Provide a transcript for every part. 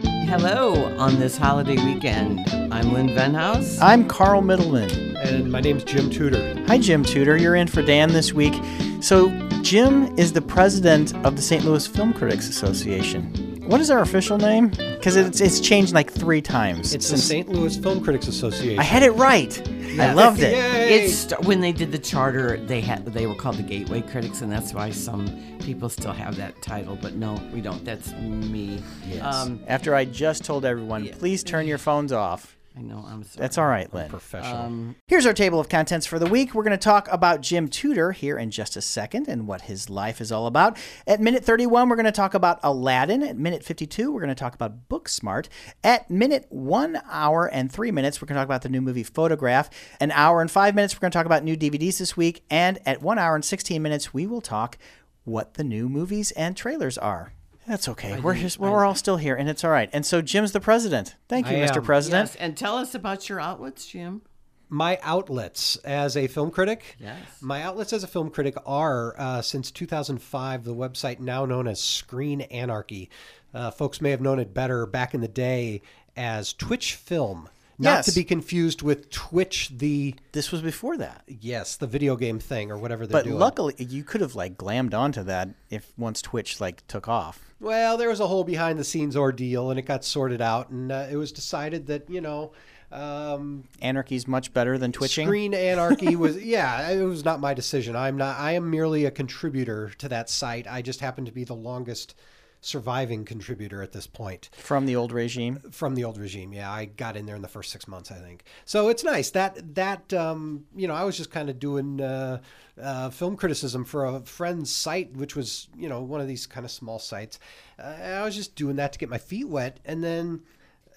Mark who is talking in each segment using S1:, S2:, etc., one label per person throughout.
S1: Hello on this holiday weekend. I'm Lynn Venhouse.
S2: I'm Carl Middleman.
S3: And my name's Jim Tudor.
S2: Hi, Jim Tudor. You're in for Dan this week. So, Jim is the president of the St. Louis Film Critics Association. What is our official name? Because it's, it's changed like three times.
S3: It's the
S2: since-
S3: St. Louis Film Critics Association.
S2: I had it right. I loved it.
S3: Yay!
S1: It's st- when they did the charter, they had they were called the Gateway Critics, and that's why some people still have that title. But no, we don't. That's me. Um,
S2: After I just told everyone, please turn your phones off.
S1: I know. I'm sorry.
S2: That's all right, Lynn. Um,
S3: professional.
S2: Here's our table of contents for the week. We're going to talk about Jim Tudor here in just a second and what his life is all about. At minute 31, we're going to talk about Aladdin. At minute 52, we're going to talk about Booksmart. At minute one hour and three minutes, we're going to talk about the new movie Photograph. An hour and five minutes, we're going to talk about new DVDs this week. And at one hour and 16 minutes, we will talk what the new movies and trailers are. That's okay. We're just, we're all still here, and it's all right. And so Jim's the president. Thank you,
S3: I
S2: Mr.
S3: am.
S2: President.
S1: yes. And tell us about your outlets, Jim.
S3: my outlets as a film critic.
S1: Yes.
S3: My outlets as a film critic are, uh, since 2005, the website now known as Screen Anarchy. Uh, folks may have known it better back in the day as Twitch Film. Not
S2: Yes.
S3: to be confused with Twitch, the
S2: This was before that.
S3: yes, the video game thing or whatever they're
S2: But
S3: doing.
S2: luckily, you could have like glammed onto that if once Twitch like took off.
S3: Well, there was a whole behind the scenes ordeal, and it got sorted out, and uh, it was decided that you know, um,
S2: Anarchy's much better than twitching.
S3: screen anarchy was yeah, it was not my decision. I'm not. I am merely a contributor to that site. I just happen to be the longest surviving contributor at this point
S2: from the old regime.
S3: from the old regime. Yeah, I got in there in the first six months, I think. So it's nice that that um, you know I was just kind of doing uh, uh, film criticism for a friend's site, which was you know one of these kind of small sites. Uh, I was just doing that to get my feet wet, and then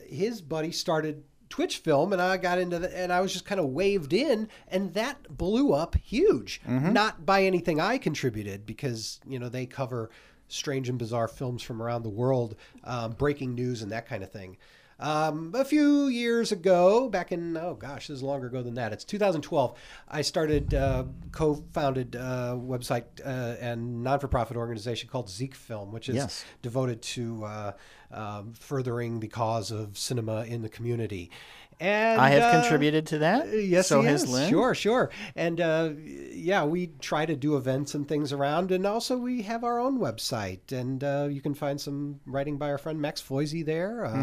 S3: his buddy started Twitch film, and I got into the, and I was just kind of waved in, and that blew up huge. Not by anything I contributed, because you know they cover strange and bizarre films from around the world, um, breaking news and that kind of thing. Um, a few years ago, back in oh gosh, this is longer ago than that. It's 2012. I started uh, co-founded uh, website uh, and non-for-profit organization called Zeke Film, which is
S2: Yes.
S3: devoted to uh, um, furthering the cause of cinema in the community. And
S2: I have
S3: uh,
S2: contributed to that.
S3: Yes,
S2: so
S3: he
S2: has
S3: has.
S2: Lynn.
S3: Sure, sure. And uh, yeah, we try to do events and things around, and also we have our own website, and uh, you can find some writing by our friend Max Foisey there. Uh,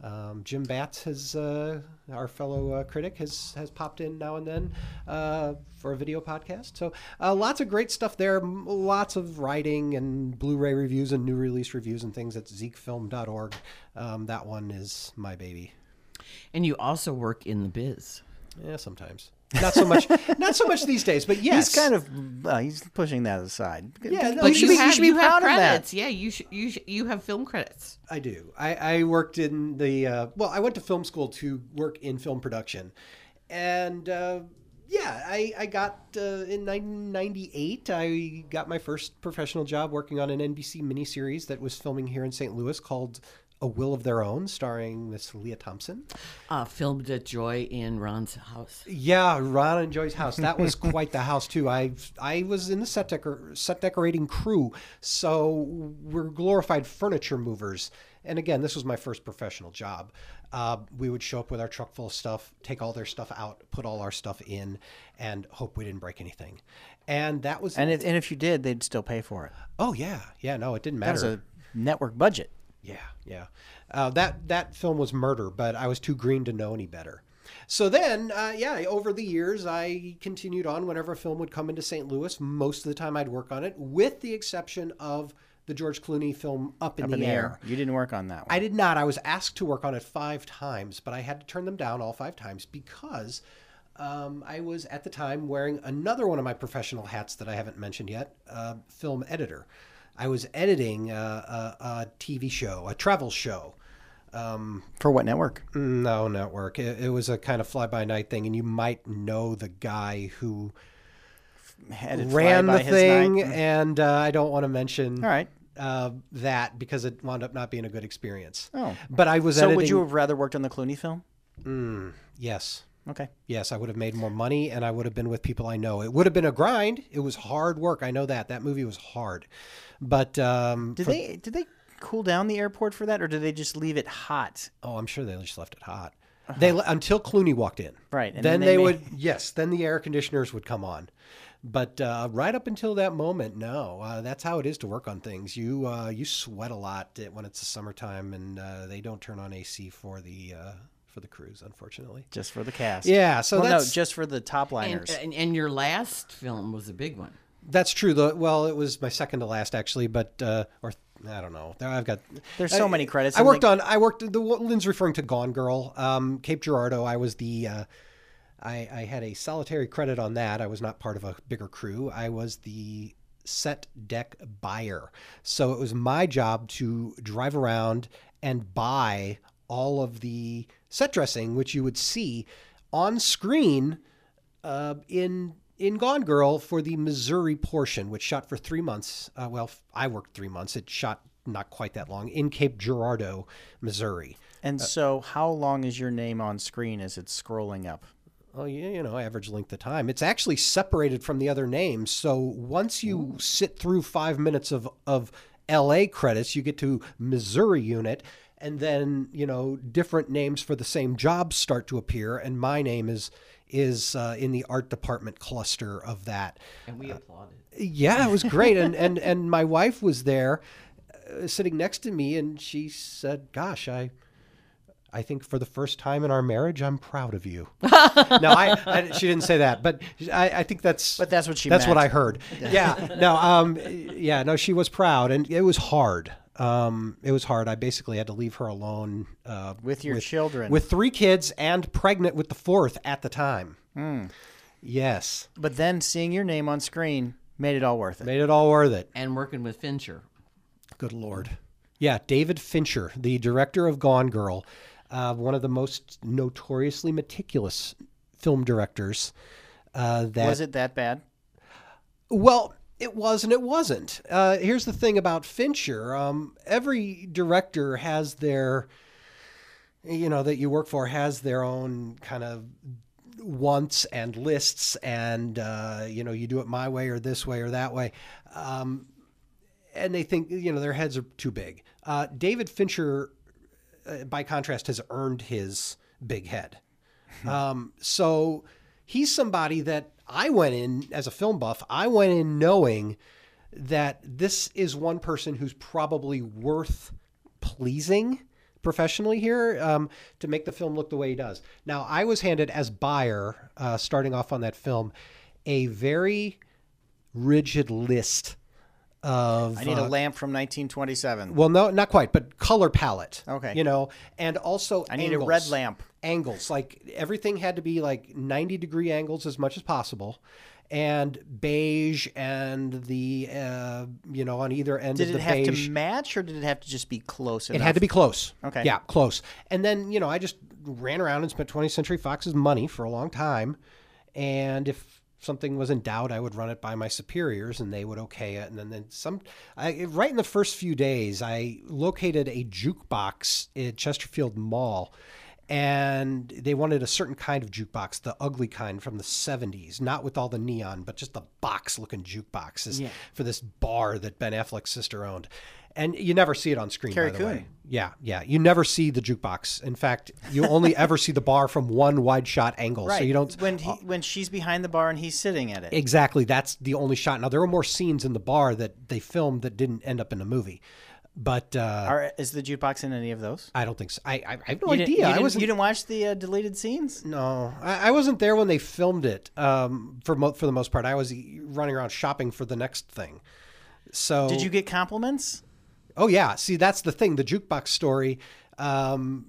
S2: Mm-hmm.
S3: um, Jim Batts has uh, our fellow uh, critic has has popped in now and then uh, for a video podcast. So uh, lots of great stuff there. M- Lots of writing and Blu-ray reviews and new release reviews and things at ZekeFilm.org. Um, that one is my baby.
S1: And you also work in the biz.
S3: Yeah, Eh, sometimes. Not so much. not so much these days, but yes,
S2: He's kind of uh, he's pushing that aside.
S3: Yeah, no,
S2: Oh, you
S3: you
S2: should be,
S1: have,
S2: you should be
S1: have
S2: proud of that.
S1: credits. Yeah, you should, you should, you have film credits.
S3: I do. I, I worked in the uh, well. I went to film school to work in film production, and uh, yeah, I I got uh, in 1998. I got my first professional job working on an NBC miniseries that was filming here in St. Louis called A Will of Their Own, starring Miss Leah Thompson.
S1: Uh, filmed at Joy in Ron's house.
S3: Yeah, Ron and Joy's house. That was quite the house too. I I was in the set decor set decorating crew, so we're glorified furniture movers. And again, this was my first professional job. Uh, we would show up with our truck full of stuff, take all their stuff out, put all our stuff in, and hope we didn't break anything. And that was
S2: And if, and if you did, they'd still pay for it.
S3: oh yeah, yeah no, it didn't
S2: That
S3: matter.
S2: was a network budget.
S3: Yeah, yeah. Uh, that that film was murder, but I was too green to know any better. So then, uh, yeah, over the years, I continued on whenever a film would come into St. Louis. Most of the time, I'd work on it, with the exception of the George Clooney film Up in,
S2: Up
S3: the,
S2: in the
S3: Air.
S2: air. You didn't work on that one.
S3: I did not. I was asked to work on it five times, but I had to turn them down all five times because um, I was at the time wearing another one of my professional hats that I haven't mentioned yet uh, film editor. I was editing uh, a, a TV show, a travel show.
S2: For what network?
S3: No network. It, it was a kind of fly by night thing, and you might know the guy who
S2: Headed Fly
S3: Mm, ran
S2: by
S3: the
S2: His Night. Mm.
S3: thing, and uh, I don't want to mention
S2: All right.
S3: uh, that because it wound up not being a good experience.
S2: Oh.
S3: But I was
S2: So
S3: editing.
S2: would you have rather worked on the Clooney film?
S3: Yes.
S2: Okay.
S3: Yes, I would have made more money and I would have been with people I know. It would have been a grind. It was hard work. I know that. That movie was hard. But um,
S2: Did
S3: for-
S2: they did they cool down the airport for that, or did they just leave it hot?
S3: Oh, I'm sure they just left it hot. They le- until Clooney walked in.
S2: Uh-huh. Right, and then
S3: then,
S2: they
S3: they,
S2: may-
S3: would yes. Then the air conditioners would come on. But uh, right up until that moment, no. Uh, that's how it is to work on things. You uh, you sweat a lot uh, when it's the summertime, and uh, they don't turn on AC for the uh, for the cruise, unfortunately.
S2: Just for the cast.
S3: Yeah, so
S2: Well, no,
S3: that's
S2: just for the top
S1: And,
S2: liners.
S1: and, and your last film was a big one.
S3: that's true. The, well, it was my second to last actually, but uh, or I don't know. There- I've got
S2: There's so
S3: I-
S2: many credits.
S3: I
S2: and
S3: worked
S2: they-
S3: on. I worked. The what Lynn's referring to Gone Girl, um, Cape Girardeau. I was the. Uh, I, I had a solitary credit on that. I was not part of a bigger crew. I was the set deck buyer. So it was my job to drive around and buy all of the set dressing, which you would see on screen uh, in in Gone Girl for the Missouri portion, which shot for three months. Uh, well, f- I worked three months. It shot not quite that long in Cape Girardeau, Missouri.
S2: And so, how long is your name on screen as it's scrolling up?
S3: Well, you, you know, average length of time. It's actually separated from the other names. So once you sit through five minutes of, of LA credits, you get to Missouri unit. And then, you know, different names for the same jobs start to appear. And my name is is uh, in the art department cluster of that.
S1: And we applauded.
S3: Yeah, it was great. and, and, and my wife was there uh, sitting next to me and she said, gosh, I, I think for the first time in our marriage, I'm proud of you. no, I, I she didn't say that, but I, I think that's
S2: But that's what she
S3: that's what I
S2: meant.
S3: heard. yeah, no, um, yeah, no, she was proud, and it was hard. Um, it was hard. I basically had to leave her alone uh,
S2: With your children.
S3: with three kids and pregnant with the fourth at the time.
S2: Hmm.
S3: Yes,
S2: but then seeing your name on screen made it all worth it.
S3: made it all worth it.
S1: And working with Fincher.
S3: Good lord. Yeah, David Fincher, the director of Gone Girl, uh, one of the most notoriously meticulous film directors. Uh, that
S2: Was it that bad?
S3: well, it was and it wasn't. Uh, here's the thing about Fincher: um, every director has their, you know, that you work for has their own kind of wants and lists, and uh, you know, you do it my way or this way or that way. Um, and they think you know their heads are too big. Uh, David Fincher, uh, by contrast, has earned his big head. Um, so he's somebody that I went in as a film buff. I went in knowing that this is one person who's probably worth pleasing professionally here um, to make the film look the way he does. Now, I was handed as buyer, uh, starting off on that film, a very rigid list of
S2: I need a lamp from 1927.
S3: well, no, not quite, but color palette.
S2: Okay.
S3: You know, and also
S2: I need a red
S3: angles.
S2: lamp.
S3: Angles, like everything had to be like ninety degree angles as much as possible, and beige, and the uh, you know on either end
S2: Did
S3: of
S2: it
S3: the
S2: have
S3: beige.
S2: to match, or did it have to just be close
S3: It
S2: enough?
S3: had to be close.
S2: Okay.
S3: Yeah, close. And then, you know, I just ran around and spent 20th Century Fox's money for a long time. And if something was in doubt, I would run it by my superiors and they would okay it. And then, then some, I, right in the first few days, I located a jukebox at Chesterfield Mall. And they wanted a certain kind of jukebox, the ugly kind from the 70s, not with all the neon, but just the box looking jukeboxes for this bar that Ben Affleck's sister owned. And you never see it on screen,
S2: Carrie
S3: by the way.
S2: Coon.
S3: Yeah, yeah. You never see the jukebox. In fact, you only ever see the bar from one wide shot angle.
S2: Right.
S3: So you don't uh,
S2: when he, when she's behind the bar and he's sitting at it.
S3: exactly. That's the only shot. Now there were more scenes in the bar that they filmed that didn't end up in the movie, but uh,
S2: Are, is the jukebox in any of those?
S3: I don't think so. I I, I have no
S2: You didn't-
S3: idea.
S2: You
S3: I
S2: didn't,
S3: wasn't.
S2: you didn't watch the uh, deleted scenes?
S3: no, I, I wasn't there when they filmed it. Um, for mo- for the most part, I was running around shopping for the next thing. So
S2: Did you get compliments?
S3: Oh yeah, see that's the thing. The jukebox story. Um,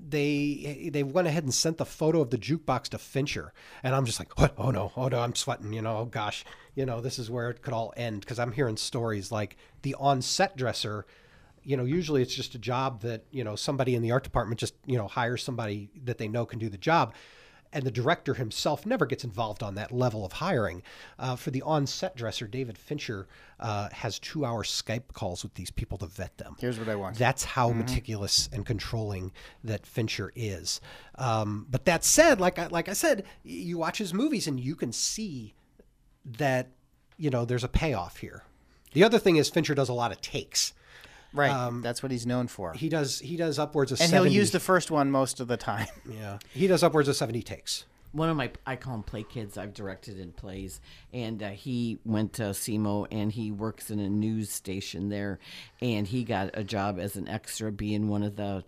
S3: they they went ahead and sent the photo of the jukebox to Fincher, and I'm just like, what? Oh no, oh no, I'm sweating. You know, oh gosh, you know, this is where it could all end because I'm hearing stories like the on-set dresser. You know, usually it's just a job that you know somebody in the art department just you know hires somebody that they know can do the job. And the director himself never gets involved on that level of hiring. Uh, for the on-set dresser, David Fincher uh, has two-hour Skype calls with these people to vet them.
S2: Here's what I want.
S3: That's how
S2: Mm-hmm.
S3: meticulous and controlling that Fincher is. Um, but that said, like I, like I said, y- you watch his movies and you can see that you know there's a payoff here. The other thing is Fincher does a lot of takes.
S2: Right. That's what he's known for.
S3: Um, He does he does upwards of
S2: and
S3: 70,
S2: he'll use the first one most of the time.
S3: yeah he does upwards of seventy takes.
S1: one of my I call them play kids. I've directed in plays, and uh, he went to SEMO and he works in a news station there, and he got a job as an extra, being one of the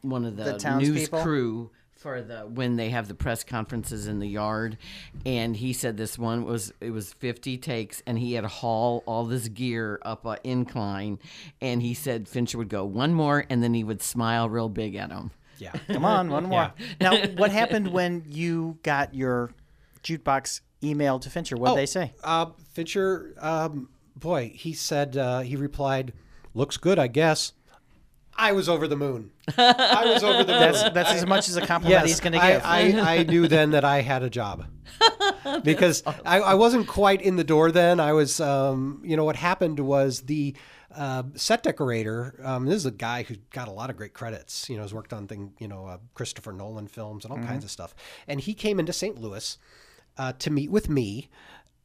S1: one of the, news
S2: townspeople?
S1: crew for the when they have the press conferences in the yard and he said this one was it was 50 takes and he had to haul all this gear up a incline and he said fincher would go one more and then he would smile real big at him
S3: Yeah.
S2: Come on, one more. Now, what happened when you got your jukebox email to Fincher? What did they say?
S3: Uh, Fincher, um, boy, he said uh, he replied, "Looks good, I guess." I was over the moon. I was over the moon.
S2: That's that's as much as a compliment he's going to
S3: I-
S2: give.
S3: I, I knew then that I had a job because I, I wasn't quite in the door then. I was, um, you know, what happened was the uh, set decorator. Um, this is a guy who got a lot of great credits. You know, has worked on thing, you know, uh, Christopher Nolan films and all
S2: Mm-hmm.
S3: kinds of stuff. And he came into St. Louis uh, to meet with me.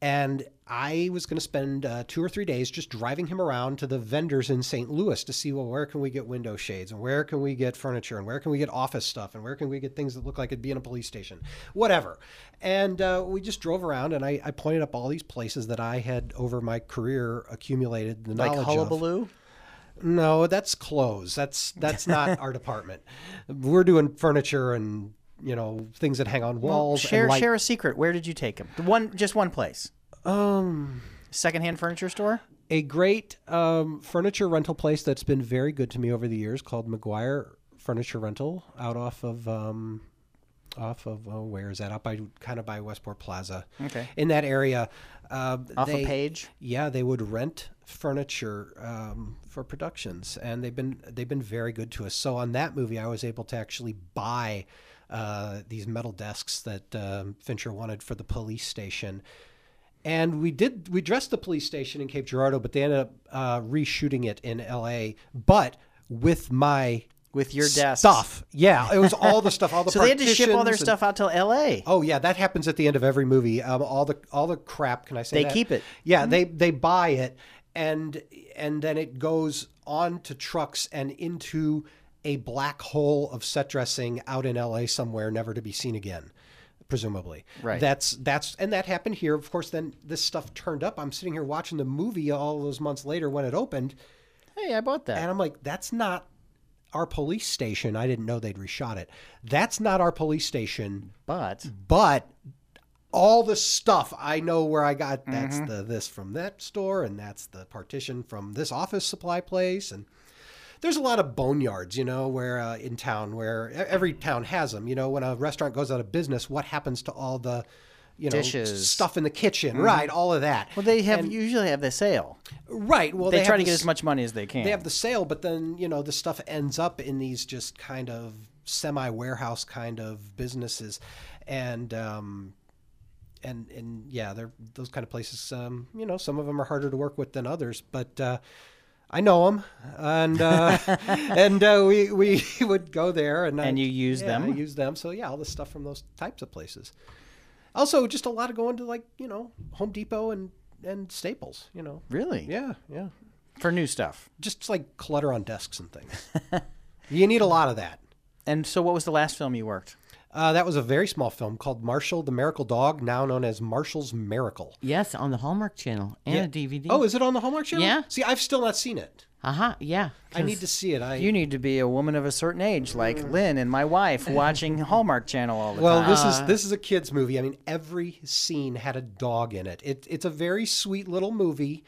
S3: And I was going to spend uh, two or three days just driving him around to the vendors in St. Louis to see, well, where can we get window shades and where can we get furniture and where can we get office stuff and where can we get things that look like it'd be in a police station, whatever. And uh, we just drove around and I, I pointed up all these places that I had over my career accumulated the
S2: like
S3: knowledge of.
S2: hullabaloo.
S3: No, that's clothes. That's that's not our department. We're doing furniture and you know things that hang on walls. and
S2: Share
S3: light-
S2: share a secret. Where did you take him? The one, just one place.
S3: Um.
S2: Secondhand furniture store.
S3: a great um, furniture rental place that's been very good to me over the years called McGuire Furniture Rental out off of um, off of oh, where is that out by kind of by Westport Plaza.
S2: Okay.
S3: in that area. Uh,
S2: Off
S3: they-
S2: a page.
S3: yeah, they would rent furniture um, for productions, and they've been they've been very good to us. So on that movie, I was able to actually buy uh, these metal desks that um, Fincher wanted for the police station, and we did we dressed the police station in Cape Girardeau, but they ended up uh, reshooting it in L.A. But with my
S2: With your desk.
S3: stuff, yeah, it was all the stuff, all the
S2: So they had to ship all their
S3: partitions and-
S2: stuff out to L.A.
S3: Oh yeah, that happens at the end of every movie. Um, all the all the crap. Can I say
S2: They
S3: that?
S2: keep it. Mm-hmm.
S3: Yeah, they they buy it, and and then it goes on to trucks and into a black hole of set dressing out in L.A. somewhere, never to be seen again, presumably.
S2: Right.
S3: That's that's and that happened here. Of course, then this stuff turned up. I'm sitting here watching the movie all those months later when it opened,
S2: Hey, I bought that.
S3: and I'm like, that's not our police station. I didn't know they'd reshot it. That's not our police station
S2: But
S3: but all the stuff I know where I got that's
S2: Mm-hmm.
S3: the this from that store and that's the partition from this office supply place and there's a lot of boneyards, you know, where uh, in town where e- every town has them. You know, when a restaurant goes out of business, what happens to all the, you know,
S2: Dishes. Mm-hmm.
S3: stuff in the kitchen, right? All of that.
S2: well, they have usually have the sale.
S3: right. Well,
S2: They,
S3: have
S2: try to get
S3: this-
S2: as much money as they can.
S3: they have the sale, but then you know the stuff ends up in these just kind of semi warehouse kind of businesses, and um, and and yeah, they're those kind of places. Um, you know, some of them are harder to work with than others, but. Uh, I know them, and uh, and uh, we we would go there, and
S2: And you use
S3: yeah, I
S2: them?
S3: use them. So yeah, all the stuff from those types of places. Also, just a lot of going to like you know Home Depot and and Staples. You know,
S2: really
S3: yeah, yeah
S2: for new stuff.
S3: just like clutter on desks and things. you need a lot of that.
S2: And so, what was the last film you worked?
S3: Uh, that was a very small film called Marshall the Miracle Dog, now known as Marshall's Miracle.
S1: Yes, on the Hallmark Channel and a DVD.
S3: Oh, is it on the Hallmark Channel?
S1: Yeah.
S3: See, I've still not seen it.
S1: uh-huh, yeah.
S3: I need to see it. I
S2: You need to be a woman of a certain age, like Lynn and my wife, watching Hallmark Channel all the
S3: Mm. well,
S2: time.
S3: this
S1: Uh.
S3: is this is a kids movie. I mean, every scene had a dog in it. it it's a very sweet little movie.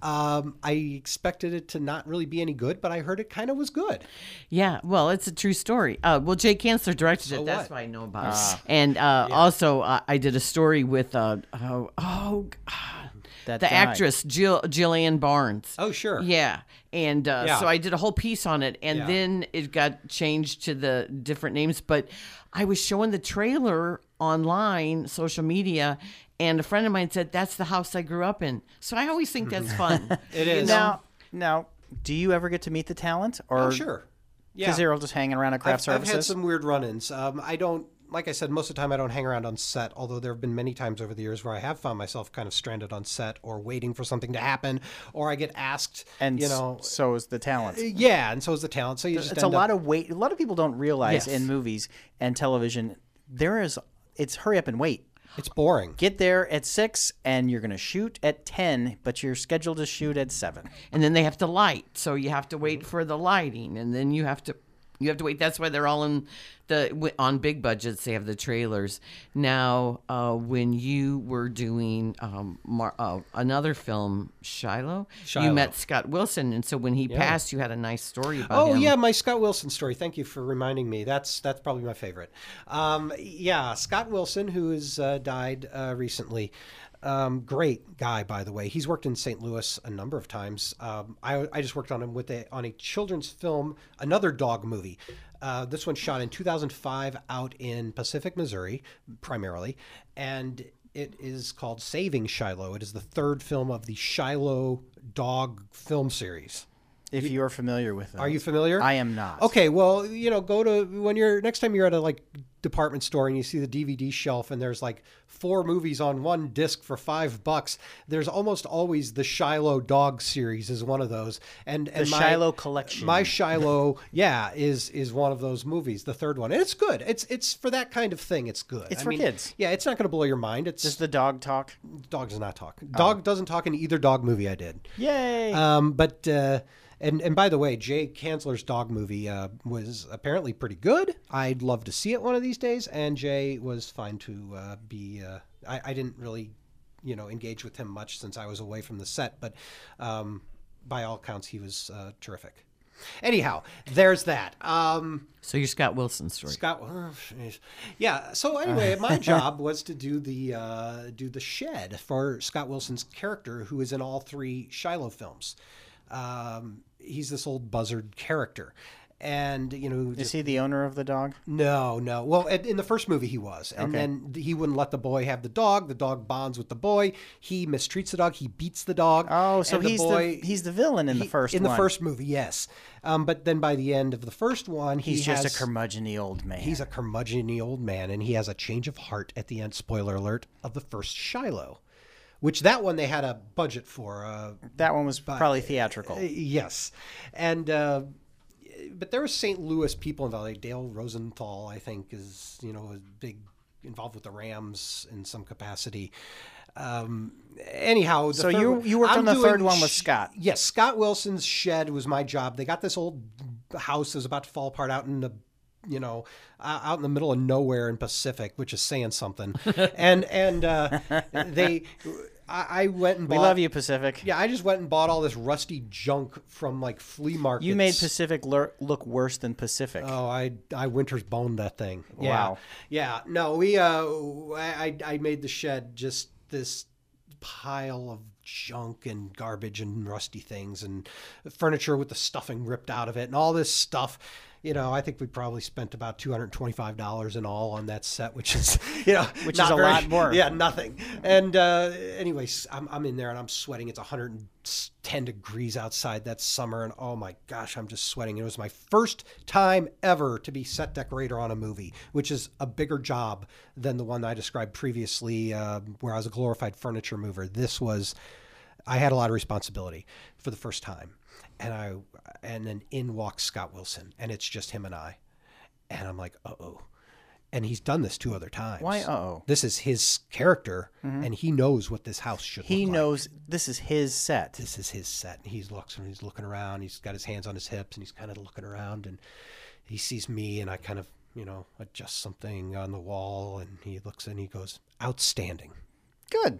S3: Um, I expected it to not really be any good, but I heard it kind of was good.
S1: Yeah, well, it's a true story. Uh, well, Jay Kanzler directed it. That's
S3: what?
S1: what I know about. it. and uh, also, uh, I did a story with uh, oh, oh God,
S2: That
S1: the
S2: guy.
S1: actress Jill Jillian Barnes.
S3: Oh, sure.
S1: Yeah, and uh,
S3: Yeah.
S1: so I did a whole piece on it, and
S3: Yeah.
S1: then it got changed to the different names. But I was showing the trailer online, social media, and a friend of mine said that's the house I grew up in. So I always think that's fun.
S3: It is.
S2: now, now, do you ever get to meet the talent, or
S3: oh, sure. Yeah.
S2: Because they're all just hanging around at craft
S3: I've, I've
S2: services.
S3: had some weird run-ins. Um, I don't like I said, most of the time I don't hang around on set, although there have been many times over the years where I have found myself kind of stranded on set or waiting for something to happen or I get asked,
S2: and
S3: you know,
S2: so is the talent.
S3: yeah, and so is the talent. So you just
S2: it's a
S3: end
S2: lot
S3: up,
S2: of wait. A lot of people don't realize
S1: Yes.
S2: in movies and television there is it's hurry up and wait.
S3: it's boring.
S2: Get there at six, and you're going to shoot at ten, but you're scheduled to shoot at seven.
S1: and then they have to light so you have to
S3: Mm-hmm.
S1: wait for the lighting and then you have to you have to wait that's why they're all in the wi- on big budgets they have the trailers now uh, when you were doing um, Mar- uh, another film shiloh, you
S3: Shiloh.
S1: met scott wilson and so when he passed you had a nice story about
S3: Oh
S1: him
S3: yeah, my Scott Wilson story. Thank you for reminding me. That's that's probably my favorite. Um, yeah, Scott Wilson, who has uh, died uh, recently. Um, great guy, by the way. He's worked in St. Louis a number of times. Um, I, I just worked on him with a on a children's film, another dog movie. Uh, this one shot in 2005 out in Pacific, Missouri, primarily, and it is called Saving Shiloh. It is the third film of the Shiloh dog film series.
S2: If you are familiar with them,
S3: Are you familiar?
S2: I am not.
S3: Okay, well, you know, go to when you're next time you're at a like department store and you see the DVD shelf and there's like four movies on one disc for five bucks. There's almost always the Shiloh Dog series is one of those, and and
S2: The
S3: my,
S2: Shiloh collection.
S3: My Shiloh, yeah, is is one of those movies. The third one, and it's good. It's it's for that kind of thing. It's good.
S2: It's for kids.
S3: Yeah, it's not going to blow your mind. It's
S2: Does the dog talk?
S3: dog does not talk.
S2: Oh.
S3: Dog doesn't talk in either dog movie I did.
S2: Yay!
S3: Um, but uh, and and by the way, Jay Kanzler's dog movie uh, was apparently pretty good. I'd love to see it one of these days. And Jay was fine to uh, be. Uh, I, I didn't really, you know, engage with him much since I was away from the set. But um, by all accounts, he was uh, terrific. Anyhow, there's that. Um,
S1: so your scott wilson story
S3: Scott, oh, jeez. yeah. So anyway, my job was to do the uh, do the shed for Scott Wilson's character, who is in all three Shiloh films. Um, he's this old buzzard character, and you know,
S2: Is he the owner of the dog?
S3: no, no. Well, at, in the first movie, he was, and then he wouldn't let the boy have the dog. The dog bonds with the boy. He mistreats the dog. He beats the dog.
S2: Oh, so
S3: and the
S2: he's
S3: boy-
S2: the he's the villain in the
S3: he-
S2: first
S3: in
S2: one.
S3: the first movie, yes. Um, but then by the end of the first one, he
S2: he's just
S3: has-
S2: a curmudgeon old man.
S3: He's a curmudgeony old man, and he has a change of heart at the end. Spoiler alert of the first Shiloh, which that one they had a budget for. Uh,
S2: that one was probably theatrical.
S3: yes, and uh, but there were St. Louis people involved. Like Dale Rosenthal, I think, is you know a big involved with the Rams in some capacity. Um, anyhow, the
S2: So
S3: third
S2: you-
S3: one-
S2: you worked on the
S3: doing
S2: third one with Scott.
S3: Yes, Scott Wilson's shed was my job. They got this old house that was about to fall apart out in the you know uh, out in the middle of nowhere in Pacific, which is saying something. and and uh, they. I I went and
S2: we
S3: bought-
S2: love you, Pacific.
S3: yeah, I just went and bought all this rusty junk from like flea markets.
S2: You made Pacific lur- look worse than Pacific.
S3: Oh, I I winter's boned that thing. Yeah.
S2: Wow.
S3: Yeah. No, we uh, I I I made the shed just this pile of junk and garbage and rusty things and furniture with the stuffing ripped out of it and all this stuff. You know, I think we probably spent about two hundred twenty-five dollars in all on that set, which is, you know,
S2: Which
S3: not
S2: is a
S3: very-
S2: lot more.
S3: Yeah, nothing. And uh, anyways, I'm, I'm in there and I'm sweating. It's 110 degrees outside that summer, and oh my gosh, I'm just sweating. It was my first time ever to be set decorator on a movie, which is a bigger job than the one I described previously, uh, where I was a glorified furniture mover. This was, I had a lot of responsibility for the first time, and I, and then in walks Scott Wilson, and it's just him and I, and I'm like, uh oh. And he's done this two other times
S2: Why? Oh,
S3: this is his character and he knows what this house should
S2: Mm-hmm. he
S3: look like.
S2: knows this is his set.
S3: this is his set and he looks and he's looking around he's got his hands on his hips and he's kind of looking around and he sees me and i kind of you know adjust something on the wall and he looks and he goes outstanding
S2: Good.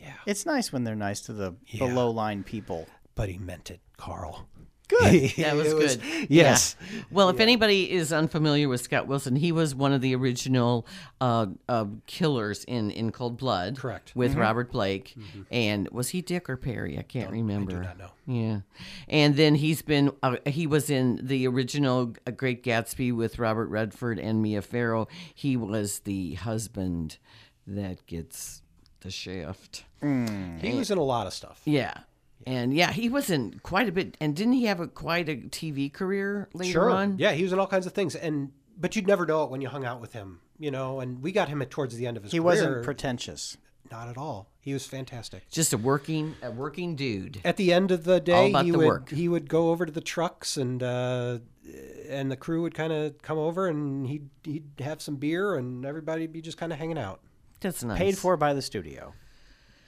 S3: Yeah.
S2: It's nice when they're nice to the below line people.
S3: but he meant it carl
S2: Good.
S1: That was
S3: It
S1: good.
S3: yes
S1: Well, if anybody is unfamiliar with Scott Wilson, he was one of the original uh, uh, killers in In Cold Blood.
S3: Correct. Mm-hmm.
S1: With Robert Blake, and was he Dick or Perry? I can't remember.
S3: not know.
S1: Yeah, and then he's been uh, he was in the original uh, Great Gatsby with Robert Redford and Mia Farrow. He was the husband that gets the shaft.
S2: Mm.
S3: he was in a lot of stuff
S1: Yeah. And yeah, he was in quite a bit. And didn't he have a quite a TV career later
S3: sure
S1: on?
S3: yeah he was in all kinds of things and but you'd never know it when you hung out with him you know, and we got him at towards the end of his
S2: He
S3: career.
S2: wasn't pretentious.
S3: not at all. He was fantastic.
S1: Just a working a working dude.
S3: At the end of the day,
S1: about
S3: he
S1: the
S3: would
S1: work.
S3: he would go over to the trucks and uh, and the crew would kind of come over and he'd he'd have some beer and everybody'd be just kind of hanging out.
S1: That's nice.
S2: Paid for by the studio,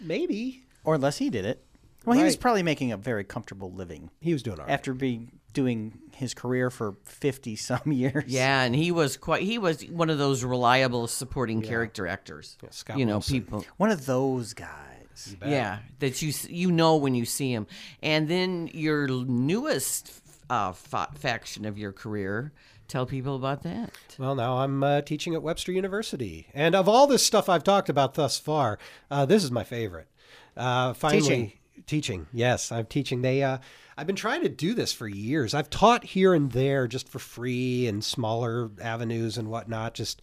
S3: Maybe
S2: or unless he did it. Well, he was
S3: Right.
S2: probably making a very comfortable living
S3: he was doing all right.
S2: after being doing his career for fifty some years.
S1: Yeah, and he was quite. He was one of those reliable supporting character actors.
S3: Scott
S1: you know,
S3: Wilson.
S1: people.
S2: one of those guys.
S1: Yeah, that you s- you know when you see him, and then your newest uh, fa- faction of your career. Tell people about that.
S3: Well, now I'm uh, teaching at Webster University, and of all this stuff I've talked about thus far, uh, this is my favorite. Uh, finally,
S2: Teaching.
S3: teaching. Yes, I'm teaching. They, uh, I've been trying to do this for years. I've taught here and there just for free and smaller avenues and whatnot. Just,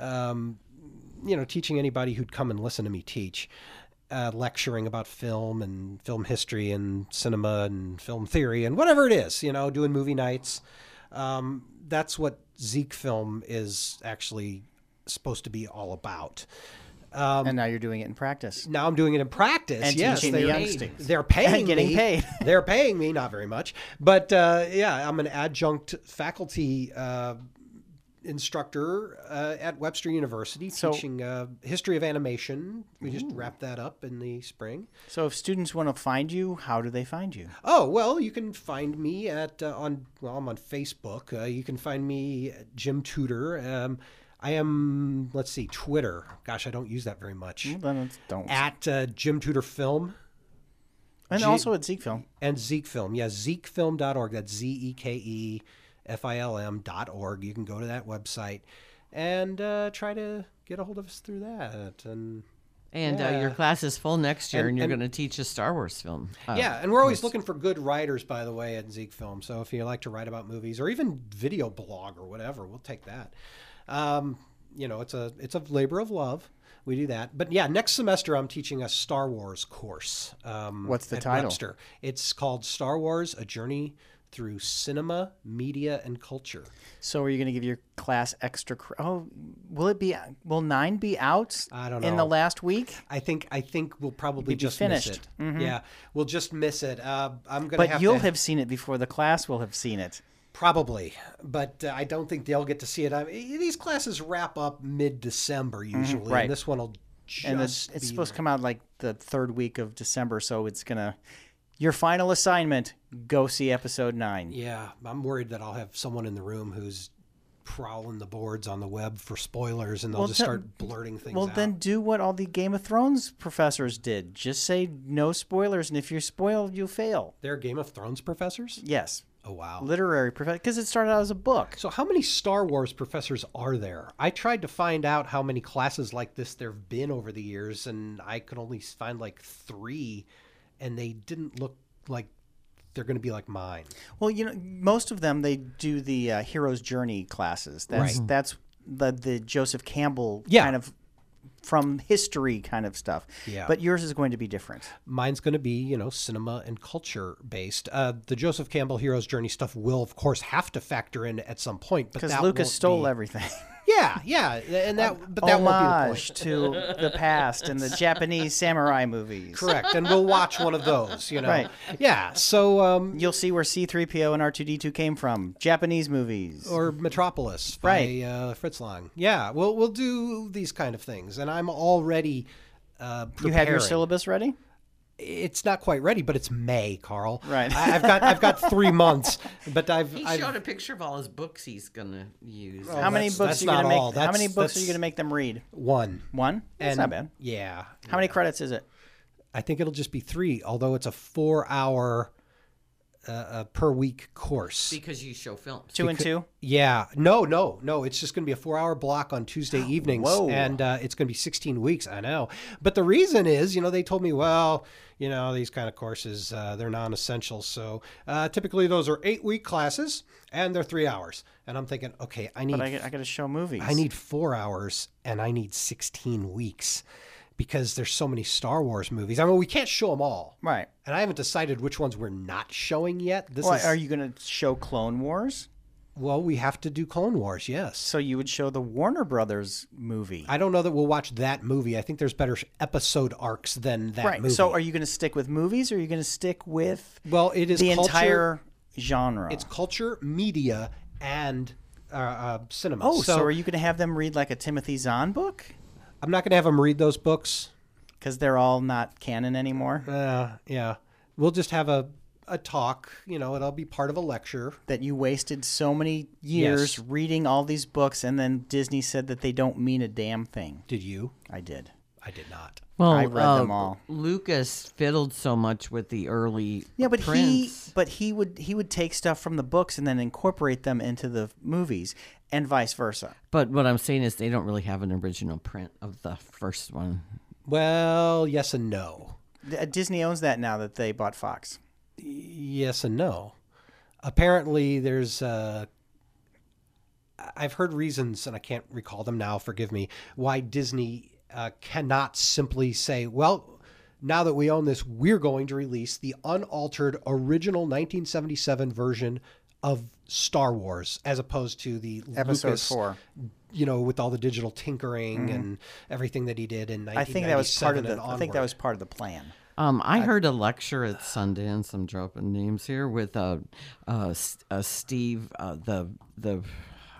S3: um, you know, teaching anybody who'd come and listen to me teach. Uh, lecturing about film and film history and cinema and film theory and whatever it is, you know, doing movie nights um, that's what Zeke film is actually supposed to be all about. Um,
S2: and now you're doing it in practice.
S3: Now I'm doing it in practice.
S2: And
S3: yes,
S2: teaching the
S3: they're,
S2: youngsters.
S3: they're paying
S2: And getting
S3: me.
S2: paid.
S3: they're paying me, not very much, but uh, yeah, I'm an adjunct faculty uh, instructor uh, at Webster University
S2: So-
S3: teaching uh, history of animation. We just wrapped that up in the spring.
S2: So if students want to find you, how do they find you?
S3: Oh well, you can find me at uh, on well, I'm on Facebook. Uh, you can find me at Jim Tudor. Um, I am let's see, Twitter. Gosh, I don't use that very much.
S2: Well, then it's- don't.
S3: At uh, Jim Tudor Film
S2: and also at Zeke Film.
S3: and Zeke Film. Yeah, ZekeFilm.org. That's Z E K E F I L M dot org. You can go to that website and uh, try to get a hold of us through that. And
S1: And uh, your class is full next year, and, you're going to teach a Star Wars film. Uh,
S3: yeah, and we're always looking for good writers, by the way, at Zeke Film. So if you like to write about movies or even video blog or whatever, we'll take that. Um, you know, it's a it's a labor of love. We do that, but yeah, next semester I'm teaching a Star Wars course. Um,
S2: What's the
S3: at
S2: title?
S3: Webster. It's called Star Wars: A Journey Through Cinema, Media, and Culture.
S2: So are you going to give your class extra? Cr- oh, will it be? Will nine be out?
S3: I don't
S2: In the
S3: know.
S2: last week,
S3: I think I think we'll probably
S2: be
S3: just miss
S2: finished.
S3: it. Yeah, we'll just miss it. Uh, I'm gonna.
S2: Mm-hmm. but
S3: have
S2: you'll
S3: to,
S2: have seen it before the class will have seen it.
S3: Probably, but uh, I don't think they'll get to see it. I mean, these classes wrap up mid-December usually,
S2: Mm-hmm, right.
S3: and this one will just
S2: And the,
S3: be
S2: it's supposed to come out like the third week of December, so it's gonna. Your final assignment: go see episode nine.
S3: Yeah, I'm worried that I'll have someone in the room who's prowling the boards on the web for spoilers, and they'll
S2: Well,
S3: just
S2: then-
S3: start blurting things
S2: Well,
S3: out.
S2: then do what all the Game of Thrones professors did. Just say no spoilers, and if you're spoiled, you'll fail.
S3: they're Game of Thrones professors.
S2: Yes,
S3: Oh wow!
S2: literary professor, because it started out as a book.
S3: So, how many Star Wars professors are there? I tried to find out how many classes like this there have been over the years, and I could only find like three, and they didn't look like they're going to be like mine.
S2: Well, you know, most of them they do the uh, hero's journey classes. That's that's the the Joseph Campbell
S3: Mm-hmm. Yeah.
S2: kind of from history kind of stuff.
S3: Yeah.
S2: But yours is going to be different.
S3: mine's going to be you know cinema and culture based uh, the joseph campbell hero's journey stuff will of course have to factor in at some point but
S2: Because
S3: that
S2: Lucas
S3: won't
S2: stole
S3: be-
S2: everything.
S3: yeah yeah and that but that won't be the
S2: Homage
S3: point
S2: to the past and the Japanese samurai movies.
S3: correct and we'll watch one of those you know
S2: Right.
S3: yeah so um
S2: You'll see where C3PO and R2D2 came from. Japanese movies.
S3: or Metropolis by
S2: Right.
S3: uh, Fritz Lang. Yeah, we'll we'll do these kind of things, and I'm already uh,
S2: you have your
S3: preparing.
S2: syllabus ready?
S3: It's not quite ready, but it's May, Carl.
S2: Right.
S3: I, I've got I've got three months, but I've
S1: He
S3: I've,
S1: showed a picture of all his books he's going to use.
S2: How many
S3: Oh, that's-
S2: books
S3: that's
S2: are you gonna
S3: not
S2: make
S3: all.
S2: how
S3: That's-
S2: many books are you
S3: that's-
S2: gonna make them read?
S3: one.
S2: One? That's
S3: And-
S2: not bad.
S3: Yeah.
S2: How many credits is it?
S3: I think it'll just be three, although it's a four hour uh, uh, per week course.
S1: because you show films.
S2: Two and two?
S3: Yeah. No, no, no. It's just going to be a four hour block on Tuesday evenings.
S2: Whoa.
S3: And uh, it's going to be 16 weeks. I know. But the reason is, you know, they told me, well, you know, these kind of courses, uh, they're non essential. So uh, typically those are eight week classes and they're three hours. And I'm thinking, okay, I need
S2: But I, I gotta show movies.
S3: I need four hours and I need 16 weeks because there's so many Star Wars movies. I mean, we can't show them all.
S2: Right.
S3: And I haven't decided which ones we're not showing yet. This
S2: Well,
S3: is
S2: are you going to show Clone Wars?
S3: Well, we have to do Clone Wars, yes.
S2: So you would show the Warner Brothers movie.
S3: I don't know that we'll watch that movie. I think there's better sh- episode arcs than that
S2: right.
S3: movie.
S2: So are you going to stick with movies or are you going to stick with
S3: well, it is
S2: the
S3: culture,
S2: entire genre?
S3: it's culture, media, and uh, uh, cinema.
S2: oh, so,
S3: so
S2: are you going to have them read like a Timothy Zahn book?
S3: I'm not going to have them read those books.
S2: Because they're all not canon anymore.
S3: Uh, yeah, we'll just have a a talk. You know, it'll be part of a lecture.
S2: that you wasted so many years
S3: Yes.
S2: reading all these books, and then Disney said that they don't mean a damn thing.
S3: Did you?
S2: I did.
S3: I did not.
S1: Well, uh,
S2: I read them all.
S1: Lucas fiddled so much with the early
S2: Yeah, but
S1: prints.
S2: he but he would he would take stuff from the books and then incorporate them into the movies, and vice versa.
S1: But what I'm saying is, they don't really have an original print of the first one.
S3: Well, yes and no.
S2: D- uh, Disney owns that now that they bought Fox.
S3: Yes and no. Apparently, there's. Uh, I've heard reasons, and I can't recall them now. Forgive me. Why Disney uh, cannot simply say, "Well, now that we own this, we're going to release the unaltered original 1977 version of Star Wars," as opposed to the
S2: Episode
S3: Lucas,
S2: four. Mm-hmm.
S3: You know, with all the digital tinkering and everything that he did in 1997
S2: I think that was part of the.
S3: and
S2: I think that
S3: onward.
S2: was part of the plan.
S1: Um, I heard a lecture at Sundance. I'm dropping names here with uh, uh, S- uh, Steve, uh, the the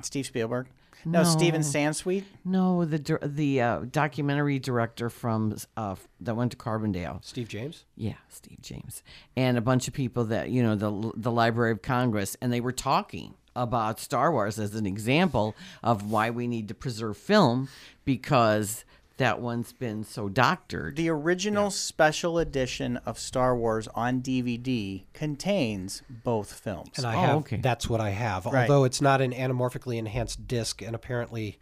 S2: Steve Spielberg. No, Steven
S1: No.
S2: Sansweet.
S1: no the dir- the uh, documentary director from uh, that went to Carbondale.
S3: Steve James.
S1: Yeah, Steve James and a bunch of people that you know the the Library of Congress, and they were talking about Star Wars as an example of why we need to preserve film because that one's been so doctored.
S2: The original special edition of Star Wars on DVD contains both films.
S3: and I
S1: Oh,
S3: have
S1: okay.
S3: that's what I have.
S2: Right.
S3: Although it's not an anamorphically enhanced disc, and apparently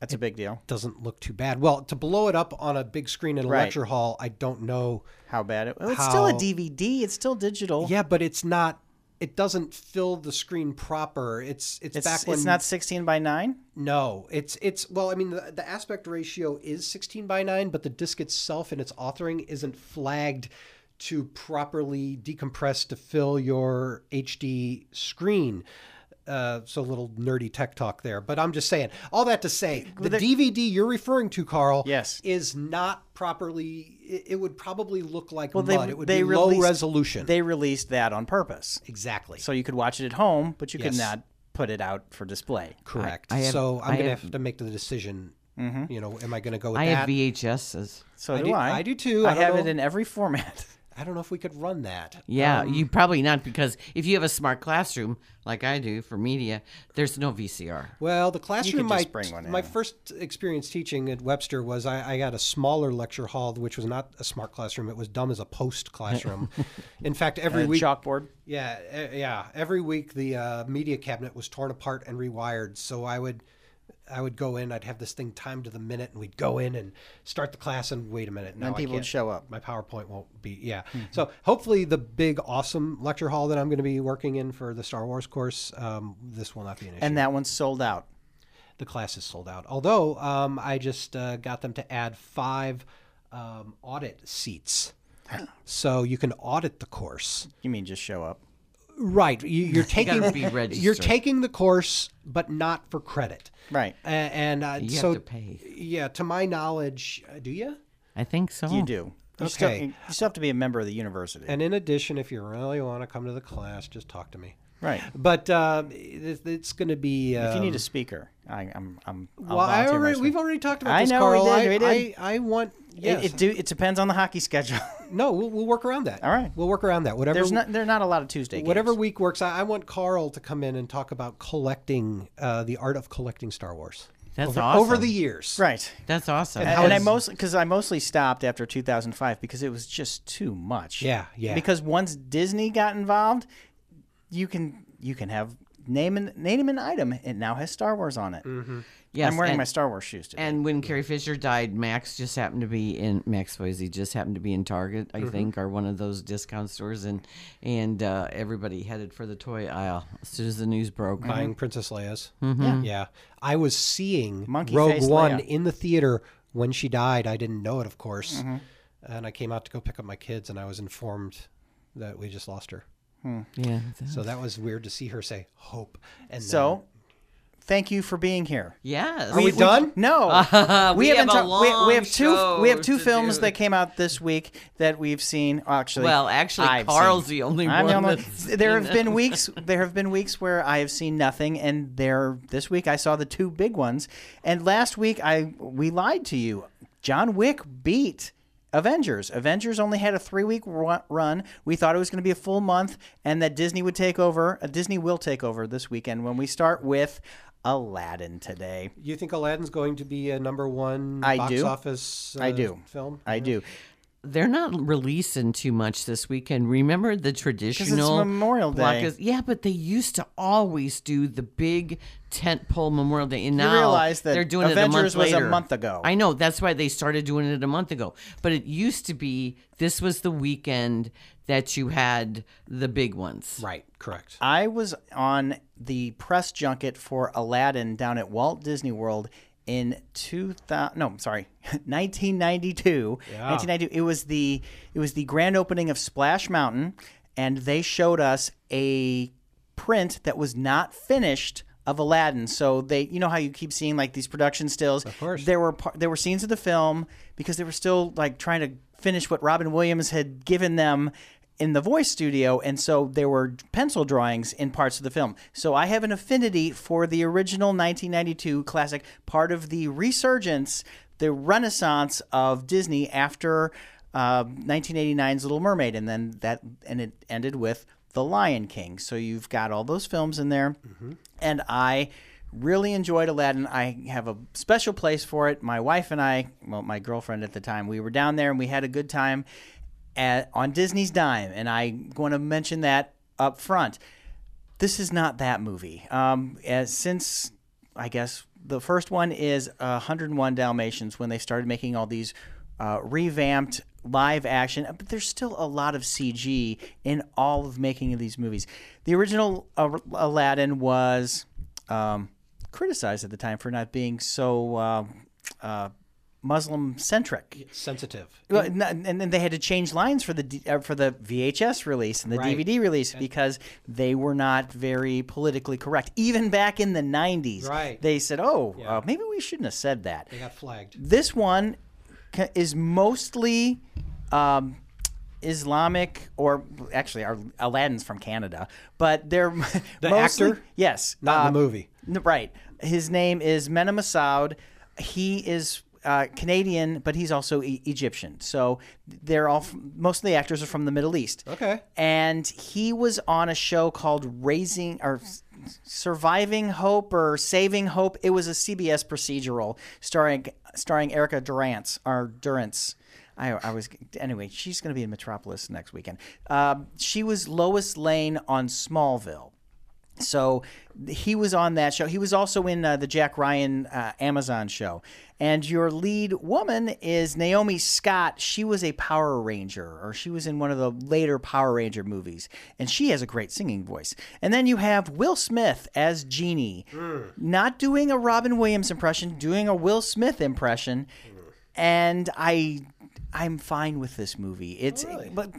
S2: That's a big deal.
S3: doesn't look too bad. Well, to blow it up on a big screen in a
S2: Right.
S3: lecture hall, I don't know.
S2: how bad it was. It's still a
S3: How-
S2: DVD. It's still digital.
S3: Yeah, but it's not. It doesn't fill the screen proper. It's it's,
S2: it's,
S3: back when
S2: it's not 16 by 9.
S3: no. It's it's well. I mean, the, the aspect ratio is sixteen by nine, but the disc itself and its authoring isn't flagged to properly decompress to fill your HD screen. Uh, so a little nerdy tech talk there, but I'm just saying all that to say the DVD you're referring to, Carl,
S2: Yes.
S3: is not properly. It, it would probably look like
S2: they-
S3: mud. It would
S2: they
S3: be low
S2: released-
S3: resolution.
S2: They released that on purpose.
S3: exactly.
S2: So you could watch it at home, but you could
S3: Yes.
S2: not put it out for display.
S3: Correct.
S1: I have-
S3: so I'm
S1: I
S3: going to
S1: have- Mm-hmm.
S3: have to make the decision. You know, am I going to go with
S1: I
S3: that?
S1: have VHSs.
S2: So
S3: I
S2: do,
S3: do-
S2: I.
S3: I do too.
S2: I,
S3: I don't
S2: have
S3: know.
S2: it in every format.
S3: I don't know if we could run that.
S1: Yeah,
S2: um,
S1: you probably not because if you have a smart classroom like I do for media, there's no VCR.
S3: Well, the classroom, my,
S2: just bring one
S3: my
S2: in.
S3: first experience teaching at Webster was I, I got a smaller lecture hall, which was not a smart classroom. It was dumb as a post classroom. In fact, every
S2: The
S3: week,
S2: chalkboard.
S3: yeah, eh, yeah, every week the uh, media cabinet was torn apart and rewired. So I would, I would go in. I'd have this thing timed to the minute, and we'd go in and start the class. And wait a minute, now
S2: And
S3: Oh, I
S2: people would
S3: can't-
S2: show up.
S3: my PowerPoint won't be. Yeah.
S1: Mm-hmm.
S3: So hopefully the big awesome lecture hall that I'm going to be working in for the Star Wars course, um, this will not be an issue.
S2: And that one's sold out.
S3: the class is sold out. Although um, I just uh, got them to add five um, audit seats. So you can audit the course,
S2: You mean just show up?
S3: right? You, you're taking
S1: gotta be
S3: you're
S1: registered.
S3: taking the course, but not for credit,
S2: Right.
S3: A- And, uh,
S1: You
S3: so
S1: have to pay.
S3: yeah, to my knowledge, uh, do you?
S1: I think so.
S2: You do. You still,
S3: Hmm. Okay.
S2: you still have to be a member of the university.
S3: And in addition, if you really want to come to the class, just talk to me.
S2: right.
S3: But um, it, it's going to be. Um,
S2: If you need a speaker, I, I'm. I'm I'll
S3: well, I
S2: volunteer
S3: already,
S2: myself.
S3: we've already talked about
S2: I
S3: this,
S2: know we
S3: Carl.
S2: did,
S3: I,
S2: we did.
S3: I, I want. Yes.
S2: it, it, do, it depends on the hockey schedule.
S3: No, we'll, we'll work around that.
S2: All right.
S3: We'll work around that. Whatever.
S2: There's not. There are not a lot of Tuesday. games.
S3: Whatever week works, I, I want Carl to come in and talk about collecting uh, the art of collecting Star Wars
S1: That's
S3: over,
S1: awesome.
S3: over the years.
S2: Right.
S1: That's awesome.
S2: and, and I mostly because I mostly stopped after 2005 because it was just too much.
S3: Yeah, yeah.
S2: Because once Disney got involved, you can you can have name and name an item. It now has Star Wars on it.
S3: Mm-hmm.
S1: yes,
S2: I'm wearing
S1: and,
S2: my Star Wars shoes today.
S1: and when Carrie Fisher died, Max just happened to be in Max Swayze just happened to be in Target,
S2: Mm-hmm.
S1: I think, or one of those discount stores, and and uh, everybody headed for the toy aisle as soon as the news broke.
S2: Mm-hmm.
S3: Buying Princess Leia's.
S1: Mm-hmm.
S3: Yeah. I was seeing
S2: Monkey
S3: Rogue
S2: Face
S3: One
S2: Leia.
S3: in the theater when she died. I didn't know it, of
S2: Mm-hmm.
S3: course. And I came out to go pick up my kids, and I was informed that we just lost her.
S1: Yeah.
S3: So that was weird to see her say hope. And then-
S2: So, thank you for being here.
S1: Yes.
S3: are we, done?
S2: No,
S1: we have
S2: haven't
S1: a
S2: talked-
S1: long
S2: we, we have two. We have
S1: show
S2: two
S1: to
S2: films
S1: do.
S2: that came out this week that we've seen. Actually,
S1: Well, actually,
S2: I've
S1: Carl's
S2: seen.
S1: the only
S2: I'm
S1: one.
S2: the only-
S1: that's
S2: there
S1: seen
S2: have been
S1: it.
S2: weeks. There have been weeks where I have seen nothing, and there this week I saw the two big ones. And last week I we lied to you. John Wick beat. Avengers. Avengers only had a three-week ru- run. We thought it was going to be a full month, and that Disney would take over. Uh, Disney will take over this weekend when we start with Aladdin today.
S3: You think Aladdin's going to be a number one
S2: I
S3: box
S2: do.
S3: office? Uh,
S2: I do.
S3: Film.
S2: I
S1: Mm-hmm.
S2: do.
S1: They're not releasing too much this weekend. Remember the traditional
S2: Memorial Day.
S1: blockbusters- Yeah, but they used to always do the big tentpole Memorial Day, and now
S2: realize that
S1: they're doing it a
S2: Avengers
S1: month
S2: was a
S1: later.
S2: month ago.
S1: I know that's why they started doing it a month ago. But it used to be this was the weekend that you had the big ones.
S3: Right. Correct.
S2: I was on the press junket for Aladdin down at Walt Disney World in 2000 no, I'm sorry, 1992. 1992. It was the it was the grand opening of Splash Mountain and they showed us a print that was not finished of Aladdin. So they you know how you keep seeing like these production stills. Of
S3: course.
S2: There were par- there were scenes of the film because they were still like trying to finish what Robin Williams had given them in the voice studio and so there were pencil drawings in parts of the film. So I have an affinity for the original 1992 classic, part of the resurgence, the renaissance of Disney after uh, 1989's Little Mermaid and then that and it ended with The Lion King. So you've got all those films in there. And I really enjoyed Aladdin. I have a special place for it. My wife and I, well, my girlfriend at the time, we were down there and we had a good time at, on Disney's dime. And I want to mention that up front. This is not that movie. Um, as, since I guess the first one is uh, 101 Dalmatians when they started making all these uh, revamped live action, but there's still a lot of CG in all of making of these movies. The original uh, Aladdin was um, criticized at the time for not being so uh, uh, Muslim centric.
S3: Sensitive.
S2: Well, n- and then they had to change lines for the D- uh, for the VHS release and the
S3: Right.
S2: DVD release because they were not very politically correct. Even back in the '90s,
S3: Right.
S2: They said, "Oh, uh, maybe we shouldn't have said that."
S3: They got flagged.
S2: This one ca- is mostly um, Islamic, or actually, our Aladdin's from Canada, but they're the
S3: actor?
S2: Yes,
S3: Not
S2: uh,
S3: in the movie.
S2: N- Right. His name is Mena Massoud. He is uh, Canadian, but he's also e- Egyptian. So they're all, f- most of the actors are from the Middle East.
S3: Okay.
S2: And he was on a show called Raising or S- Surviving Hope or Saving Hope. It was a CBS procedural starring starring Erica Durance or Durance. I, I was anyway. She's going to be in Metropolis next weekend. Um, she was Lois Lane on Smallville. So he was on that show. He was also in uh, the Jack Ryan uh, Amazon show. And your lead woman is Naomi Scott. She was a Power Ranger, or she was in one of the later Power Ranger movies. And she has a great singing voice. And then you have Will Smith as Genie, not doing a Robin Williams impression, doing a Will Smith impression. And I, I'm fine with this movie. It's but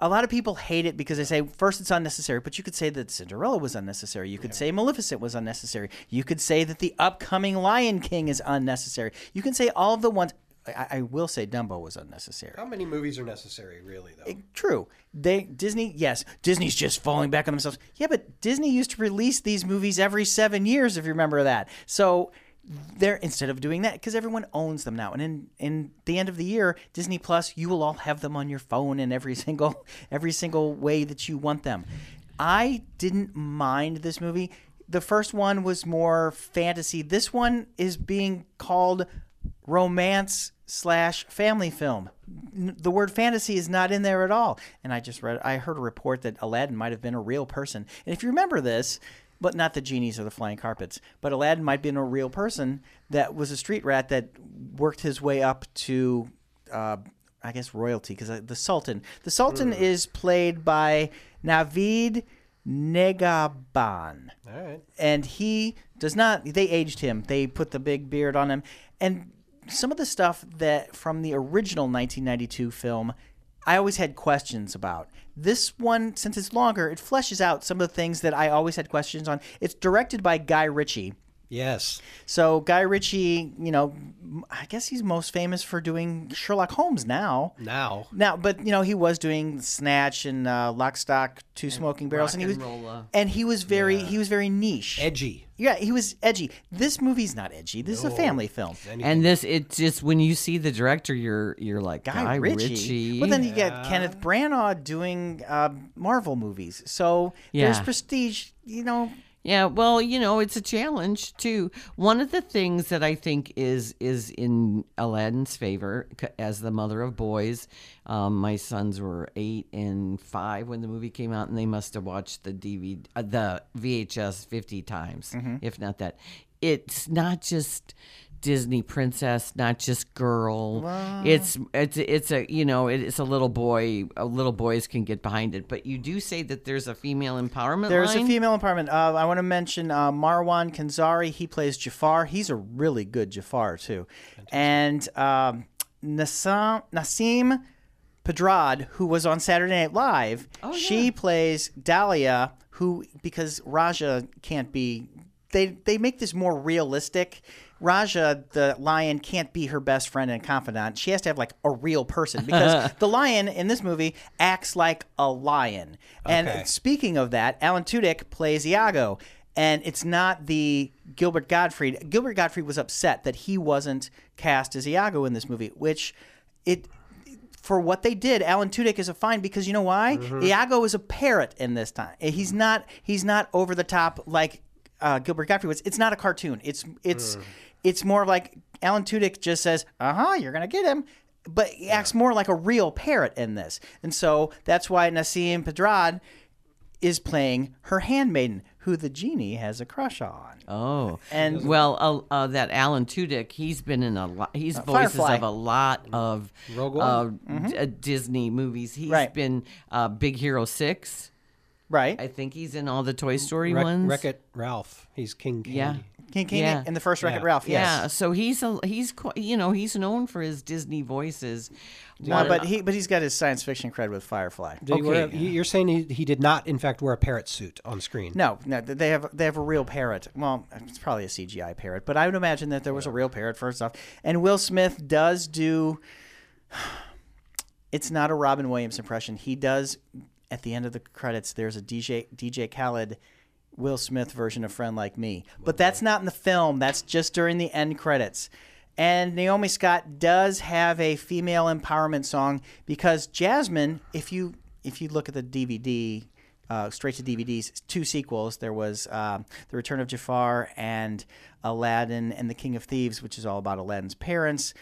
S2: a lot of people hate it because they say first it's unnecessary, but you could say that Cinderella was unnecessary. You could say Maleficent was unnecessary. You could say that the upcoming Lion King is unnecessary. You can say all of the ones. I, I will say Dumbo was unnecessary.
S3: How many movies are necessary, really, though?
S2: True. They Disney, yes, Disney's just falling back on themselves. Yeah, but Disney used to release these movies every 7 years if you remember that. So they're instead of doing that because everyone owns them now. And in in the end of the year, Disney Plus, you will all have them on your phone in every single every single way that you want them. I didn't mind this movie. The first one was more fantasy. This one is being called romance slash family film. N- The word fantasy is not in there at all. And I just read, I heard a report that Aladdin might have been a real person. And if you remember this, but not the genies or the flying carpets, but Aladdin might have been a real person that was a street rat that worked his way up to, uh, I guess, royalty, because the Sultan. The Sultan is played by Navid Negaban
S3: All right.
S2: and he does not they aged him they put the big beard on him and some of the stuff that from the original 1992 film I always had questions about. This one, since it's longer, it fleshes out some of the things that I always had questions on. It's directed by Guy Ritchie.
S3: Yes.
S2: So Guy Ritchie, you know, m- I guess he's most famous for doing Sherlock Holmes now.
S3: Now.
S2: Now, but you know, he was doing Snatch and uh, Lock, Stock, Two Smoking Barrels, and uh, he was,
S1: Rock and Rolla.
S2: and he was very, he was very niche.
S3: Edgy.
S2: yeah, he was edgy. This movie's not edgy. This is a family film.
S1: And this, it's just when you see the director, you're you're like Guy,
S2: Guy Ritchie.
S1: Ritchie.
S2: Well, then you get Kenneth Branagh doing uh, Marvel movies. So there's
S1: Yeah.
S2: prestige, you know.
S1: Yeah, well, you know, it's a challenge too. One of the things that I think is is in Aladdin's favor c- as the mother of boys. Um, my sons were eight and five when the movie came out, and they must have watched the DVD, uh, the VHS fifty times,
S2: Mm-hmm.
S1: if not that. It's not just Disney princess, not just girl. It's it's it's a you know it, it's a little boy. A little boys can get behind it, but you do say that there's a female empowerment.
S2: There's
S1: line.
S2: a female empowerment. Uh, I want to mention uh, Marwan Kanzari. He plays Jafar. He's a really good Jafar too. And um, Nassim, Nassim Pedrad, who was on Saturday Night Live, she plays Dahlia, who because Raja can't be. They they make this more realistic. Raja, the lion, can't be her best friend and confidant. She has to have like a real person because the lion in this movie acts like a lion. And
S3: Okay.
S2: speaking of that, Alan Tudyk plays Iago, and it's not the Gilbert Gottfried. Gilbert Gottfried was upset that he wasn't cast as Iago in this movie, which it for what they did, Alan Tudyk is a fine because you know why? Iago is a parrot in this time. He's not he's not over the top like uh, Gilbert Gottfried was. It's not a cartoon. It's it's it's more like Alan Tudyk just says, "Uh huh, you're gonna get him," but he acts more like a real parrot in this, and so that's why Nassim Pedrad is playing her handmaiden, who the genie has a crush on.
S1: Oh,
S2: And-
S1: and well, uh, uh, that Alan Tudyk, he's been in a lot. He's voices
S2: Firefly.
S1: of a lot of
S3: Rogue
S1: uh, d- uh, Disney movies. He's
S2: Right.
S1: been uh, Big Hero Six.
S2: Right?
S1: I think he's in all the Toy Story ones.
S3: Wreck It Ralph. He's King Candy.
S1: Yeah.
S2: King King
S1: Yeah.
S2: in the first Wreck-It
S3: Yeah.
S2: Ralph. Yes.
S1: Yeah, so he's a he's qu- you know he's known for his Disney voices.
S2: No,
S1: One-
S2: but he but he's got his science fiction cred with Firefly.
S3: Did he wear a-
S1: Okay.
S3: you- you're saying he, he did not, in fact, wear a parrot suit on screen.
S2: No, no, th- they have they have a real parrot. Well, it's probably a CGI parrot, but I would imagine that there was a real parrot first off. And Will Smith does do. It's not a Robin Williams impression. He does at the end of the credits. There's a DJ DJ Khaled, Will Smith version of "Friend Like Me," but that's not in the film. That's just during the end credits. And Naomi Scott does have a female empowerment song because Jasmine, if you if you look at the DVD, uh, straight to DVDs, two sequels. There was um The Return of Jafar and Aladdin and The King of Thieves, which is all about Aladdin's parents.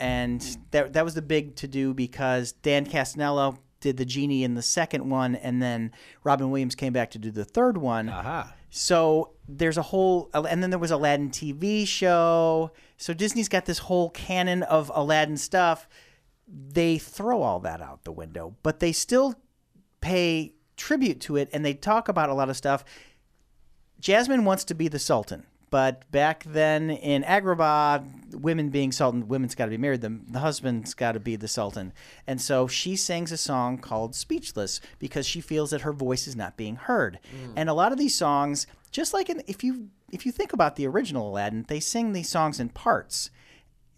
S2: And that, that was the big to do because Dan Castanello did the genie in the second one, and then Robin Williams came back to do the third one.
S3: Aha.
S2: So there's a whole, and then there was Aladdin TV show. So Disney's got this whole canon of Aladdin stuff. They throw all that out the window, but they still pay tribute to it and they talk about a lot of stuff. Jasmine wants to be the Sultan, but back then in Agrabah, women being Sultan, women's got to be married. The, the husband's got to be the Sultan. And so she sings a song called Speechless because she feels that her voice is not being heard. And a lot of these songs, just like in, if you if you think about the original Aladdin, they sing these songs in parts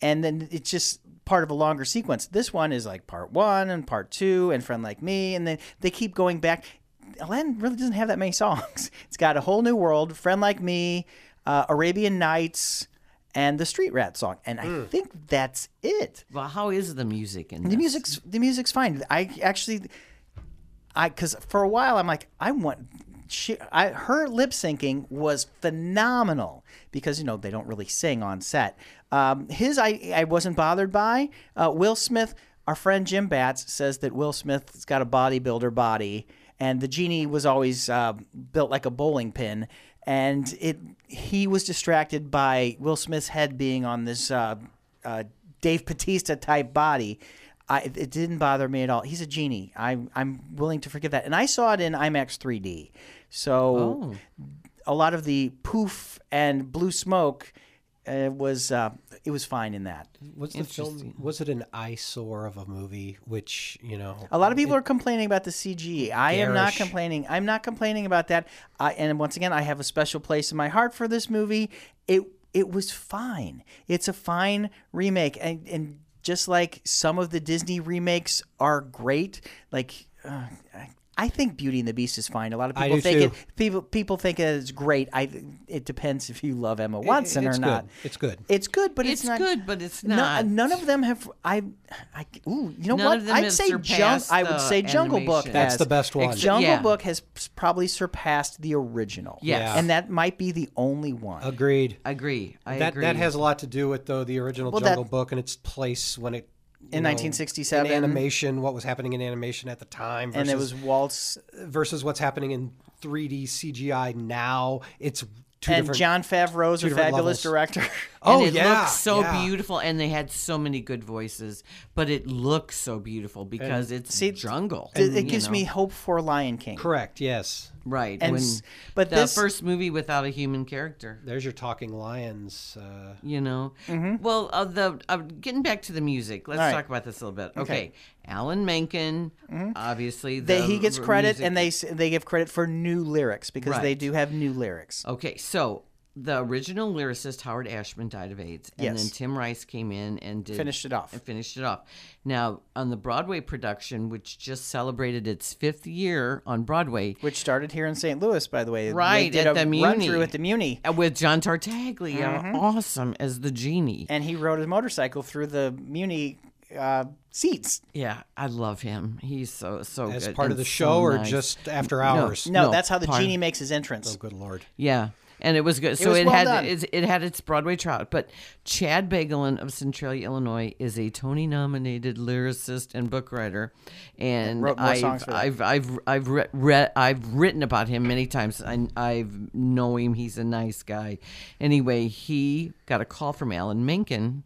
S2: and then it's just part of a longer sequence. This one is like part one and part two and Friend Like Me, and then they keep going back. Aladdin really doesn't have that many songs. It's got a whole new world, Friend Like Me, uh, Arabian Nights, and the Street Rat song, and I think that's it.
S1: well, how is the music in
S2: The
S1: this?
S2: music's the music's fine. I actually, I because for a while I'm like I want she I her lip syncing was phenomenal because you know they don't really sing on set. Um, his I I wasn't bothered by uh, Will Smith. Our friend Jim Batts says that Will Smith's got a bodybuilder body, and the genie was always uh, built like a bowling pin. And it he was distracted by Will Smith's head being on this uh, uh, Dave Patista type body. I, it- it didn't bother me at all. He's a genie. I'm I'm willing to forgive that. And I saw it in IMAX 3D, so a lot of the poof and blue smoke uh, was uh, it was fine in that.
S3: Was the film was it an eyesore of a movie? Which you know,
S2: A lot of people are complaining about the CG. I am not
S3: Garish.
S2: complaining. I'm not complaining about that. I, and once again, I have a special place in my heart for this movie. It it was fine. It's a fine remake, and and just like some of the Disney remakes are great, like. Uh, I- I think Beauty and the Beast is fine. A lot of
S3: I
S2: people
S3: do
S2: think
S3: too.
S2: it. People people think that it's great. I it depends if you love Emma Watson
S3: it's
S2: or
S3: good.
S2: not.
S3: It's good.
S2: It's good, but it's,
S1: It's
S2: not
S1: good, but it's
S2: No- uh,
S1: not.
S2: none of them have. I, I ooh, you know
S1: None
S2: what?
S1: of them
S2: I'd
S1: have
S2: say junk.
S1: surpassed
S2: I would
S1: the
S2: say Jungle Book.
S1: animation.
S3: That's
S2: has-
S3: the best one.
S1: Ex-
S2: Jungle
S1: Yeah.
S2: Book has s- probably surpassed the original.
S1: Yes. Yeah.
S2: and that might be the only one.
S3: Uh, Agreed.
S1: Agree. I
S3: that
S1: agree.
S3: that has a lot to do with though the original
S2: Well, that-
S3: Jungle Book and its place when it you
S2: in
S3: know,
S2: 1967,
S3: in animation, what was happening in animation at the time versus,
S2: and it was Waltz
S3: versus what's happening in 3D CGI now. It's two
S2: and
S3: different.
S2: John Favreau's a
S3: different
S2: fabulous
S3: levels.
S2: director.
S3: oh
S1: and it
S3: yeah,
S1: looks so
S3: yeah.
S1: beautiful, and they had so many good voices, but it looks so beautiful because it's jungle.
S2: it
S1: you
S2: it gives
S1: know?
S2: me hope for Lion King.
S3: Correct. Yes.
S1: right.
S2: and
S1: when
S2: s- but
S1: the
S2: this-
S1: first movie without a human character.
S3: There's your talking lions. Uh,
S1: You know, well, uh, the uh, getting back to the music. Let's
S2: All Mm-hmm. right. Mm-hmm.
S1: talk about this a little bit. Okay, Alan Menken, obviously, the
S2: That he gets
S1: r-
S2: credit,
S1: music-
S2: and they s- they give credit for new lyrics because they
S1: Right.
S2: do have new lyrics.
S1: Okay, so the original lyricist Howard Ashman died of AIDS, and
S2: Yes.
S1: then Tim Rice came in and did
S2: Finished it off.
S1: and finished it off. Now on the Broadway production, which just celebrated its fifth year on Broadway,
S2: Which started here in St. Louis, by the way. They
S1: Right,
S2: did
S1: at
S2: a
S1: the
S2: run
S1: Muni.
S2: through at the Muni,
S1: uh, with John Tartaglia,
S3: Mm-hmm.
S1: awesome as the genie.
S2: and he rode his motorcycle through the Muni uh, seats.
S1: Yeah, I love him. He's so so
S3: as
S1: good
S3: part of
S1: and
S3: the
S1: so
S3: show or
S1: nice.
S3: just after hours?
S2: No,
S1: No,
S2: that's how the
S1: pardon.
S2: genie makes his entrance.
S3: Oh, good lord.
S1: Yeah. And it was good. So
S2: was
S1: it,
S2: well
S1: had
S2: done.
S1: it's, it had its Broadway trout. But Chad Bagelin of Centralia, Illinois, is a Tony nominated lyricist and book writer, and
S2: Wrote more
S1: I've,
S2: songs for that.
S1: I've I've I've re- re- I've written about him many times. I I've know him. He's a nice guy. Anyway, he got a call from Alan Menken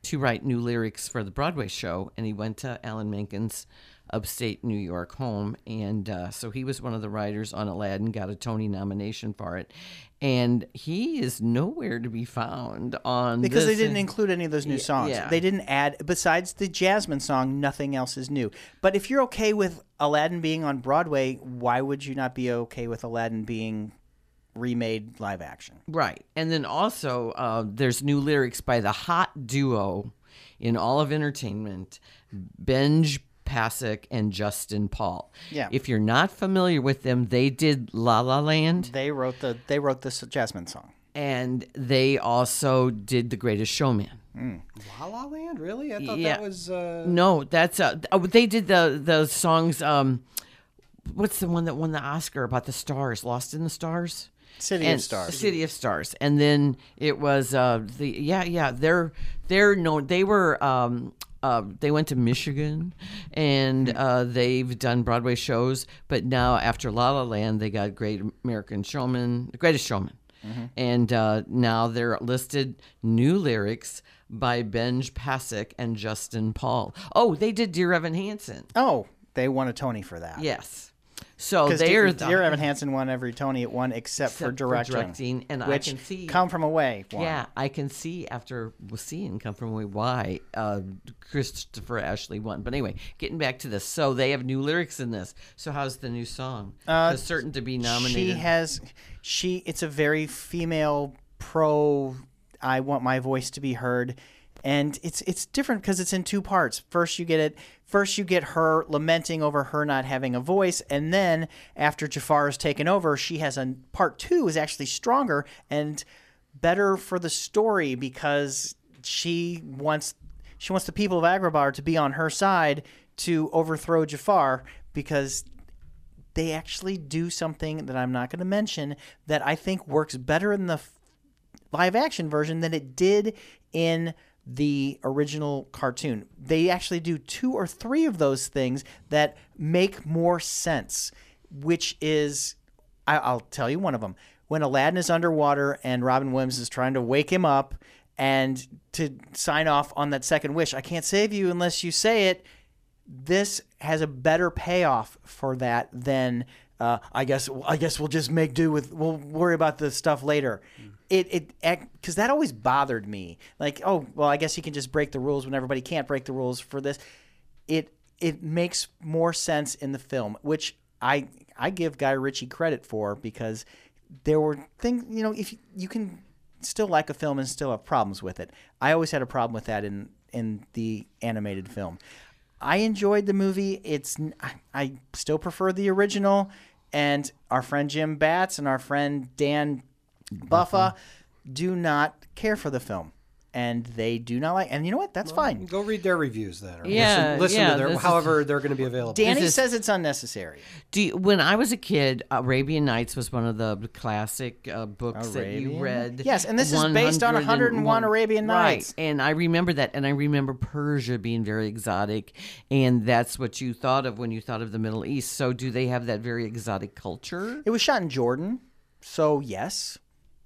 S1: to write new lyrics for the Broadway show, and he went to Alan Menken's upstate New York home, and uh, so he was one of the writers on Aladdin, got a Tony nomination for it, and he is nowhere to be found on
S2: because they
S1: this-
S2: didn't include any of those new songs.
S1: yeah.
S2: They didn't add besides the Jasmine song. Nothing else is new. But if you're okay with Aladdin being on Broadway, why would you not be okay with Aladdin being remade live action?
S1: Right. And then also, uh, there's new lyrics by the hot duo in all of entertainment, Benj Pasek and Justin Paul.
S2: Yeah.
S1: If you're not familiar with them, they did La La Land
S2: They wrote the they wrote the Jasmine song.
S1: and they also did The Greatest Showman.
S3: La La Land, really? I thought
S1: Yeah.
S3: that was. Uh,
S1: No, that's uh, oh, they did the the songs. Um, what's the one that won the Oscar about the stars? Lost in the Stars.
S2: City
S1: and
S2: of Stars.
S1: City of Stars, and then it was uh, the yeah yeah they're they're known they were um, uh, they went to Michigan
S2: Hmm.
S1: and uh, they've done Broadway shows, but now after La La Land they got Great American Showman, The Greatest Showman,
S2: Mm-hmm.
S1: and uh, now they're listed new lyrics by Benj Pasek and Justin Paul. Oh, they did Dear Evan Hansen.
S2: Oh, they won a Tony for that.
S1: Yes. So
S2: Because
S1: they're
S2: Dear,
S1: the-
S2: Dear Evan Hansen won every Tony it won except, for
S1: Except for
S2: directing.
S1: directing, and I
S2: which
S1: can see-
S2: Come From Away won.
S1: Yeah, I can see after seeing come from away why uh, Christopher Ashley won. But anyway, getting back to this, so they have new lyrics in this. So how's the new song? Uh, certain to be
S2: She
S1: nominated.
S2: has she it's a very female pro I want my voice to be heard and it's it's different because it's in two parts. First you get it first you get her lamenting over her not having a voice and then after Jafar is taken over, she has a part 2 is actually stronger and better for the story because she wants she wants the people of Agrabah to be on her side to overthrow Jafar because they actually do something that I'm not going to mention that I think works better in the f- live action version than it did in the original cartoon. They actually do two or three of those things that make more sense, which is, I, I'll tell you one of them. When Aladdin is underwater and Robin Williams is trying to wake him up and to sign off on that second wish, I can't save you unless you say it this has a better payoff for that than uh, I guess I guess we'll just make do with. We'll worry about the stuff later. It it because that always bothered me. Like oh well, I guess you can just break the rules when everybody can't break the rules for this. It it makes more sense in the film, which I I give Guy Ritchie credit for because there were things you know if you, you can still like a film and still have problems with it. I always had a problem with that in in the animated film. I enjoyed the movie. It's n- I- I still prefer the original, and our friend Jim Batts and our friend Dan Buffa do not care for the film, and they do not like. And you know what? That's fine.
S3: Go read their reviews then. Or
S1: Yeah,
S3: listen, listen
S1: yeah,
S3: to their,
S1: this is-
S3: however they're going to be available.
S2: Danny
S1: This is-
S2: says it's unnecessary.
S1: Do you, when I was a kid, Arabian Nights was one of the classic uh, books that
S2: Arabian
S1: you read.
S2: Yes, and this is based on 101 Arabian Nights.
S1: Right, and I remember that, and I remember Persia being very exotic, and that's what you thought of when you thought of the Middle East. So, do they have that very exotic culture?
S2: It was shot in Jordan, so yes,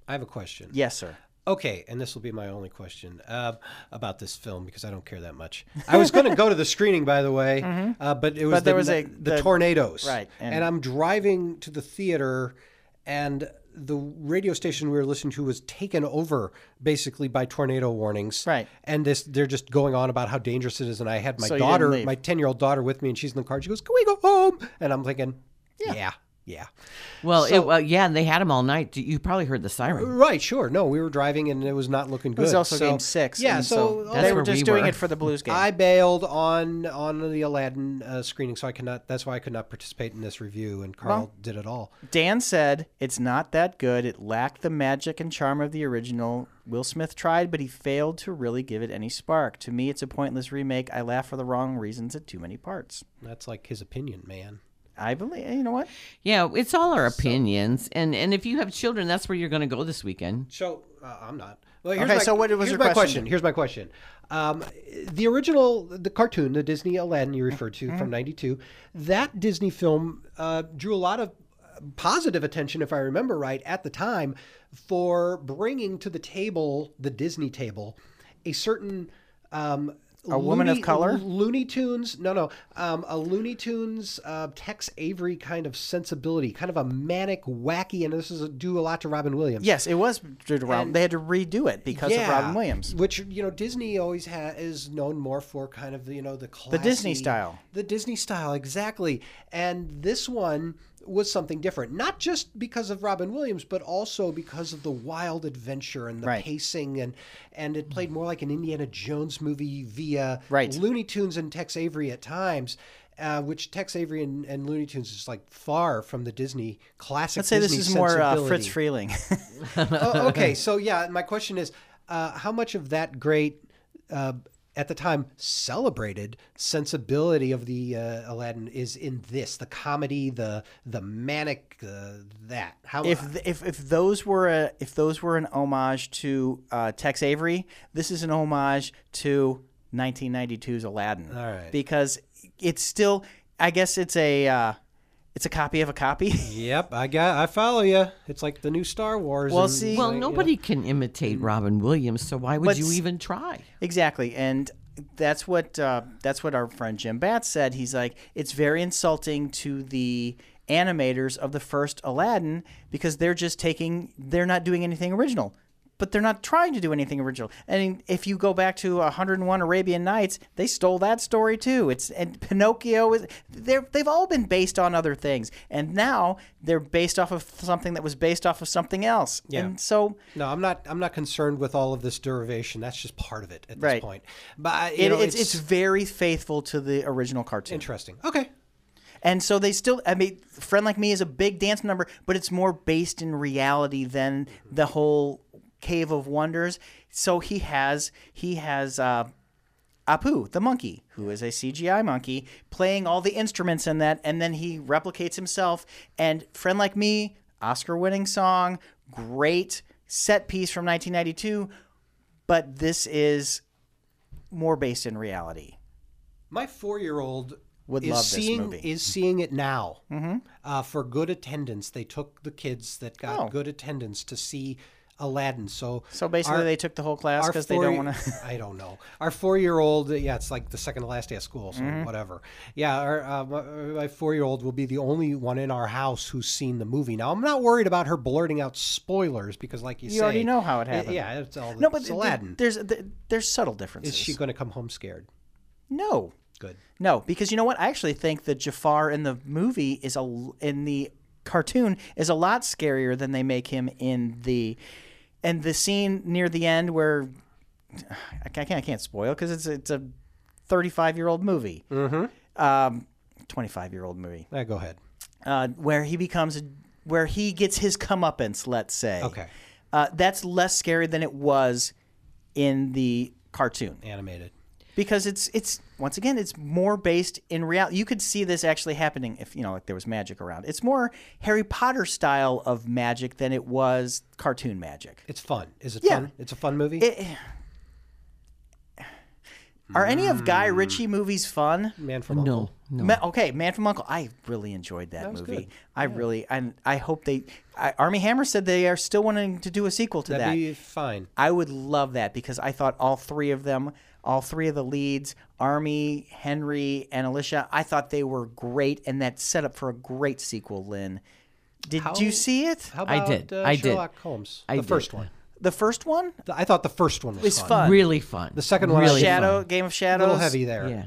S3: I have a question.
S2: yes, sir.
S3: Okay, and this will be my only question uh, about this film because I don't care that much. I was going to go to the screening, by the way, uh, but it was,
S2: Mm-hmm. But there
S3: the,
S2: was a-
S3: the,
S2: the-
S3: tornadoes.
S2: Right, and-
S3: And, I'm driving to the theater, and the radio station we were listening to was taken over basically by tornado warnings.
S2: Right.
S3: And this, they're just going on about how dangerous it is. And I had my
S2: So you didn't
S3: daughter,
S2: leave.
S3: my 10 year old daughter, with me, and she's in the car. and She goes, Can we go home? And I'm thinking, Yeah, yeah.
S1: Well, it, well, yeah, and they had them all night. You probably heard the siren.
S3: Right, sure. No, we were driving and it was not looking good.
S2: It was also
S3: So-
S2: game six.
S3: Yeah,
S2: and
S3: so,
S1: That's
S2: they
S1: where
S2: were just
S1: we
S2: doing
S1: were.
S2: it for the Blues game.
S3: I bailed on on the Aladdin uh, screening, so I cannot. That's why I could not participate in this review. And Carl did it all.
S2: Dan said it's not that good. It lacked the magic and charm of the original. Will Smith tried, but he failed to really give it any spark. To me, it's a pointless remake. I laugh for the wrong reasons at too many parts.
S3: That's like his opinion, man.
S2: I believe you know what?
S1: Yeah, it's all our opinions, and and if you have children, that's where you're going to go this weekend.
S3: So uh, I'm not. Well, here's
S2: Okay,
S3: my-
S2: so what was your
S3: here's my
S2: question?
S3: Here's my question. Um, the original, the cartoon, the Disney Aladdin you referred
S2: Mm-hmm.
S3: to from '92, that Disney film uh, drew a lot of uh, positive attention, if I remember right, at the time, for bringing to the table, the Disney table, a certain um,
S2: A woman of color?
S3: Looney Tunes, no, no, um, a Looney Tunes uh, Tex Avery kind of sensibility, kind of a manic, wacky, and this is a, due a lot to Robin Williams.
S2: Yes, it was due to Robin. They had to redo it because of Robin Williams.
S3: Which you know Disney always ha- is known more for kind of you know the classy,
S2: Disney style.
S3: the Disney style exactly. And this one was something different, not just because of Robin Williams, but also because of the wild adventure and the
S2: Right.
S3: pacing, and and it played more like an Indiana Jones movie via
S2: Right.
S3: Looney Tunes and Tex Avery at times. Uh, which Tex Avery and, and Looney Tunes is like far from the Disney classic.
S2: Let's say this
S3: Disney
S2: is more uh, Fritz
S3: sensibility
S2: Freeling.
S3: oh, okay, so yeah, my question is, uh, how much of that great, uh, at the time celebrated sensibility of the uh, Aladdin is in this the comedy, the the manic, uh, that how uh,
S2: if th- if if those were a if those were an homage to uh, Tex Avery, this is an homage to 1992's Aladdin. All
S3: right.
S2: because it's still, I guess it's a uh, it's a copy of a copy.
S3: Yep, I got, I follow you. It's like the new Star Wars.
S2: Well, and, see-
S1: Well,
S2: Like,
S1: nobody can imitate Robin Williams, so why would
S2: But
S1: you
S2: s-
S1: even try?
S2: Exactly, and that's what uh, that's what our friend Jim Batts said. He's like, it's very insulting to the animators of the first Aladdin because they're just taking, they're not doing anything original, but they're not trying to do anything original. And if you go back to 101 Arabian Nights, they stole that story too. It's and Pinocchio is they're they've all been based on other things, and now they're based off of something that was based off of something else.
S3: Yeah.
S2: And so
S3: No, I'm not. I'm not concerned with all of this derivation. That's just part of it at this
S2: Right.
S3: point. But you
S2: it,
S3: know,
S2: it's, it's
S3: it's,
S2: very faithful to the original cartoon.
S3: interesting. Okay,
S2: And so they still, I mean, Friend Like Me is a big dance number, but it's more based in reality than the whole Cave of Wonders. So he has, he has, uh, Apu, the monkey, who is a CGI monkey, playing all the instruments in that, and then he replicates himself. And Friend Like Me, Oscar winning song, great set piece from 1992, but this is more based in reality.
S3: my four-year-old
S2: Would
S3: is
S2: love this
S3: seeing
S2: movie.
S3: is seeing it now
S2: Mm-hmm.
S3: uh, for good attendance. They took the kids that got good attendance to see Aladdin. So
S2: Oh. So basically,
S3: our-
S2: they took the whole class
S3: our
S2: because they don't
S3: four-
S2: want to.
S3: I don't know. Our four-year-old, yeah, it's like the second to last day of school, so
S2: Mm-hmm.
S3: whatever. Yeah, our, uh, my, my four-year-old will be the only one in our house who's seen the movie. Now, I'm not worried about her blurting out spoilers because, like you,
S2: You
S3: say,
S2: already know how it happened.
S3: Yeah, it's all
S2: No, but
S3: it's
S2: th-
S3: Aladdin.
S2: there's th- there's subtle differences.
S3: Is she going to come home scared?
S2: no,
S3: Good.
S2: no, because you know what? I actually think the Jafar in the movie is a l- in the cartoon is a lot scarier than they make him in the and the scene near the end where I can't I can't spoil because it's it's a 35 year old movie. Mm-hmm. Um, 25 year old movie.
S3: Yeah, go ahead.
S2: uh, where he becomes where he gets his comeuppance. Let's say.
S3: Okay.
S2: Uh, that's less scary than it was in the cartoon
S3: Animated.
S2: because it's it's once again it's more based in reality. You could see this actually happening if you know like there was magic around. It's more Harry Potter style of magic than it was cartoon magic.
S3: It's fun. Is it
S2: Yeah.
S3: fun? It's a fun movie.
S2: It- are any of Guy Ritchie movies fun?
S3: Man from Uncle.
S1: No, no.
S2: Ma- okay, Man from Uncle. I really enjoyed that, movie. I really, and I hope they. I, Army Hammer said they are still wanting to do a sequel to
S3: That'd
S2: that.
S3: be fine.
S2: I would love that because I thought all three of them, all three of the leads, Army, Henry, and Alicia, I thought they were great, and that set up for a great sequel. Lynn, did
S3: How-
S2: you see it?
S3: How
S1: I
S3: about
S1: did.
S3: Uh,
S1: I did.
S3: Sherlock Holmes?
S1: I
S3: the
S1: did.
S3: first one.
S2: The first one
S3: The- I thought the first one was,
S2: was
S3: fun.
S2: fun.
S1: Really fun.
S3: The second one I
S1: really
S3: did.
S2: Shadow
S1: fun.
S2: Game of
S3: A
S2: Shadows.
S3: little heavy there.
S1: Yeah.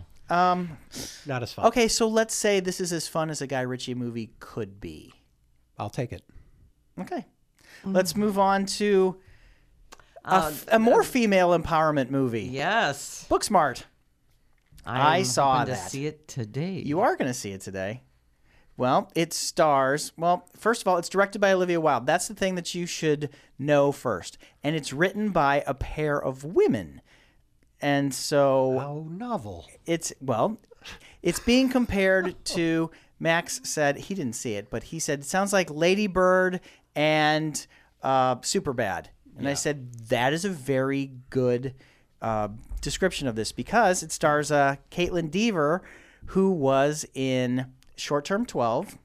S2: Um.
S3: Not as fun.
S2: Okay, so let's say this is as fun as a Guy Ritchie movie could be.
S3: I'll take it.
S2: Okay.
S3: Mm-hmm.
S2: Let's move on to a,
S1: Uh,
S2: f- a more female empowerment movie.
S1: Yes.
S2: Booksmart. I
S1: I'm
S2: saw
S1: hoping
S2: that.
S1: To see it today.
S2: You are going to see it today. Well, it stars. Well, first of all, it's directed by Olivia Wilde. That's the thing that you should know first. And it's written by a pair of women. And so
S3: Oh, novel.
S2: it's well, it's being compared to Max said he didn't see it, but he said it sounds like Lady Bird and uh, Superbad, and I said that is a very good uh, description of this because it stars uh, Caitlin Deaver, who was in Short Term Twelve.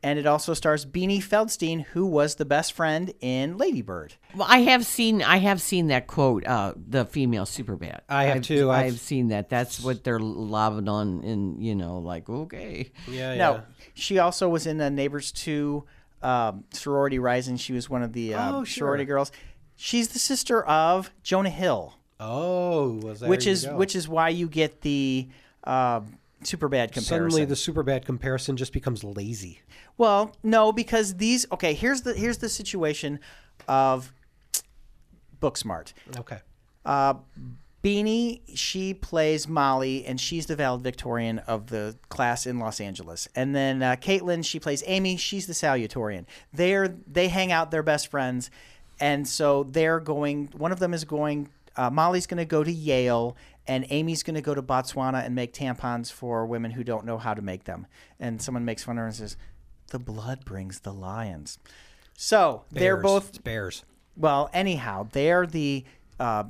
S2: And it also stars Beanie Feldstein, who was the best friend in Lady Bird.
S1: Well, I have seen. I have seen that quote. Uh, the female Superbad.
S3: I have
S1: I've,
S3: too.
S1: I've,
S3: I've-
S1: seen that. That's what they're lobbing on. In you know, like okay.
S3: Yeah, yeah.
S2: No, she also was in the Neighbors Two um, sorority rising. She was one of the um,
S3: Oh, sure.
S2: sorority girls. She's the sister of Jonah Hill,
S3: Oh, was that
S2: which is which is why you get the um super bad comparison.
S3: suddenly the super bad comparison just becomes lazy.
S2: Well, no, because these. Okay, here's the here's the situation of Booksmart.
S3: Okay.
S2: Beanie, she plays Molly, and she's the valedictorian of the class in Los Angeles. And then uh, Caitlin, she plays Amy. She's the salutatorian. They're they hang out. They're best friends, and so they're going. One of them is going. Uh, Molly's going to go to Yale, and Amy's going to go to Botswana and make tampons for women who don't know how to make them. And someone makes fun of her and says, "The blood brings the lions." So they're
S3: Bears.
S2: both
S3: It's bears.
S2: well, anyhow, they're the uh,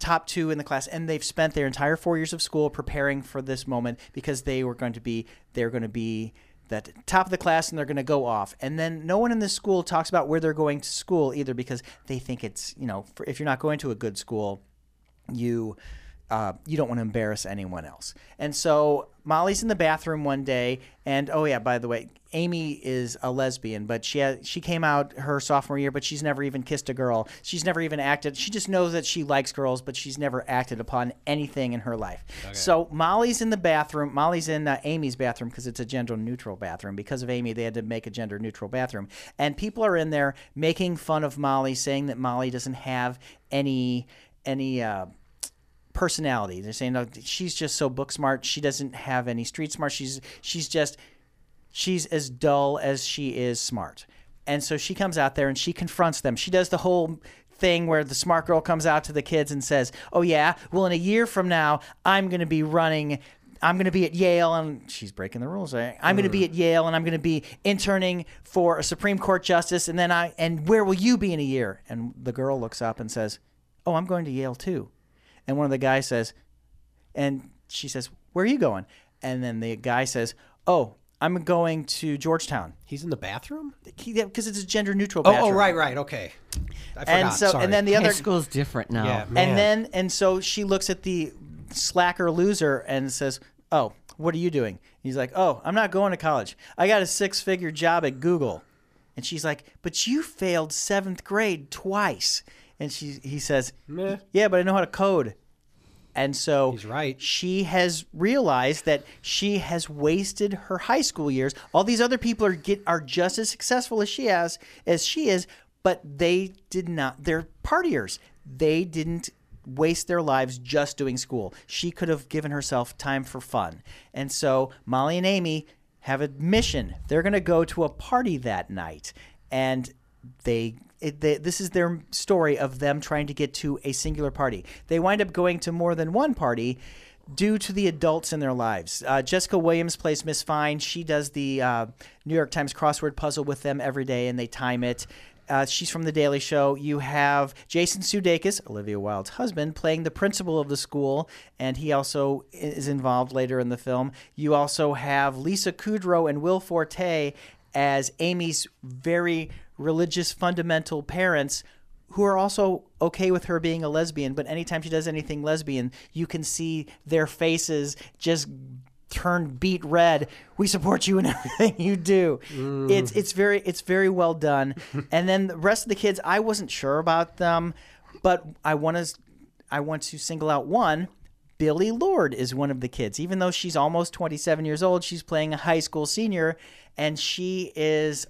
S2: top two in the class, and they've spent their entire four years of school preparing for this moment because they were going to be they're going to be that top of the class, and they're going to go off. And then no one in this school talks about where they're going to school either because they think it's you know for, if you're not going to a good school, you uh, you don't want to embarrass anyone else. And so Molly's in the bathroom one day, and oh yeah, by the way, Amy is a lesbian, but she ha she came out her sophomore year, but she's never even kissed a girl. She's never even acted. She just knows that she likes girls, but she's never acted upon anything in her life. So Molly's in the bathroom. Molly's in uh, Amy's bathroom because it's a gender neutral bathroom. Because of Amy, they had to make a gender neutral bathroom, and people are in there making fun of Molly, saying that Molly doesn't have any any. Uh, personality. They're saying oh, she's just so book smart. She doesn't have any street smart. She's she's just she's as dull as she is smart. And so she comes out there and she confronts them. She does the whole thing where the smart girl comes out to the kids and says, "Oh yeah, well in a year from now, I'm going to be running I'm going to be at Yale and she's breaking the rules. eh? I'm going to be at Yale and I'm going to be interning for a Supreme Court justice and then I and where will you be in a year?" And the girl looks up and says, "Oh, I'm going to Yale too." And one of the guys says, and she says, Where are you going? And then the guy says, Oh, I'm going to Georgetown.
S3: He's in the bathroom.
S2: Because it's a gender neutral
S3: Oh,
S2: bathroom.
S3: oh, right, right, okay. I forgot.
S2: and so
S3: Sorry.
S2: and then the
S1: High
S2: other
S1: school's different now.
S3: Yeah. Man.
S2: and then and so she looks at the slacker loser and says, "Oh, what are you doing?" He's like, "Oh, I'm not going to college. I got a six-figure job at Google." And she's like, "But you failed 7th grade twice." And she he says,
S3: Meh.
S2: "Yeah, but I know how to code." And so
S3: He's right.
S2: she has realized that she has wasted her high school years. All these other people are get are just as successful as she has as she is, but they did not. They're partiers. They didn't waste their lives just doing school. She could have given herself time for fun. And so Molly and Amy have a mission. They're going to go to a party that night, and they, it, they this is their story of them trying to get to a singular party. They wind up going to more than one party due to the adults in their lives. Uh, Jessica Williams plays Miss Fine. She does the uh, New York Times crossword puzzle with them every day, and they time it. Uh, she's from The Daily Show. You have Jason Sudeikis, Olivia Wilde's husband, playing the principal of the school, and he also i- is involved later in the film. You also have Lisa Kudrow and Will Forte as Amy's very religious fundamental parents who are also okay with her being a lesbian, but anytime she does anything lesbian, you can see their faces just turn beat red. We support you in everything you do. It's it's very it's very well done. and then the rest of the kids, I wasn't sure about them, but I want to I want to single out one. Billy Lord is one of the kids. Even though she's almost 27 years old, she's playing a high school senior and she is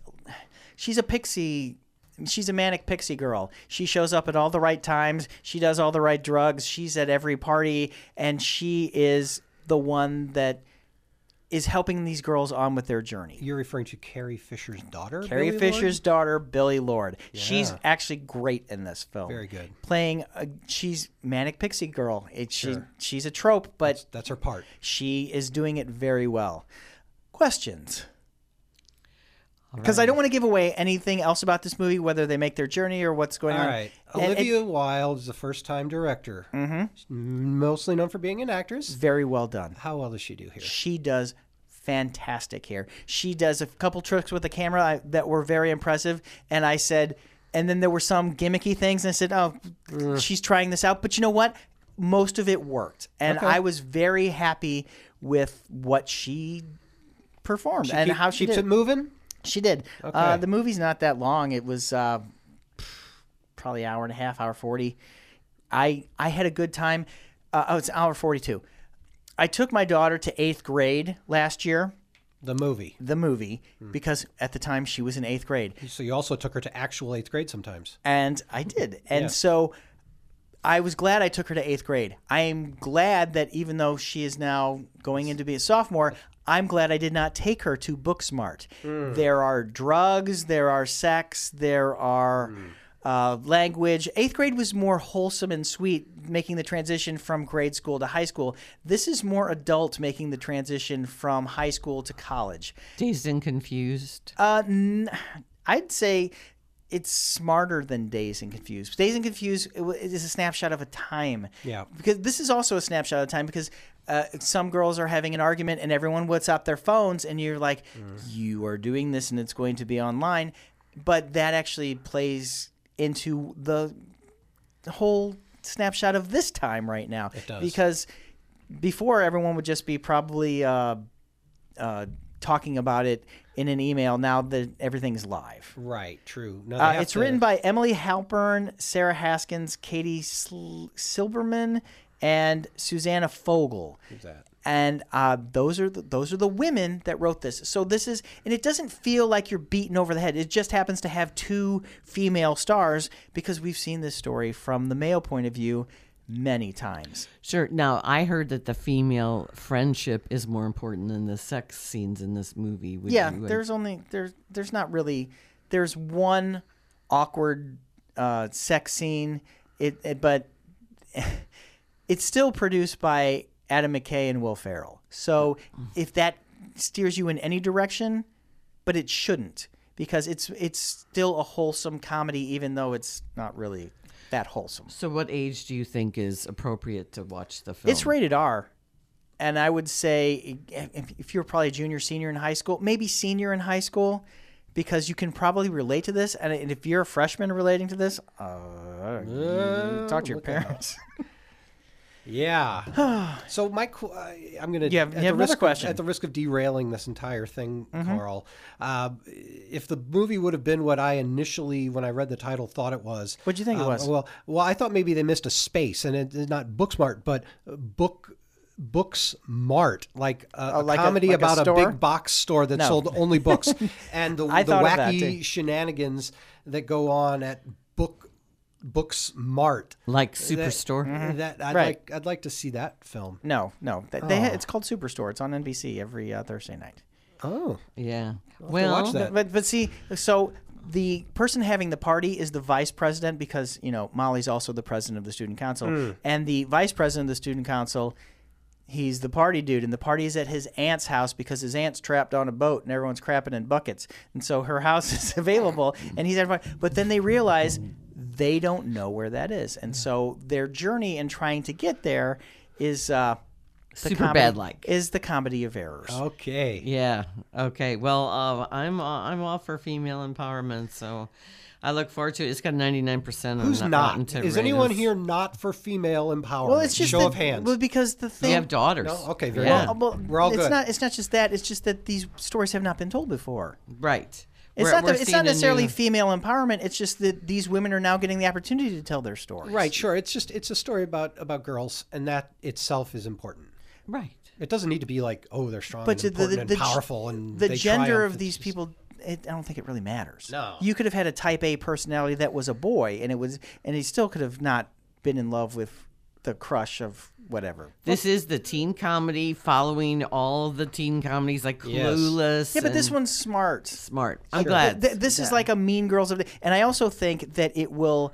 S2: she's a pixie she's a manic pixie girl she shows up at all the right times she does all the right drugs she's at every party and she is the one that is helping these girls on with their journey
S3: You're referring to Carrie Fisher's daughter.
S2: Carrie
S3: Billy Lord?
S2: Fisher's daughter, Billy Lord. She's actually great in this film.
S3: Very good.
S2: Playing, a, she's manic pixie girl. It, she, she's a trope, but
S3: That's her part.
S2: she is doing it very well. Questions? Because I don't want to give away anything else about this movie, whether they make their journey or what's going
S3: All
S2: on.
S3: right.
S2: And- and
S3: Olivia Wilde is a first-time director. Mm-hmm. Mostly known for being an actress.
S2: very well done.
S3: How well does she do here?
S2: She does fantastic here. She does a couple tricks with the camera I, that were very impressive. And I said, and then there were some gimmicky things. And I said, oh, she's trying this out. But you know what? Most of it worked. And I was very happy with what she performed and
S3: Keep-
S2: how she
S3: keeps
S2: did.
S3: it moving.
S2: She did. Uh,
S3: Okay.
S2: the movie's not that long. It was uh, probably hour and a half, hour forty. I I had a good time. Uh, oh, it's hour forty-two. I took my daughter to eighth grade last year.
S3: The movie.
S2: The movie because at the time she was in eighth grade,
S3: So you also took her to actual eighth grade sometimes.
S2: and I did, and so. I was glad I took her to eighth grade. I am glad that even though she is now going into be a sophomore, I'm glad I did not take her to Booksmart. There are drugs, there are sex, there are uh, language. Eighth grade was more wholesome and sweet, making the transition from grade school to high school. This is more adult, making the transition from high school to college.
S1: Dazed and confused.
S2: Uh, n- I'd say it's smarter than Days and Confused. Days and Confused it wa- it is a snapshot of a time.
S3: Yeah.
S2: Because this is also a snapshot of time because uh, some girls are having an argument and everyone whips out their phones and you're like, you are doing this and it's going to be online. But that actually plays into the whole snapshot of this time right now. It
S3: does.
S2: Because before everyone would just be probably uh, uh, talking about it in an email. Now that everything's live.
S3: Right. True. No, they
S2: Uh,
S3: have
S2: it's
S3: to-
S2: written by Emily Halpern, Sarah Haskins, Katie Sl- Silberman, and Susanna Fogel.
S3: that.
S2: And uh, those are the, those are the women that wrote this. So this is, and it doesn't feel like you're beaten over the head. It just happens to have two female stars because we've seen this story from the male point of view many times.
S1: Sure. Now I heard that the female friendship is more important than the sex scenes in this movie. Would
S2: Yeah,
S1: you ag-
S2: there's only there's there's not really there's one awkward uh, sex scene. It, it but it's still produced by Adam McKay and Will Ferrell. So if that steers you in any direction, but it shouldn't because it's it's still a wholesome comedy, even though it's not really that wholesome.
S1: So, what age do you think is appropriate to watch the film?
S2: It's rated R. And I would say if, if you're probably a junior, senior in high school, maybe senior in high school, because you can probably relate to this. And if you're a freshman relating to this, uh, you
S3: Uh,
S2: talk to your
S3: look out.
S2: parents.
S3: Yeah. so my, qu- uh, I'm gonna.
S2: You have-
S3: at
S2: you
S3: the
S2: have another
S3: risk of-
S2: question. Mm-hmm.
S3: at the risk of derailing this entire thing, Carl. Uh, if the movie would have been what I initially, when I read the title, thought it was.
S2: What'd you think it
S3: um,
S2: was?
S3: Well, well, I thought maybe they missed a space, and it- it's not Booksmart, but uh, book. Books Mart, like a, a
S2: Oh, like a-
S3: comedy
S2: like a
S3: about a,
S2: store?
S3: big box store that sold only books, and the,
S2: I
S3: the
S2: thought of that,
S3: wacky
S2: too.
S3: shenanigans that go on at Book Books Mart.
S1: like
S3: That-
S1: Superstore.
S3: That I'd
S2: Right.
S3: like. I'd like to see that film.
S2: No, no. They, they ha- it's called Superstore. It's on NBC every uh, Thursday night.
S3: Oh,
S1: Yeah. Well,
S3: watch that.
S2: But but see, so the person having the party is the vice president because you know Molly's also the president of the student council,
S3: Hmm.
S2: and the vice president of the student council, he's the party dude, and the party is at his aunt's house because his aunt's trapped on a boat and everyone's crapping in buckets, and so her house is available, and he's at. a- But then they realize they don't know where that is, and so their journey in trying to get there is. Uh, the
S1: Super
S2: comedy-
S1: bad like.
S2: is the comedy of errors.
S3: Oh, okay.
S1: Yeah. Okay. Well, uh, I'm uh, I'm all for female empowerment, so I look forward to it. It's got 99 percent.
S3: Who's not? Is anyone here not for female empowerment?
S2: Well, it's just
S3: show
S2: the-
S3: of hands.
S2: Well, because the
S1: They
S2: thing
S1: have daughters.
S3: No? Okay, very
S1: yeah.
S3: well.
S2: Well,
S3: We're all
S2: it's
S3: good.
S2: not. It's not just that. It's just that these stories have not been told before.
S1: Right.
S2: It's
S1: We're-
S2: not.
S1: we're
S2: that it's
S1: seeing a
S2: not necessarily
S1: new-
S2: female empowerment. It's just that these women are now getting the opportunity to tell their stories.
S3: right. Sure. It's just it's a story about about girls, and that itself is important.
S1: right.
S3: It doesn't need to be like oh they're strong,
S2: But
S3: and
S2: the,
S3: important
S2: the,
S3: and
S2: the g-
S3: powerful, and
S2: the
S3: they
S2: gender
S3: triumph.
S2: of
S3: It's
S2: these
S3: just-
S2: people. It, I don't think it really matters.
S3: No.
S2: You could have had a Type A personality that was a boy, and it was, and he still could have not been in love with the crush of whatever.
S1: This is the teen comedy following all the teen comedies like
S3: Yes.
S1: Clueless.
S2: Yeah, but this
S1: and
S2: one's smart.
S1: smart. I'm glad.
S2: Th- this is like a Mean Girls of the, and I also think that it will.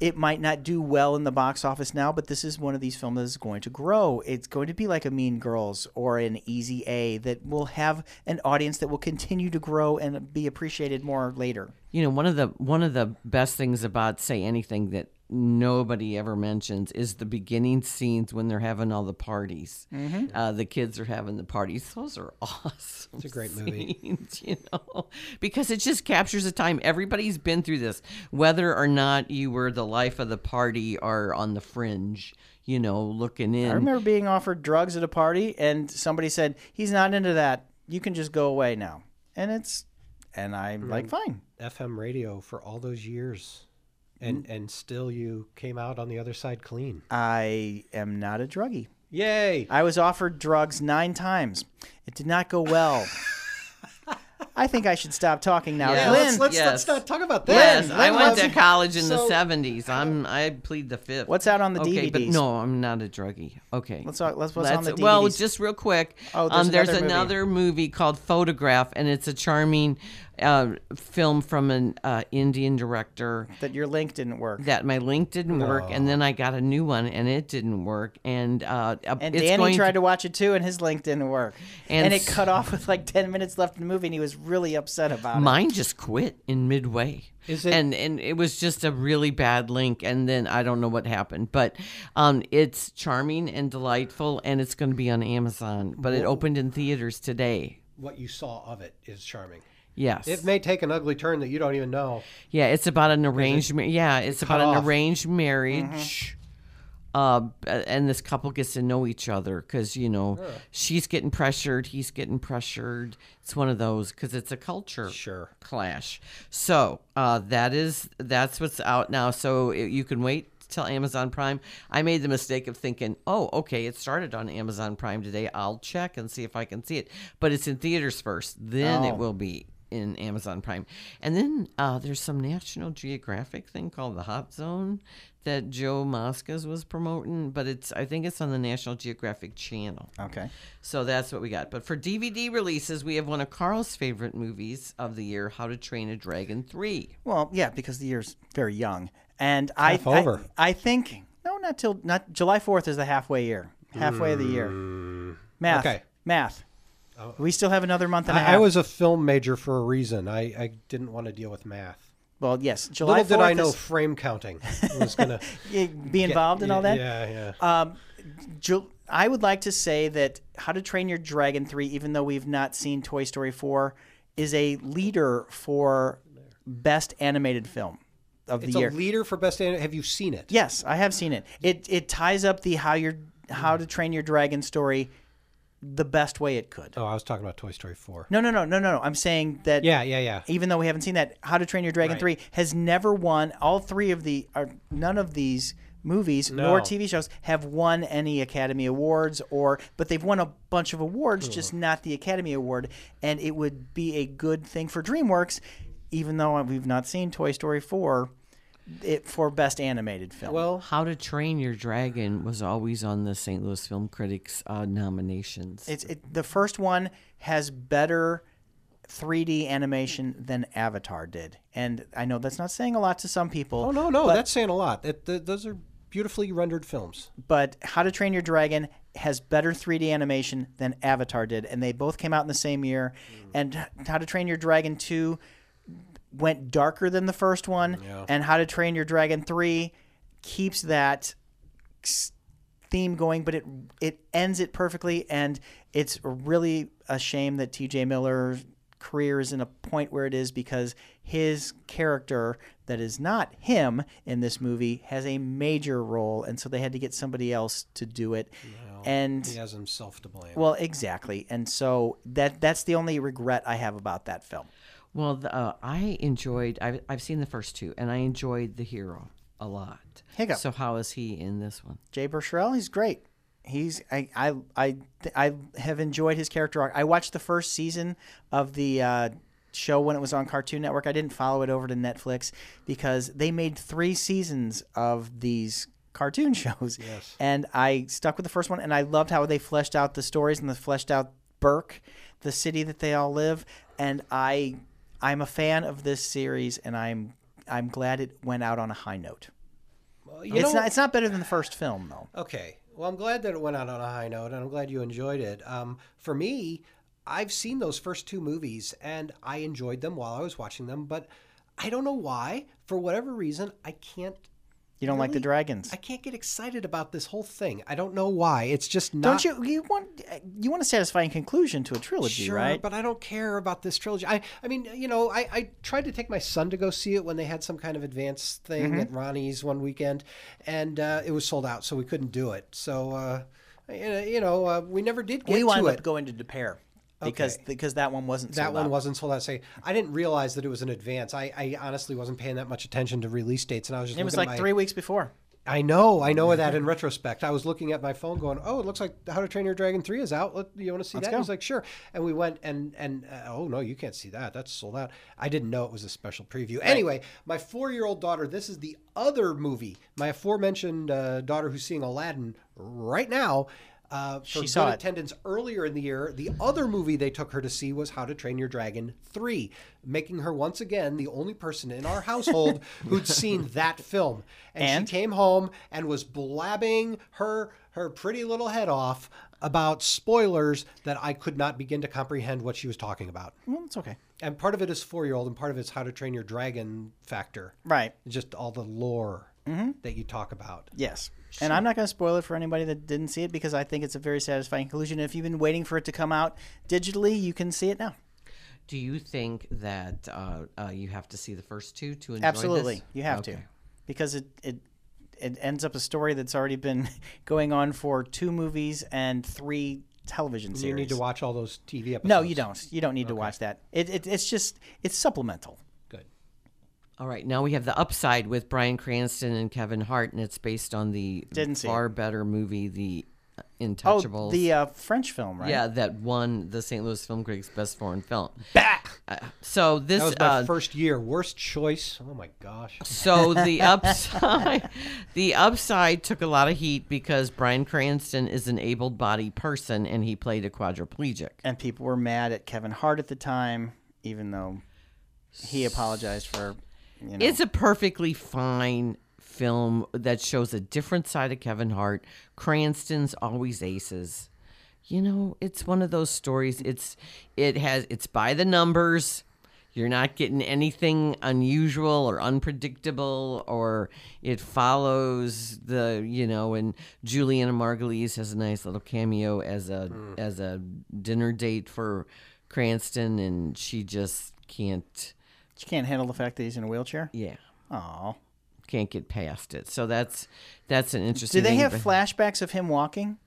S2: It might not do well in the box office now, but this is one of these films that is going to grow. It's going to be like a Mean Girls or an Easy A that will have an audience that will continue to grow and be appreciated more later.
S1: you know one of the one of the best things about say anything that nobody ever mentions is the beginning scenes when they're having all the parties
S3: Mm-hmm.
S1: uh, the kids are having the parties those are awesome it's
S3: a great movie.
S1: you know because it just captures a time everybody's been through this whether or not you were the life of the party or on the fringe you know looking in
S2: I remember being offered drugs at a party, and somebody said, "He's not into that. You can just go away now." And it's, and I'm
S1: Mm.
S2: like, "Fine."
S3: FM radio for all those years, and
S2: Mm.
S3: and still you came out on the other side clean.
S2: I am not a druggie.
S3: Yay!
S2: I was offered drugs nine times. It did not go well. I think I should stop talking now.
S1: Yeah,
S2: Lynn,
S3: let's let's,
S1: yes.
S3: let's not talk about that.
S1: Yes, I went to college in
S3: so-
S1: the seventies. I'm I plead the fifth.
S2: What's out on the
S1: okay, But
S2: DVDs?
S1: no, I'm not a druggie. Okay,
S2: Let's talk- let's- what's on the
S1: Well,
S2: DVDs?
S1: just real quick.
S2: Oh, there's
S1: um, there's
S2: another movie.
S1: another movie called Photograph, and it's a charming uh, film from an uh, Indian director
S2: that your link didn't work.
S1: that my link didn't work, and
S2: Oh.
S1: then I got a new one, and it didn't work. And uh,
S2: and
S1: it's
S2: Danny
S1: going
S2: tried to... watch it too, and his link didn't work. And,
S1: And
S2: it
S1: s-
S2: cut off with like ten minutes left in the movie, and he was really upset about it.
S1: Mine just quit in midway.
S3: Is it-
S1: And and it was just a really bad link, and then I don't know what happened. But um, it's charming and delightful, and it's going to be on Amazon. But it opened in theaters today.
S3: what you saw of it is charming.
S1: Yes.
S3: It may take an ugly turn that you don't even know.
S1: yeah, it's about an arranged. ma- yeah, it's about
S3: off. Mm-hmm.
S1: an arranged marriage. Uh, b- and this couple gets to know each other because you know she's getting pressured, he's getting pressured. It's one of those because it's a culture.
S3: Sure.
S1: clash. So uh, that is that's what's out now. So it, you can wait till Amazon Prime. I made the mistake of thinking, oh, okay, it started on Amazon Prime today. I'll check and see if I can see it. But it's in theaters first. Then it will be in Amazon Prime. And then uh, there's some National Geographic thing called the Hot Zone that Joe Moscas was promoting, but it's I think it's on the National Geographic channel.
S2: Okay.
S1: So that's what we got. But for DVD releases, we have one of Carl's favorite movies of the year, How to Train a Dragon 3.
S2: Well, yeah, because the year's very young, and I,
S3: Half
S2: I-
S3: over.
S2: I think no, not till not July fourth is the halfway year, halfway of the year. Math,
S3: Mm. Okay. Oh.
S2: math. We still have another month and a half.
S3: I, I was a film major for a reason. I, I didn't want to deal with math.
S2: well, yes, July
S3: Little
S2: fourth.
S3: did I know frame counting was gonna
S2: be involved in all that.
S3: Yeah, yeah.
S2: Ju- I would like to say that How to Train Your Dragon 3, even though we've not seen Toy Story 4, is a leader for best animated film of
S3: It's
S2: the year.
S3: a leader for best. Anim- Have you seen it?
S2: Yes, I have seen it. It it ties up the how your how to train your dragon story the best way it could.
S3: Oh, I was talking about Toy Story Four.
S2: No, no, no, no, no, no. I'm saying that
S3: Yeah, yeah, yeah.
S2: even though we haven't seen that, How to Train Your Dragon 3 has never won all three of the or none of these movies nor
S3: No.
S2: TV shows have won any Academy Awards or but they've won a bunch of awards, just not the Academy Award, and it would be a good thing for DreamWorks even though we've not seen Toy Story 4 it for best animated film.
S3: Well,
S1: How to Train Your Dragon was always on the St. Louis Film Critics uh, nominations.
S2: It's it, the first one has better 3D animation than Avatar did, and I know that's not saying a lot to some people.
S3: oh no, no, that's saying a lot. That th- those are beautifully rendered films.
S2: But How to Train Your Dragon has better 3D animation than Avatar did, and they both came out in the same year. And How to Train Your Dragon two went darker than the first one, and How to Train Your Dragon three keeps that s- theme going, but it it ends it perfectly, and it's really a shame that T.J. Miller's career is in a point where it is because his character that is not him in this movie has a major role, and so they had to get somebody else to do it, and.
S3: He has himself to blame.
S2: Well, exactly, and so that that's the only regret I have about that film.
S1: Well, the, uh, I enjoyed. I've, I've seen the first two, and I enjoyed the hero a lot.
S2: Hiccup.
S1: So how is he in this one?
S2: Jay Burchell, he's great. He's I I I I have enjoyed his character arc. I watched the first season of the uh, show when it was on Cartoon Network. I didn't follow it over to Netflix because they made three seasons of these cartoon shows. Yes. And I stuck with the first one, and I loved how they fleshed out the stories and they fleshed out Burke, the city that they all live. And I I'm a fan of this series, and I'm I'm glad it went out on a high note.
S3: you
S2: it's
S3: know-
S2: not it's not better than the first film though.
S3: Okay. Well, I'm glad that it went out on a high note, and I'm glad you enjoyed it. Um, for me, I've seen those first two movies, and I enjoyed them while I was watching them, but I don't know why. For whatever reason, I can't.
S2: You don't like the
S3: really-
S2: dragons.
S3: I can't get excited about this whole thing. I don't know why. It's just not.
S2: don't you? You want you want a satisfying conclusion to a trilogy,
S3: Sure,
S2: right?
S3: but I don't care about this trilogy. I, I mean, you know, I, I tried to take my son to go see it when they had some kind of advanced thing
S2: Mm-hmm.
S3: at Ronnie's one weekend, and uh, it was sold out, so we couldn't do it. So, uh, you know, uh, we never did get
S2: we
S3: to
S2: wound
S3: it.
S2: up going to De Pere because
S3: Okay.
S2: because that one wasn't
S3: that
S2: sold
S3: one
S2: out.
S3: wasn't sold out. Say, I didn't realize that it was in advance. I, I honestly wasn't paying that much attention to release dates, and I was just
S2: It was
S3: looking
S2: like
S3: at my-
S2: three weeks before.
S3: I know, I know that in retrospect. I was looking at my phone, going, "Oh, it looks like How to Train Your Dragon Three is out. Let, you want to see that?" I was like, "Sure." And we went, and and uh, oh no, you can't see that. That's sold out. I didn't know it was a special preview. Anyway, my four-year-old daughter. This is the other movie. My aforementioned uh, daughter, who's seeing Aladdin right now. Uh, for
S2: She
S3: good
S2: saw it.
S3: attendance earlier in the year. The other movie they took her to see was How to Train Your Dragon 3, making her once again the only person in our household who'd seen that film.
S2: And?
S3: and she came home and was blabbing her her pretty little head off about spoilers that I could not begin to comprehend what she was talking about.
S2: Well, it's okay,
S3: And part of it is four year old, and part of it's how to train your dragon factor.
S2: right?
S3: Just all the lore
S2: Mm-hmm.
S3: that you talk about.
S2: Yes. And I'm not going to spoil it for anybody that didn't see it because I think it's a very satisfying conclusion. If you've been waiting for it to come out digitally, you can see it now.
S1: Do you think that uh, uh, you have to see the first two to enjoy
S2: Absolutely,
S1: this?
S2: you have to, because it it it ends up a story that's already been going on for two movies and three television series.
S3: You need to watch all those TV episodes.
S2: No, you don't. You don't need to watch that. It, it, it's just it's supplemental.
S3: Good.
S1: All right, now we have the upside with Brian Cranston and Kevin Hart, and it's based on the
S2: Didn't see
S1: far better movie, The
S2: Oh,
S1: Intouchables.
S2: the uh, French film, right?
S1: yeah, that won the St. Louis Film Critics Best Foreign Film. Uh, so this
S3: That was my
S1: uh,
S3: first year. Worst choice. Oh my gosh.
S1: So the upside, the upside took a lot of heat because Brian Cranston is an able-bodied person and he played a quadriplegic.
S2: And people were mad at Kevin Hart at the time, even though he apologized for. You know,
S1: It's a perfectly fine film that shows a different side of Kevin Hart. Cranston's always aces. You know, it's one of those stories. It's it has it's by the numbers. You're not getting anything unusual or unpredictable or it follows the, you know, and Juliana Margulies has a nice little cameo as a as a dinner date for Cranston, and she just can't.
S2: She can't handle the fact that he's in a wheelchair.
S1: Yeah,
S2: Oh.
S1: can't get past it. So that's that's an
S2: Do
S1: interesting.
S2: they
S1: thing,
S2: have
S1: but
S2: flashbacks of him walking?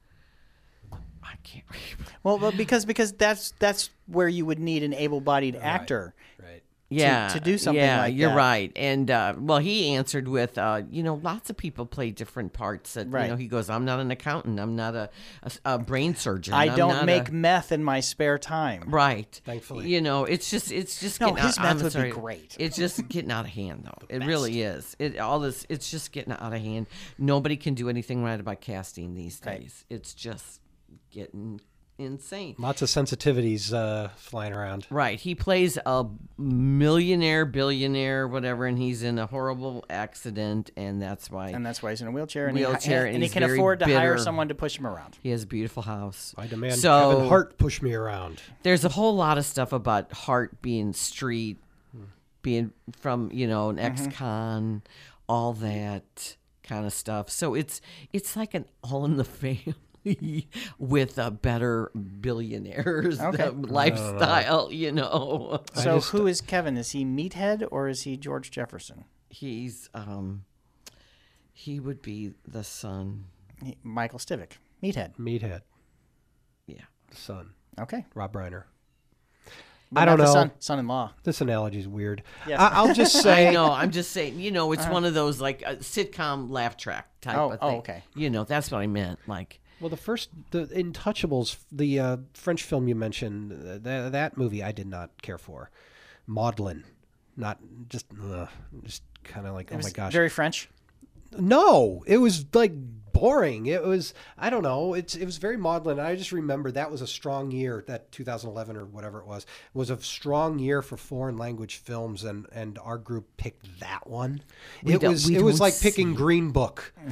S1: I can't. remember.
S2: Well, well, because because that's that's where you would need an able-bodied actor.
S3: Right.
S1: Yeah,
S2: to do something
S1: yeah,
S2: like
S1: you're
S2: that.
S1: right. And uh, well, he answered with, uh, you know, lots of people play different parts. That
S2: Right.
S1: you know, he goes, I'm not an accountant. I'm not a a, a brain surgeon.
S2: I
S1: I'm
S2: don't
S1: not
S2: make
S1: a-"
S2: meth in my spare time.
S1: Right.
S3: Thankfully.
S1: You know, it's just it's just
S2: No,
S1: getting
S2: his
S1: out,
S2: meth
S1: I'm
S2: would
S1: sorry.
S2: be great.
S1: It's just getting out of hand though. it really is. It all this it's just getting out of hand. Nobody can do anything right about casting these days.
S2: Right.
S1: It's just getting insane.
S3: Lots of sensitivities uh, flying around.
S1: Right. He plays a millionaire, billionaire, whatever, and he's in a horrible accident and that's why
S2: And that's why he's in a wheelchair. And
S1: Wheelchair,
S2: he,
S1: and
S2: and he
S1: he's
S2: can
S1: very
S2: afford to hire
S1: bitter.
S2: someone to push him around.
S1: he has a beautiful house.
S3: I demand
S1: so
S3: Kevin Hart push me around.
S1: there's a whole lot of stuff about Hart being street, being from you know
S3: Mm-hmm.
S1: an ex-con, all that kind of stuff. So it's it's like an all in the family with a better billionaire's uh,
S2: Okay.
S1: lifestyle. You know,
S2: So
S3: uh,
S2: who is Kevin? Is he Meathead or is he George Jefferson?
S1: he's um, he would be the son.
S2: He, Michael Stivic. Meathead.
S3: Meathead,
S1: Yeah.
S3: son,
S2: Okay.
S3: Rob Reiner.
S2: But not
S3: I don't
S2: the
S3: know. Oh
S2: Son, son-in-law.
S3: This analogy is weird.
S2: Yes.
S3: I, I'll just say.
S1: I know. I'm just saying. You know, it's one of those like uh, sitcom laugh track type
S2: Uh-huh. Oh,
S1: of
S2: oh,
S1: thing.
S2: okay.
S1: You know, that's what I meant. Like.
S3: Well, the first, the Intouchables, the uh, French film you mentioned, uh, th- that movie I did not care for. Maudlin, not just, uh, just kind of like, oh my gosh.
S2: Very French.
S3: no, it was like boring. It was, I don't know, it's it was very maudlin. I just remember that was a strong year, that 2011 or whatever it was, was a strong year for foreign language films, and and our group picked that one. it
S1: don't-
S3: was
S1: we
S3: it was
S1: don't
S3: like picking Green Book uh,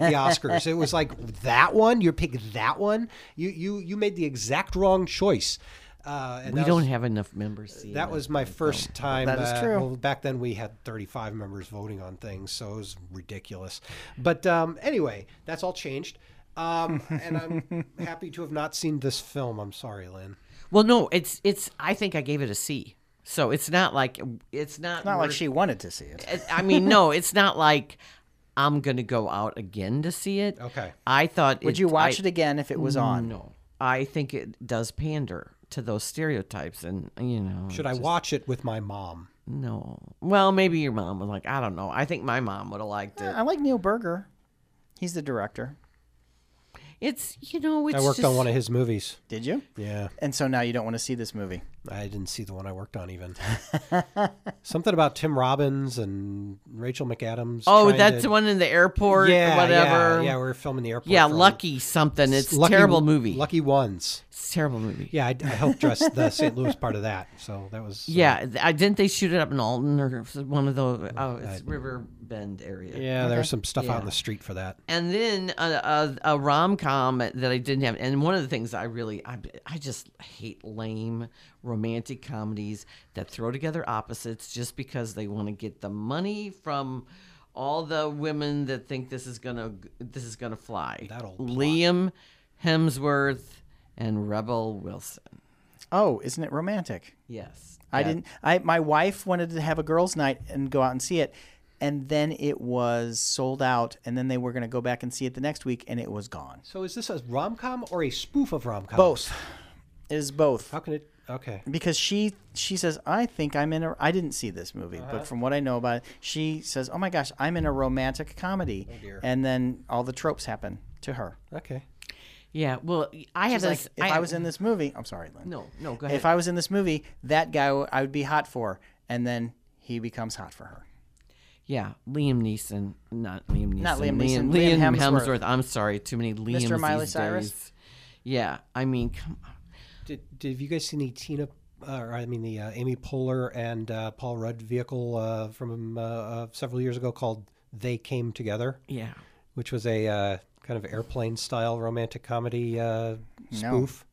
S3: the Oscars. it was like that one. You pick that one. You you you made the exact wrong choice. Uh, and
S1: We
S3: that was-
S1: don't have enough members. seeing
S3: that
S1: it.
S3: was my first time.
S2: That is
S3: uh,
S2: true.
S3: Well, back then we had 35 members voting on things, so it was ridiculous. But um, anyway, that's all changed. Um, and I'm happy to have not seen this film. I'm sorry, Lynn.
S1: well. No, it's it's. I think I gave it a C. So it's not like it's not.
S2: Not like
S1: worth-
S2: she wanted to see it.
S1: I mean, no, it's not like I'm gonna go out again to see it.
S3: Okay.
S1: I thought.
S2: Would you watch it again if it was on?
S1: No, I think it does pander to those stereotypes, and you know,
S3: Should I watch it with my mom?
S1: no. Well, maybe your mom was like, I don't know. I think my mom would have liked
S3: Mm.
S1: it.
S2: I like Neil Berger. He's the director.
S1: It's you know, it's
S3: I worked
S1: just,
S3: on one of his movies.
S2: Did you?
S3: Yeah,
S2: And so now you don't want to see this movie.
S3: I didn't see the one I worked on even. Something about Tim Robbins and Rachel McAdams.
S1: Oh,
S3: trying
S1: that's
S3: to-
S1: the one in the airport
S3: Yeah,
S1: or whatever.
S3: Yeah, yeah, we were filming the airport.
S1: Yeah,
S3: film.
S1: Lucky something. It's
S3: Lucky-
S1: terrible movie.
S3: Lucky ones.
S1: It's a terrible movie.
S3: Yeah, I, I helped dress the St. Louis part of that, so that was uh,
S1: Yeah, th- I didn't they shoot it up in Alton or s- one of those? Oh, it's River Bend area.
S3: yeah, there was some stuff out on the street for that.
S1: And then a, a, a rom com that I didn't have. And one of the things I really, I, I just hate lame romantic comedies that throw together opposites just because they want to get the money from all the women that think this is gonna this is gonna fly.
S3: That old plot.
S1: Liam Hemsworth and Rebel Wilson.
S2: Oh, isn't it romantic?
S1: Yes,
S2: I
S1: that-
S2: didn't. I my wife wanted to have a girls' night and go out and see it, and then it was sold out. And then they were going to go back and see it the next week, and it was gone.
S3: So is this a rom com or a spoof of rom com?
S2: Both it is both
S3: How can it? Okay.
S2: because she she says I think I'm in a I didn't see this movie,
S3: Uh-huh.
S2: but from what I know about it, she says, "Oh my gosh, I'm in a romantic comedy,"
S3: Oh, dear.
S2: and then all the tropes happen to her.
S3: Okay.
S1: Yeah, well, I had
S2: It's like
S1: this.
S2: if I, was in this movie, I'm sorry, Lynn.
S1: No, no, go ahead.
S2: if I was in this movie, that guy w- I would be hot for, and then he becomes hot for her.
S1: yeah, Liam Neeson, not Liam Neeson,
S2: Not Liam Neeson,
S1: Liam,
S2: Liam
S1: Hemsworth.
S2: Hemsworth.
S1: I'm sorry, too many Liams.
S2: Miley
S1: these
S2: Cyrus?
S1: days. Yeah, I mean, come on.
S3: Did, did have you guys seen the Tina? Uh, or I mean the uh, Amy Poehler and uh, Paul Rudd vehicle uh, from uh, uh, several years ago called "They Came Together,"
S1: yeah,
S3: which was a uh, kind of airplane style romantic comedy uh, spoof.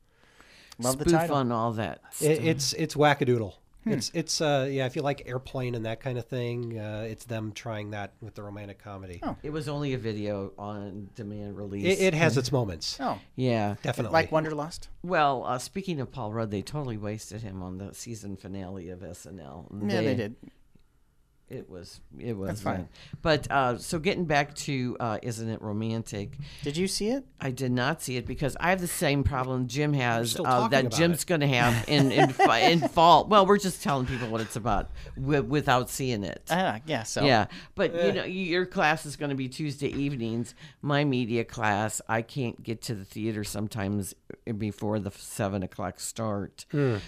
S2: Love
S1: spoof
S2: the title.
S1: on all that.
S2: uh-huh.
S3: It, it's it's wackadoodle.
S2: Hmm.
S3: It's it's uh yeah, if you like airplane and that kind of thing, uh, it's them trying that with the romantic comedy.
S2: Oh.
S1: It was only a video on demand release.
S3: It, it has its moments.
S2: Oh,
S1: yeah.
S3: Definitely.
S2: like Wonderlust.
S1: Well, uh, speaking of Paul Rudd, they totally wasted him on the season finale of SNL.
S2: Yeah, they did.
S1: It was it was
S2: fine.
S1: bad. But uh, so getting back to uh, isn't it romantic?
S2: Did you see it?
S1: I did not see it because I have the same problem Jim has
S3: still
S1: uh,
S3: talking
S1: that
S3: about
S1: Jim's
S3: it.
S1: going to have in in, fa- in fall. Well, we're just telling people what it's about wi- without seeing it.
S2: Ah, yeah. So
S1: Yeah, but you know, your class is going to be Tuesday evenings. My media class, I can't get to the theater sometimes before the seven o'clock start.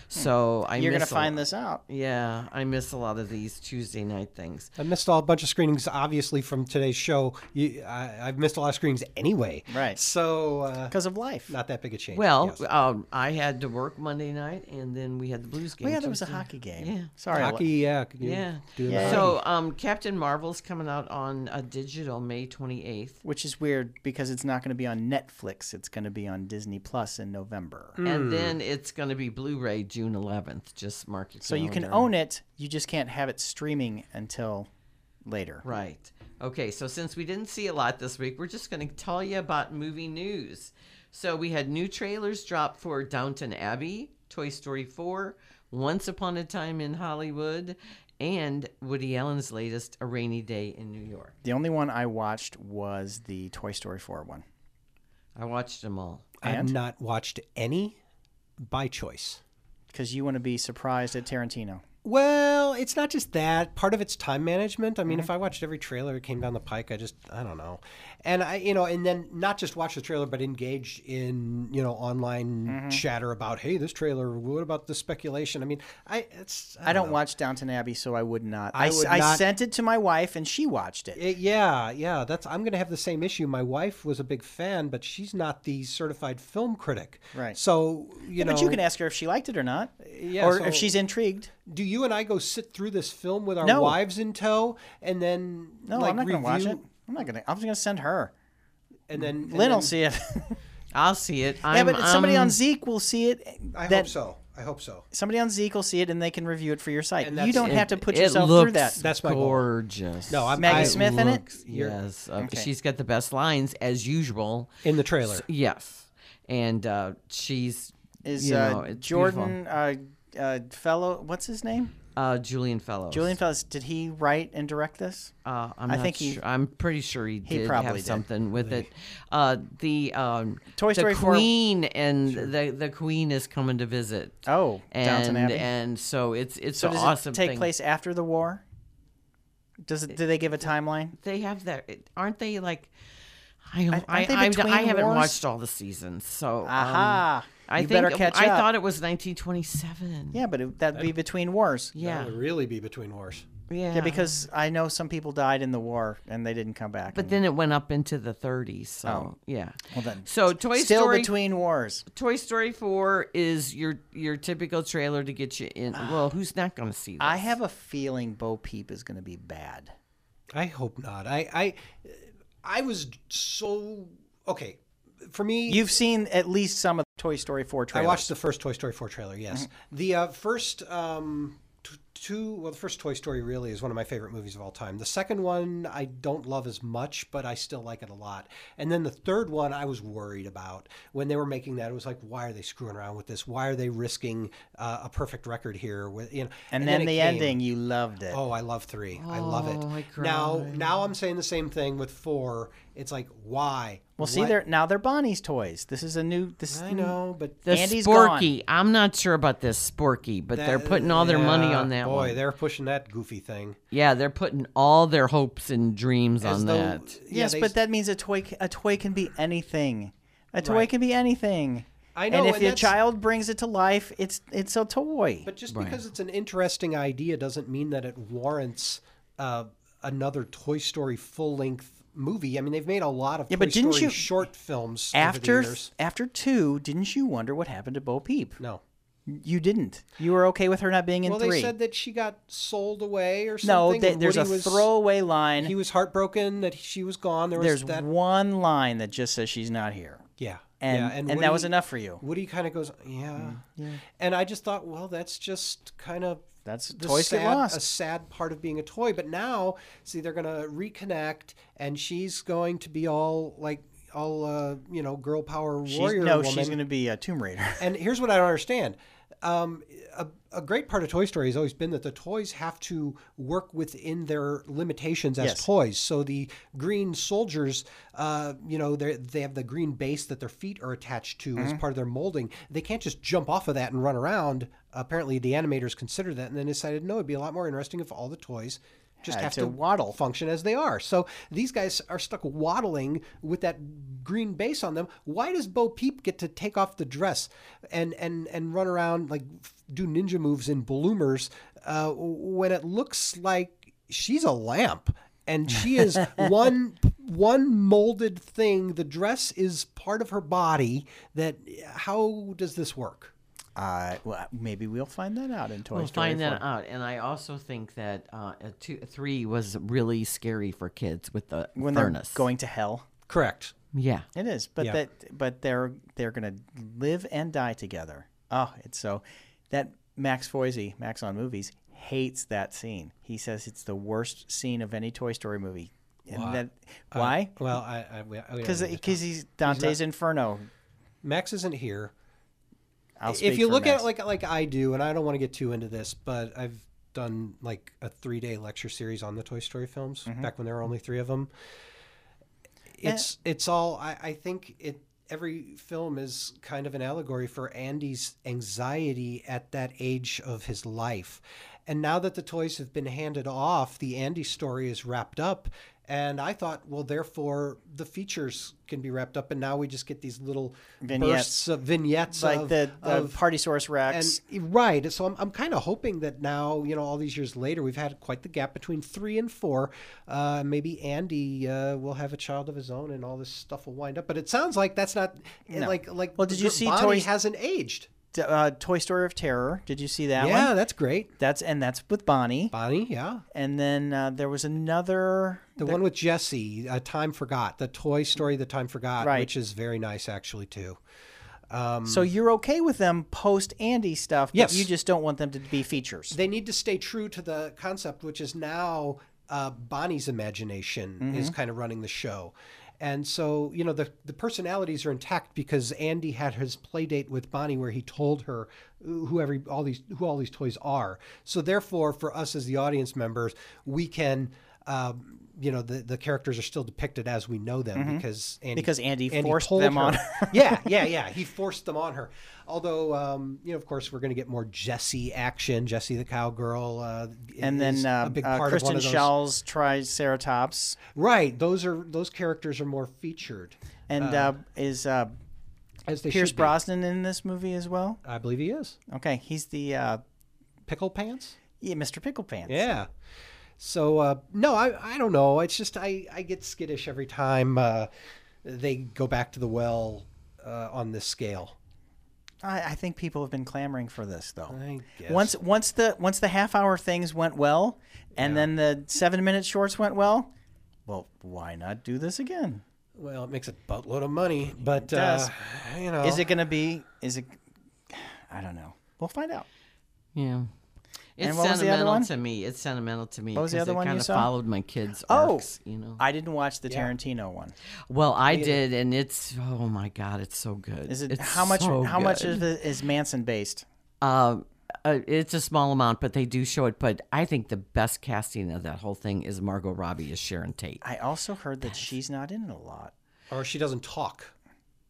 S1: So I
S2: Hmm. you're gonna
S1: miss a-
S2: find this out.
S1: Yeah, I miss a lot of these Tuesday night things.
S3: I missed all a bunch of screenings, obviously, from today's show. You, I, I've missed a lot of screenings anyway.
S2: Right.
S3: So, uh,
S2: because of life.
S3: not that big a change.
S1: Well,
S3: yes.
S1: um, I had to work Monday night, and then we had the Blues game.
S2: Oh, yeah, there was a
S1: Tuesday.
S2: hockey game.
S1: Yeah.
S2: Sorry. I-
S3: hockey, yeah. could you
S1: Yeah.
S3: do the
S2: Yeah.
S3: hockey?
S1: So um, Captain Marvel's coming out on a digital May twenty eighth.
S2: Which is weird because it's not going to be on Netflix. It's going to be on Disney Plus in November.
S3: Mm.
S1: And then it's going to be Blu-ray June 11th. Just mark it.
S2: So
S3: Oh,
S2: you can own it. You just can't have it streaming until later.
S1: Right. Okay, so since we didn't see a lot this week, we're just going to tell you about movie news. So we had new trailers drop for Downton Abbey, Toy Story 4, Once Upon a Time in Hollywood, and Woody Allen's latest A Rainy Day in New York.
S2: The only one I watched was the Toy Story 4 one.
S1: I watched them all.
S3: I've not watched any by choice.
S2: Because you want to be surprised at Tarantino.
S3: Well, it's not just that. Part of it's time management. I mean,
S2: Mm-hmm.
S3: if I watched every trailer that came down the pike, I just I don't know. And I, you know, and then not just watch the trailer, but engage in you know online
S2: Mm-hmm.
S3: chatter about, hey, this trailer. What about the speculation? I mean, I it's
S2: I don't watch Downton Abbey, so I would not.
S3: I
S2: I, s-
S3: would
S2: I
S3: not-
S2: sent it to my wife, and she watched it.
S3: It- yeah, yeah, that's I'm going to have the same issue. My wife was a big fan, but she's not the certified film critic.
S2: Right.
S3: So, you know
S2: but you can ask her if she liked it or not,
S3: Yeah,
S2: or
S3: so-
S2: if she's intrigued.
S3: do you and I go sit through this film with our
S2: No.
S3: wives in tow and then
S2: No,
S3: like
S2: I'm not going to watch
S3: review-
S2: it. I'm not going to. I'm just going to send her.
S3: and then and
S2: Lynn
S3: then-
S2: will see it.
S1: I'll see it. I'm,
S2: yeah, but somebody
S1: um,
S2: on Zeke will see it.
S3: I
S2: that-
S3: hope so. I hope so.
S2: Somebody on Zeke will see it, and they can review it for your site.
S3: And
S2: You
S3: that's-
S2: don't
S3: it-
S2: have to put
S1: it
S2: yourself
S1: looks
S2: through that.
S3: That's my goal.
S1: gorgeous.
S3: No, I'm
S2: Maggie
S3: I
S2: Smith in it.
S1: Looks-
S3: You're-
S1: Yes, uh,
S2: Okay.
S1: she's got the best lines as usual.
S3: in the trailer.
S1: Yes, and uh, she's
S2: Is
S1: you know,
S2: uh,
S1: it's beautiful.
S2: Jordan uh, uh, fellow? What's his name?
S1: Uh, Julian Fellows.
S2: Julian Fellows. Did he write and direct this?
S1: Uh, I'm
S2: I
S1: not
S2: think he-
S1: sure. I'm pretty sure he did
S2: probably
S1: have
S2: did.
S1: something with it. Uh, the um,
S2: Toy
S1: the
S2: Story 4
S1: Queen and the the Queen is coming to visit.
S2: Oh, Downton
S1: and
S2: Abbey.
S1: and so it's it's
S2: so
S1: an
S2: does
S1: awesome
S2: it take
S1: thing.
S2: place after the war? Does it? Do they give a timeline?
S1: They have that, it- aren't they? Like, I don't- I
S2: aren't they
S1: I, I,
S2: between
S1: haven't
S2: wars?
S1: watched all the seasons, so um,
S2: Aha!
S1: I
S2: you
S1: think
S2: better catch
S1: I
S2: up.
S1: thought it was 1927.
S2: yeah, but it, that'd be between wars.
S1: yeah,
S3: That would really be between wars.
S1: yeah.
S2: Yeah, because I know some people died in the war and they didn't come back.
S1: but
S2: and-
S1: then it went up into the 30s. So yeah.
S2: Oh. well then,
S1: So Toy
S2: still
S1: Story
S2: between wars.
S1: Toy Story 4 is your your typical trailer to get you in. Well, who's not going to see this?
S2: Ah. I have a feeling Bo Peep is going to be bad.
S3: I hope not. I I I was so okay. For me,
S2: You've seen at least some of Toy Story 4
S3: I
S2: trailers.
S3: watched the first Toy Story 4 trailer, yes.
S2: Mm-hmm.
S3: The uh, first um, t- two, well, the first Toy Story really is one of my favorite movies of all time. The second one I don't love as much, but I still like it a lot. And then the third one I was worried about when they were making that. It was like, why are they screwing around with this? Why are they risking uh, a perfect record here? With you know,
S2: and, then,
S3: it
S2: the
S3: came.
S2: ending, you loved it.
S3: Oh, I love three. I love it.
S1: Oh, I
S3: now,
S1: cried.
S3: now I'm saying the same thing with four. It's like, why?
S2: well, see, they're now they're Bonnie's toys. This is a new. This
S3: I know, but
S1: the
S2: Andy's
S1: Sporky. I'm not sure about this Sporky, but they're
S3: That-
S1: putting all their money
S3: yeah,
S1: on that
S3: boy,
S1: one.
S3: they're pushing that goofy thing.
S1: yeah, they're putting all their hopes and dreams
S3: As
S1: on
S3: though-
S1: that.
S3: yeah,
S2: yes,
S3: they-
S2: but that means a toy. ca- A toy can be anything. A toy
S3: Right.
S2: can be anything.
S3: I know,
S2: And if
S3: and
S2: your
S3: that's-
S2: child brings it to life, it's it's a toy.
S3: But just because it's an interesting idea doesn't mean that it warrants uh, another Toy Story full length movie. I mean, they've made a lot of
S2: Yeah,
S3: Toy
S2: but didn't
S3: Story
S2: you-
S3: short films over the
S2: after
S3: years.
S2: after two, didn't you wonder what happened to Bo Peep?
S3: No.
S2: You didn't. You were okay with her not being in
S3: Well,
S2: three.
S3: they said that she got sold away or
S2: no,
S3: something.
S2: th- there's
S3: Woody
S2: a
S3: was,
S2: throwaway line.
S3: He was heartbroken that she was gone. There was
S2: there's
S3: that.
S2: one line that just says she's not here.
S3: Yeah,
S2: and
S3: Yeah,
S2: and,
S3: and
S2: that
S3: Woody-
S2: was enough for you.
S3: Woody kind of goes, yeah.
S2: Mm,
S3: And I just thought, well, that's just kind of
S2: That's-
S3: the
S2: toys get
S3: sad,
S2: lost.
S3: A sad part of being a toy. But now, see, they're gonna reconnect, and she's going to be all like all uh, you know, girl power
S2: She's,
S3: warrior
S2: no,
S3: woman.
S2: she's going to be a Tomb Raider.
S3: And here's what I don't understand. Um, a, a great part of Toy Story has always been that the toys have to work within their limitations as
S2: Yes.
S3: toys. So the green soldiers, uh, you know, they they have the green base that their feet are attached to as part of their molding. They can't just jump off of that and run around. Apparently, the animators considered that and then decided, no, it'd be a lot more interesting if all the toys just
S2: Had
S3: have
S2: to
S3: to, waddle function as they are. So these guys are stuck waddling with that green base on them. Why does Bo Peep get to take off the dress and and and run around like f- do ninja moves in bloomers uh, when it looks like she's a lamp and she is one one molded thing. The dress is part of her body. That how does this work?
S2: Uh, well, maybe we'll find that out in Toy
S1: We'll
S2: Story.
S1: find
S2: 4.
S1: that out, and I also think that uh, a two, a three was really scary for kids with the
S2: when
S1: furnace.
S2: they're going to hell.
S3: Correct.
S1: yeah,
S2: It is, but
S3: Yeah.
S2: that but they're they're gonna live and die together. Oh, it's so that Max Foisey, Max on movies, hates that scene. He says it's the worst scene of any Toy Story movie. And that why?
S3: Well, I, I, we- I
S2: Because because he's Dante's Inferno.
S3: Max isn't here.
S2: I'll speak
S3: if you
S2: for
S3: look at
S2: Max.
S3: it like like I do, and I don't want to get too into this, but I've done like a three day lecture series on the Toy Story films
S2: Mm-hmm.
S3: back when there were only three of them.
S2: Eh.
S3: It's it's all I, I think it every film is kind of an allegory for Andy's anxiety at that age of his life. And now that the toys have been handed off, the Andy story is wrapped up. And I thought, well, therefore the features can be wrapped up, and now we just get these little
S2: Vignettes.
S3: bursts of vignettes
S2: like
S3: of-
S2: the, the
S3: of
S2: Party Source Rex.
S3: and right so i'm, I'm kind of hoping that now you know all these years later we've had quite the gap between three and four uh, maybe andy uh, will have a child of his own and all this stuff will wind up but it sounds like that's not eh, like like
S2: Well, did you see
S3: bonnie
S2: Toys-
S3: hasn't aged
S2: D- uh, Toy Story of Terror. Did you see that
S3: yeah
S2: one?
S3: that's great
S2: That's and that's with Bonnie.
S3: bonnie yeah
S2: And then uh, there was another.
S3: the one with Jesse, uh, Time Forgot, the Toy Story, The Time Forgot,
S2: Right.
S3: which is very nice actually too.
S2: So you're okay with them post Andy stuff, but
S3: Um, Yes.
S2: you just don't want them to be features.
S3: they need to stay true to the concept, which is now uh, Bonnie's imagination is kind of running the show. And so, you know, the, the personalities are intact because Andy had his play date with Bonnie where he told her who every, all these who all these toys are. So therefore, for us as the audience members, we can, um, you know, the, the characters are still depicted as we know them because Andy
S2: Because Andy
S3: and he
S2: forced
S3: told
S2: them on
S3: her. yeah, yeah, yeah. He forced them on her. Although, um, you know, of course, we're going to get more Jesse action. Jesse the cowgirl, uh,
S2: and
S3: is
S2: then uh,
S3: a big
S2: uh,
S3: part
S2: Kristen
S3: of one of those.
S2: Schell's Triceratops,
S3: Right. Those are those characters are more featured
S2: and uh, is uh,
S3: as they
S2: Pierce
S3: should be.
S2: Brosnan in this movie as well?
S3: I believe he is
S2: Okay, he's the uh,
S3: pickle pants.
S2: yeah, Mr. Pickle Pants.
S3: Yeah. So uh, no, I I don't know. It's just I I get skittish every time uh, they go back to the well uh, on this scale.
S2: I, I think people have been clamoring for this though.
S3: I guess.
S2: Once once the once the half hour things went well, and then the seven minute shorts went well. Well, why not do this again?
S3: Well, it makes a buttload of money, but
S2: does.
S3: uh, you know,
S2: Is it going to be? Is it? I don't know. We'll find out.
S1: yeah. It's
S2: And what was the other
S1: sentimental
S2: one?
S1: to me. It's sentimental to me.
S2: was the
S1: 'cause
S2: other
S1: it
S2: one you
S1: kinda
S2: saw?
S1: Followed my kids.
S2: Oh.
S1: Arcs, you know.
S2: I didn't watch the Tarantino one.
S1: Well, I did, and it's oh my god, it's so good.
S2: Is it
S1: It's
S2: how much?
S1: so
S2: how much
S1: good.
S2: of it is Manson based?
S1: Um, uh, it's a small amount, but they do show it. But I think the best casting of that whole thing is Margot Robbie as Sharon Tate.
S2: I also heard that she's not in it a lot.
S3: or she doesn't talk.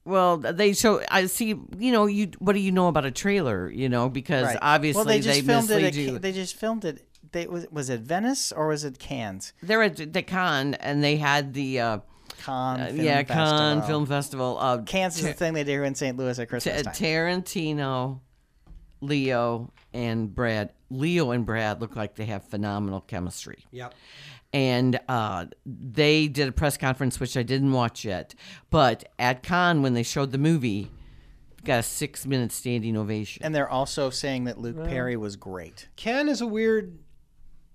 S1: Well, they show. I see. You know, you what do you know about a trailer? You know, because obviously
S2: well, they just filmed it.
S1: mislead
S2: At,
S1: you.
S2: Ca- They just filmed it. They was was it Venice or was it Cannes?
S1: They're at the con, and they had the uh,
S2: Cannes. Film
S1: yeah
S2: Festival.
S1: con film festival. Uh,
S2: Cannes is the thing they do in St. Louis at
S1: T- uh,
S2: Christmas time.
S1: Tarantino, Leo, and Brad. Leo and Brad look like they have phenomenal chemistry.
S3: Yep.
S1: and uh, they did a press conference which I didn't watch yet. But at Cannes, when they showed the movie, got a six-minute standing ovation.
S2: and they're also saying that Luke Perry was great.
S3: Cannes is a weird,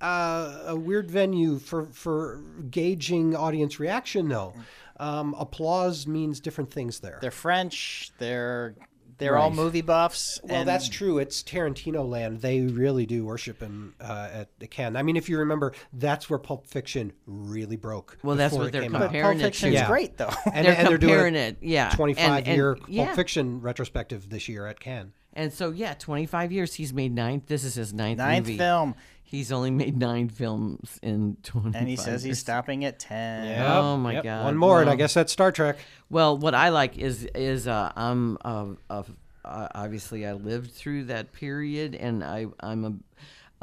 S3: uh, a weird venue for for gauging audience reaction, though, um, applause means different things there.
S2: They're French. They're they're all movie buffs.
S3: Well,
S2: and-
S3: that's true. It's Tarantino land. They really do worship him uh, at the Cannes. I mean, if you remember, that's where Pulp Fiction really broke.
S1: Well, that's
S3: before
S1: what
S3: it
S1: they're
S3: came out.
S2: but
S1: comparing
S2: Pulp
S1: it
S2: Fiction's
S1: to.
S2: great though.
S3: And
S1: They're
S3: and doing
S1: comparing
S3: a
S1: it, yeah. And-
S3: 25 year
S1: and- yeah.
S3: Pulp Fiction retrospective this year at Cannes.
S1: And so, yeah, 25 years. He's made nine. This is his ninth,
S2: Ninth
S1: movie.
S2: film,
S1: He's only made nine films in 25
S2: and he says
S1: years.
S2: he's stopping at ten.
S1: Oh, my God.
S3: One more, and I
S1: Wow.
S3: guess that's Star Trek.
S1: Well, what I like is is uh, I'm uh, uh, uh, obviously I lived through that period, and I I'm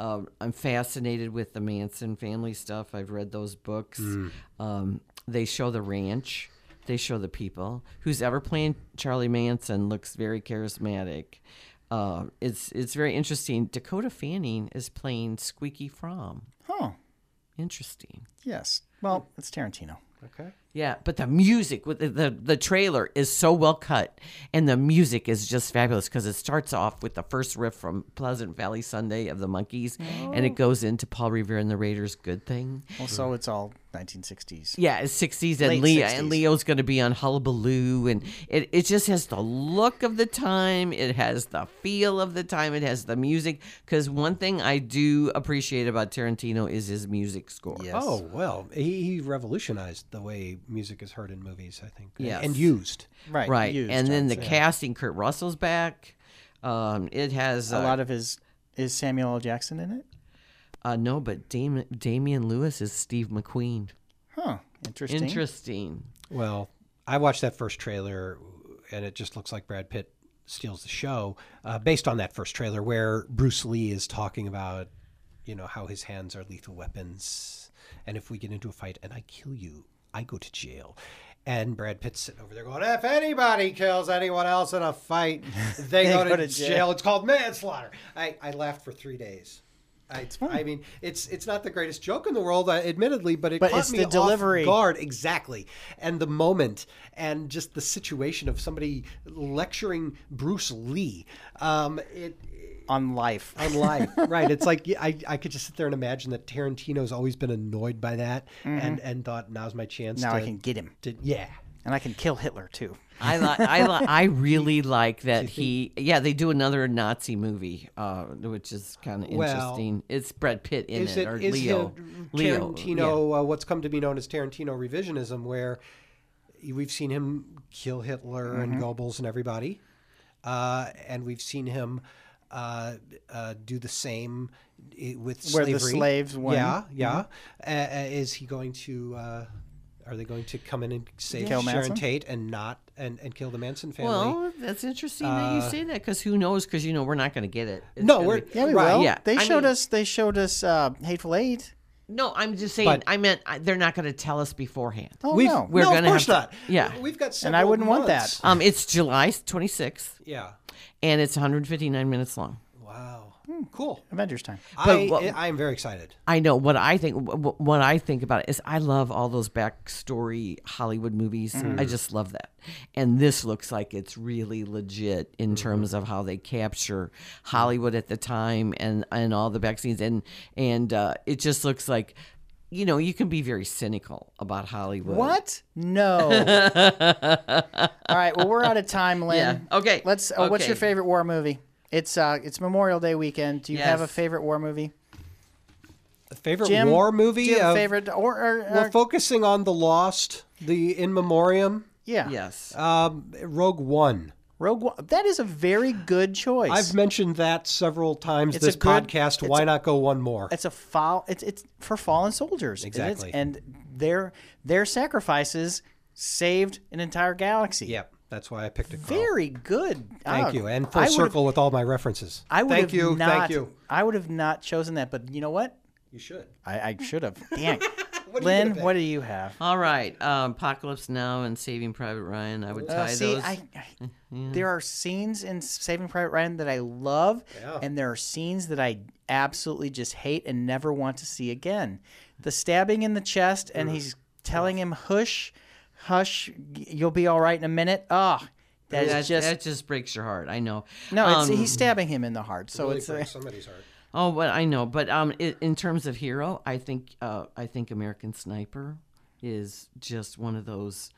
S1: a uh, I'm fascinated with the Manson family stuff. I've read those books. Um, they show the ranch. They show the people. Who's ever playing Charlie Manson looks very charismatic. Uh, it's it's very interesting. Dakota Fanning is playing Squeaky Fromm.
S2: Huh.
S1: Interesting.
S2: Yes. Well, it's Tarantino.
S3: Okay.
S1: Yeah, but the music with the, the the trailer is so well cut, and the music is just fabulous because it starts off with the first riff from Pleasant Valley Sunday of the Monkees, and it goes into Paul Revere and the Raiders' "Good Thing."
S2: Well, so it's all 1960s.
S1: Yeah, it's sixties, and
S2: Late
S1: Leo
S2: 60s.
S1: and Leo's going to be on Hullabaloo, and it it just has the look of the time, it has the feel of the time, it has the music. Because one thing I do appreciate about Tarantino is his music score.
S2: Yes.
S3: Oh well, he, he revolutionized the way music is heard in movies. I think. and-
S1: Yes.
S3: And used.
S2: Right.
S1: right
S2: used,
S1: and then
S2: I'd
S1: the
S2: say.
S1: casting kurt russell's back um it has uh,
S2: a lot of his is Samuel L. Jackson in it?
S1: uh no but Dam- damian lewis is steve mcqueen
S2: Huh. Interesting.
S1: interesting
S3: Well, I watched that first trailer, and it just looks like Brad Pitt steals the show, uh, based on that first trailer where Bruce Lee is talking about, you know, how his hands are lethal weapons, and if we get into a fight and I kill you, I go to jail. And Brad Pitt's sitting over there going, if anybody kills anyone else in a fight, they, go, to, jail. It's called manslaughter. I, I laughed for three days. I, I mean, it's it's not the greatest joke in the world, uh, admittedly, but it
S2: But
S3: caught
S2: it's
S3: me
S2: the
S3: off
S2: delivery.
S3: guard guard, exactly and the moment and just the situation of somebody lecturing bruce lee um it
S2: On life.
S3: on life right it's like yeah, I, I could just sit there and imagine that tarantino's always been annoyed by that and and thought now's my chance
S2: Mm-hmm. Now
S3: to,
S2: I can get him,
S3: to yeah
S2: and I can kill Hitler too.
S1: I li- I li- I really like that he yeah they do another Nazi movie uh, which is kind of
S3: Well,
S1: interesting. It's Brad Pitt in
S3: is
S1: it,
S3: it
S1: or
S3: is
S1: Leo
S3: the
S1: Leo yeah.
S3: Tarantino uh, what's come to be known as Tarantino revisionism, where we've seen him kill Hitler
S2: Mm-hmm.
S3: and Goebbels and everybody, uh, and we've seen him uh, uh, do the same i- with
S2: Where
S3: slavery.
S2: the slaves Mm-hmm. win.
S3: Yeah, yeah. Uh, uh, is he going to? Uh, are they going to come in and save
S2: Kill
S3: Sharon
S2: Manson?
S3: Tate and not and, and kill the Manson family?
S1: Well, that's interesting that you say that because who knows? Because you know we're not going to get it. It's
S3: Uh, no,
S1: gonna
S3: we're
S1: be-
S2: Yeah, we
S3: right.
S2: will.
S1: yeah.
S2: They
S1: I
S2: showed
S1: mean-
S2: us. They showed us uh, Hateful Eight.
S1: no. I'm just saying.
S3: But-
S1: I meant I, they're not going to tell us beforehand.
S2: Oh
S3: We've,
S2: no.
S1: we're
S3: no,
S1: gonna
S3: of course
S1: have to-
S3: not.
S1: yeah.
S3: we've got.
S2: And I
S3: several
S2: wouldn't want
S3: months.
S2: that.
S1: Um, it's July 26th.
S3: Yeah.
S1: and it's 159 minutes long.
S3: Wow.
S2: Hmm.
S3: Cool.
S2: Avengers time.
S3: I,
S1: what-
S3: I am very excited.
S1: I know what I think. wh- wh- What I think about it is, I love all those backstory Hollywood movies. I
S2: Mm-hmm.
S1: just love that. And this looks like it's really legit in
S2: Mm-hmm.
S1: terms of how they capture Hollywood at the time and and all the back scenes. And and uh, it just looks like, you know, you can be very cynical about Hollywood.
S2: What? No. All right. Well, we're out of time, Lynn.
S1: Yeah. Okay.
S2: Let's. Uh, What's your
S1: Okay.
S2: favorite war movie? It's uh, it's Memorial Day weekend. Do you have
S1: Yes.
S2: a favorite war movie?
S3: Favorite
S2: Jim,
S3: war movie?
S2: Do you have a
S3: of-
S2: favorite or, or, or
S3: We're focusing on the Lost, the In Memoriam,
S2: yeah.
S1: Yes.
S2: Uh,
S3: um, Rogue One.
S2: Rogue One. That is a very good choice.
S3: I've mentioned that several times
S2: It's
S3: this
S2: a good-
S3: podcast.
S2: it's
S3: Why not go one more?
S2: it's a fall. It's it's for fallen soldiers. It is-
S3: Exactly.
S2: And their their sacrifices saved an entire galaxy.
S3: Yep, that's why I picked it. Carl.
S2: Very good.
S3: Thank
S2: Ah,
S3: you, and
S2: I
S3: full
S2: would've-
S3: circle with all my references.
S2: I would
S3: thank
S2: have
S3: you,
S2: Not,
S3: thank you.
S2: I would have not chosen that, but you know what?
S3: You should.
S2: I, I should have. Dang.
S3: What do you
S2: Lynn,
S3: think?
S2: what do you have?
S1: all right. Um, Apocalypse Now and Saving Private Ryan. I would tie
S2: Uh, see,
S1: those. Mm-hmm.
S2: I, I there are scenes in Saving Private Ryan that I love, and there are scenes that I absolutely just hate and never want to see again. The stabbing in the chest, and he's telling him, "Hush, hush, y- you'll be all right in a minute." Ah, that is
S1: that,
S2: just
S1: that just breaks your heart. I know.
S2: no. It's,
S1: Um,
S2: he's stabbing him in the heart, so
S3: Really
S2: it's
S3: breaks
S2: uh,
S3: somebody's heart.
S1: Oh, well, I know, but um, i in terms of hero, I think uh, I think American Sniper is just one of those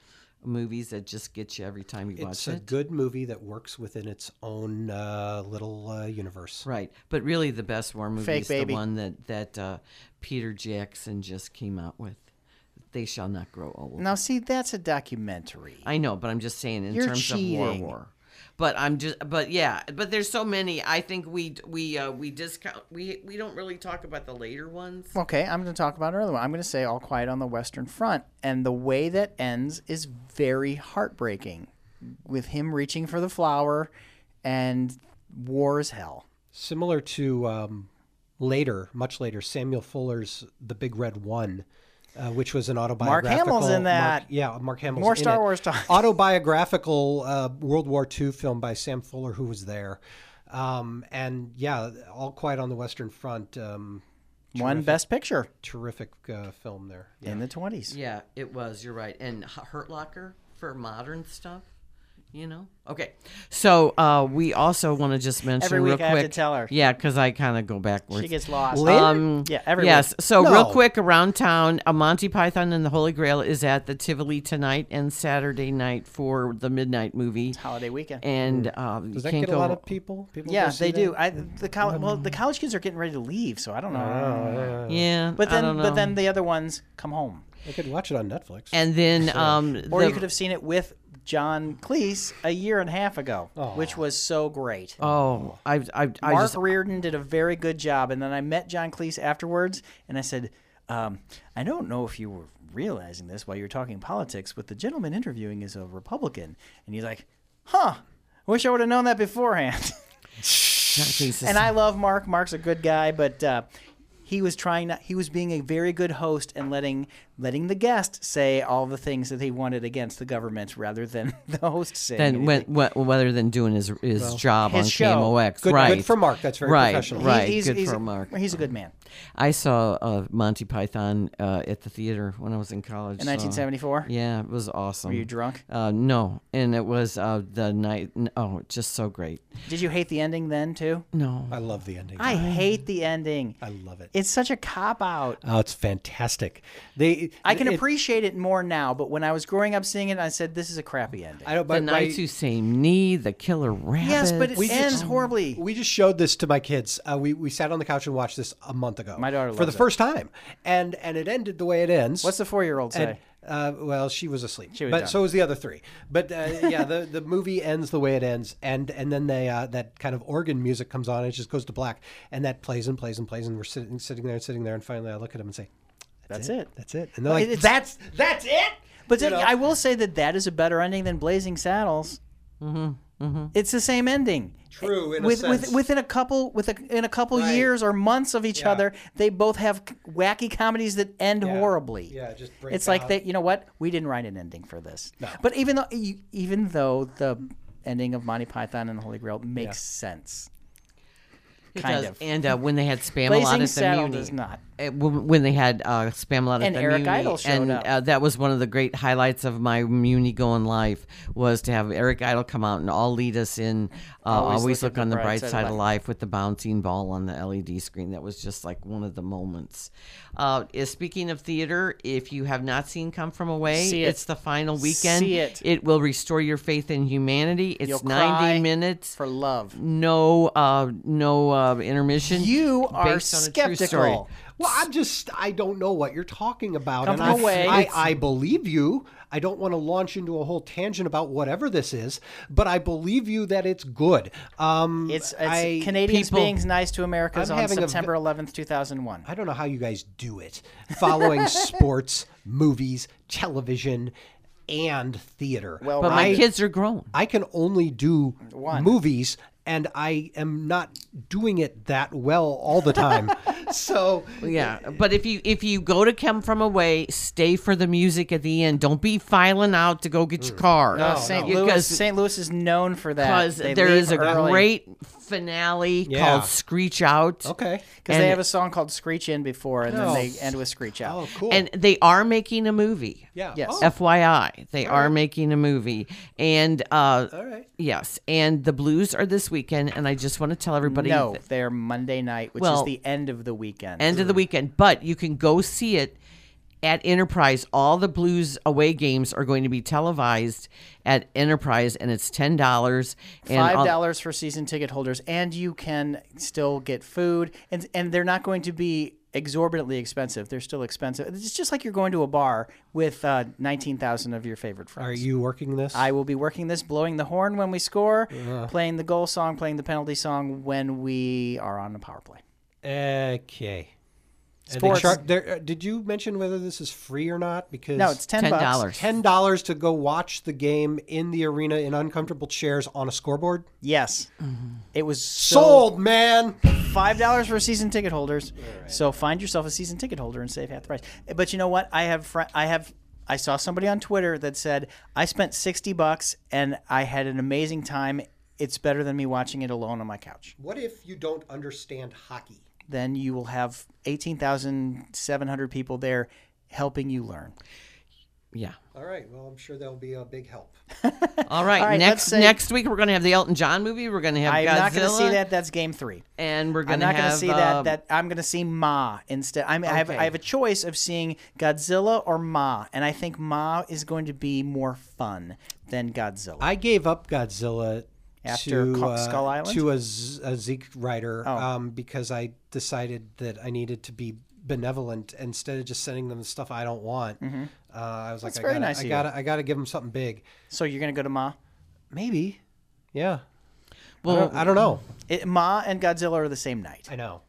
S1: movies that just gets you every time you
S3: It's
S1: watch
S3: a
S1: it.
S3: good movie that works within its own uh, little uh, universe.
S1: Right, but really the best war movie
S2: Fake
S1: is the
S2: Baby.
S1: one that that uh, Peter Jackson just came out with. They shall not grow old.
S2: Now, see, that's a documentary.
S1: I know, but I'm just saying in
S2: You're
S1: terms of war
S2: cheating.
S1: war. But I'm just, but yeah, but there's so many. I think we we uh, we discount we we don't really talk about the later ones.
S2: Okay, I'm going to talk about another one. I'm going to say All Quiet on the Western Front. And the way that ends is very heartbreaking with him reaching for the flower and war is hell.
S3: Similar to um, later, much later, Samuel Fuller's The Big Red One. Uh, which was an autobiographical.
S2: Hamill's in
S3: Mark-
S2: that.
S3: yeah, Mark Hamill's
S2: More
S3: in
S2: Star
S3: it.
S2: Wars talk.
S3: Autobiographical uh, World War II film by Sam Fuller, who was there, um, and yeah, All Quiet on the Western Front. Um,
S2: One best picture
S3: terrific uh, film there. Yeah.
S2: in the 20s.
S1: Yeah, it was. You're right. And H- Hurt Locker for modern stuff. You know. Okay, so uh, we also want to just mention
S2: Every
S1: real
S2: week
S1: quick.
S2: I have to tell her.
S1: Yeah, because I kind of go backwards.
S2: She gets lost.
S1: Um,
S2: Yeah, every
S1: yes. So real
S3: No.
S1: quick around town, a Monty Python and the Holy Grail is at the Tivoli tonight and Saturday night for the midnight movie.
S2: Holiday weekend.
S1: And
S2: Hmm.
S1: um,
S3: Does that
S1: can't
S3: get a
S1: go-
S3: lot of people? People
S2: yeah,
S3: go see
S2: they
S3: that?
S2: do. I the college well, the college kids are getting ready to leave, so I don't know.
S3: uh,
S1: Yeah,
S2: but
S1: I
S2: then
S1: don't know.
S2: but then the other ones come home.
S3: I could watch it on Netflix.
S1: and then um,
S2: Or
S1: the-
S2: you could have seen it with John Cleese a year and a half ago, which was so great.
S1: oh, I I I
S2: Mark
S1: just
S2: Reardon did a very good job, and then I met John Cleese afterwards, and I said, um, "I don't know if you were realizing this while you were talking politics, but the gentleman interviewing is a Republican," and he's like, "Huh? I wish I would have known that beforehand." and I love Mark. Mark's a good guy, but uh, he was trying not. He was being a very good host and letting letting the guest say all the things that he wanted against the government, rather than the host saying.
S1: then
S2: anything.
S1: when, wh- rather than doing his his job
S2: his
S1: on
S2: show.
S1: KMOX,
S3: Good,
S1: right?
S3: good for Mark. That's very
S1: Right,
S3: professional.
S1: right.
S2: he's,
S1: good
S2: he's,
S1: for Mark.
S2: He's a good man.
S1: I saw uh, Monty Python uh, at the theater when I was in college.
S2: In
S1: so-
S2: 1974?
S1: Yeah, it was awesome. Were
S2: you drunk?
S1: Uh, no, and it was uh, the night. n- Oh, just so great.
S2: Did you hate the ending then too?
S1: No,
S3: I love the ending.
S2: I hate the ending.
S3: I love it.
S2: It's such a cop out.
S3: Oh, it's fantastic. They
S2: I can
S3: it-
S2: appreciate it more now, but when I was growing up seeing it, I said this is a crappy ending.
S3: I don't.
S1: the
S3: But my-
S1: nights you same knee, the killer rabbit.
S2: yes, but it
S3: We just-
S2: ends horribly.
S3: we just showed this to my kids. Uh, we we sat on the couch and watched this a month ago.
S2: My daughter
S3: for the
S2: loves it.
S3: first time, and and it ended the way it ends.
S2: What's the four year old say?
S3: And, uh, well, she was asleep,
S2: was
S3: but
S2: done.
S3: so was the other three. But uh, yeah, the, the movie ends the way it ends, and and then they uh, that kind of organ music comes on, and it just goes to black, and that plays and plays and plays, and we're sitting sitting there and sitting there, and finally I look at him and say,
S2: That's it.
S3: "That's it," and they're like,
S2: it's-
S3: "That's that's it."
S2: But then I will say that that is a better ending than Blazing Saddles. Mm-hmm, mm-hmm. It's the same ending.
S3: True, in a
S2: with, with
S3: sense.
S2: within a couple with a, in a couple
S3: Right.
S2: years or months of each
S3: Yeah.
S2: other, they both have wacky comedies that end horribly.
S3: Yeah, just break
S2: it's like
S3: out.
S2: they, you know what? We didn't write an ending for this. But even though you- even though the ending of Monty Python and the Holy Grail makes sense,
S1: It
S2: kind
S1: does.
S2: of.
S1: And uh, when they had spam a lot
S2: Blazing
S1: at the
S2: Saddle
S1: Muni.
S2: does not.
S1: Uh, when when they had uh, Spamalot
S2: And
S1: at the
S2: Eric
S1: Muni,
S2: Idle showed
S1: and
S2: up.
S1: Uh, that was one of the great highlights of my Muni going life was to have Eric Idle come out and all lead us in. Uh, always, look, on the bright, side of life with the bouncing ball on the LED screen. That was just like one of the moments. Uh, is- speaking of theater, if you have not seen Come From Away,
S2: See it.
S1: it's the final weekend.
S2: See it.
S1: will restore your faith in humanity. It's
S2: You'll
S1: 90
S2: cry
S1: minutes.
S2: for love.
S1: no, uh, no uh, intermission.
S2: You are
S1: based on a true story.
S2: skeptical.
S3: Well, I'm just I don't know what you're talking about.
S2: Come
S3: and I,
S2: away.
S3: I, I believe you. I don't want to launch into a whole tangent about whatever this is, but I believe you that it's good. Um,
S2: It's, it's
S3: I,
S2: Canadians
S1: people-
S2: being nice to America is
S3: I'm
S2: on
S3: having a v-
S2: September 11th, 2001.
S3: I don't know how you guys do it, following sports, movies, television, and theater. Well,
S1: But my
S3: I,
S1: kids are grown.
S3: I can only do movies, and I am not doing it that well all the time. so
S1: Yeah, but if you if you go to come from away, stay for the music at the end. Don't be filing out to go get
S3: Mm.
S1: your car.
S2: Oh, St. Louis,
S1: Because
S2: St. Louis is known for that.
S1: because
S2: They
S1: there
S2: leave
S1: is a
S2: early
S1: great finale
S3: Yeah.
S1: called Screech Out.
S3: okay.
S2: because they
S1: and-
S2: have a song called "Screech In" before, and
S3: Oh.
S2: then they end with "Screech Out."
S3: Oh, cool.
S1: And they are making a movie.
S3: yeah.
S2: Yes.
S3: Oh,
S1: FYI, they are making a movie. And uh
S3: all right.
S1: yes, and the blues are this weekend and I just want to tell everybody
S2: no,
S1: that-
S2: they're Monday night, which
S1: Well-
S2: is the end of the weekend.
S1: end of the weekend, but you can go see it at Enterprise, all the Blues away games are going to be televised at Enterprise, and it's ten dollars.
S2: Five dollars for season ticket holders, and you can still get food, and and they're not going to be exorbitantly expensive. They're still expensive. It's just like you're going to a bar with uh, nineteen thousand of your favorite friends.
S3: Are you working this?
S2: I will be working this, blowing the horn when we score, playing the goal song, playing the penalty song when we are on the power play.
S3: okay. And they
S2: Sports.
S3: char- there, uh, did you mention whether this is free or not? Because
S2: No, it's ten,
S1: Ten
S2: bucks.
S1: dollars.
S3: ten dollars to go watch the game in the arena in uncomfortable chairs on a scoreboard.
S2: Yes, it was so
S3: Mm-hmm. Sold, man.
S2: five dollars for season ticket holders. So find yourself a season ticket holder and save half the price. But you know what? I have fri I have I saw somebody on Twitter that said I spent sixty bucks and I had an amazing time. It's better than me watching it alone on my couch.
S3: What if you don't understand hockey?
S2: Then you will have eighteen thousand seven hundred people there helping you learn.
S1: Yeah.
S3: All right. Well, I'm sure that'll be a big help.
S1: All right.
S2: right,
S1: next
S2: let's say-
S1: next week we're going to have the Elton John movie. We're going to have
S2: I'm
S1: Godzilla.
S2: not going to see that. That's game three.
S1: And we're
S2: I'm
S1: going to
S2: not
S1: have.
S2: going to see
S1: uh,
S2: that. That I'm going to see Ma instead. I'm, I, have, I
S1: Okay.
S2: have a choice of seeing Godzilla or Ma, and I think Ma is going to be more fun than Godzilla.
S3: I gave up Godzilla
S2: After
S3: to,
S2: Co-
S3: uh,
S2: Skull Island? Oh.
S3: to a, Z- a Zeke writer um, because I decided that I needed to be benevolent instead of just sending them the stuff I don't want. Uh, I was like, I
S2: Mm-hmm. very
S3: gotta,
S2: nice of
S3: I
S2: you.
S3: gotta, I gotta give them something big.
S2: so you're going to go to Ma.
S3: Maybe, yeah. I
S1: Well,
S3: don't- I don't know.
S2: It, Ma and Godzilla are the same night.
S3: I know.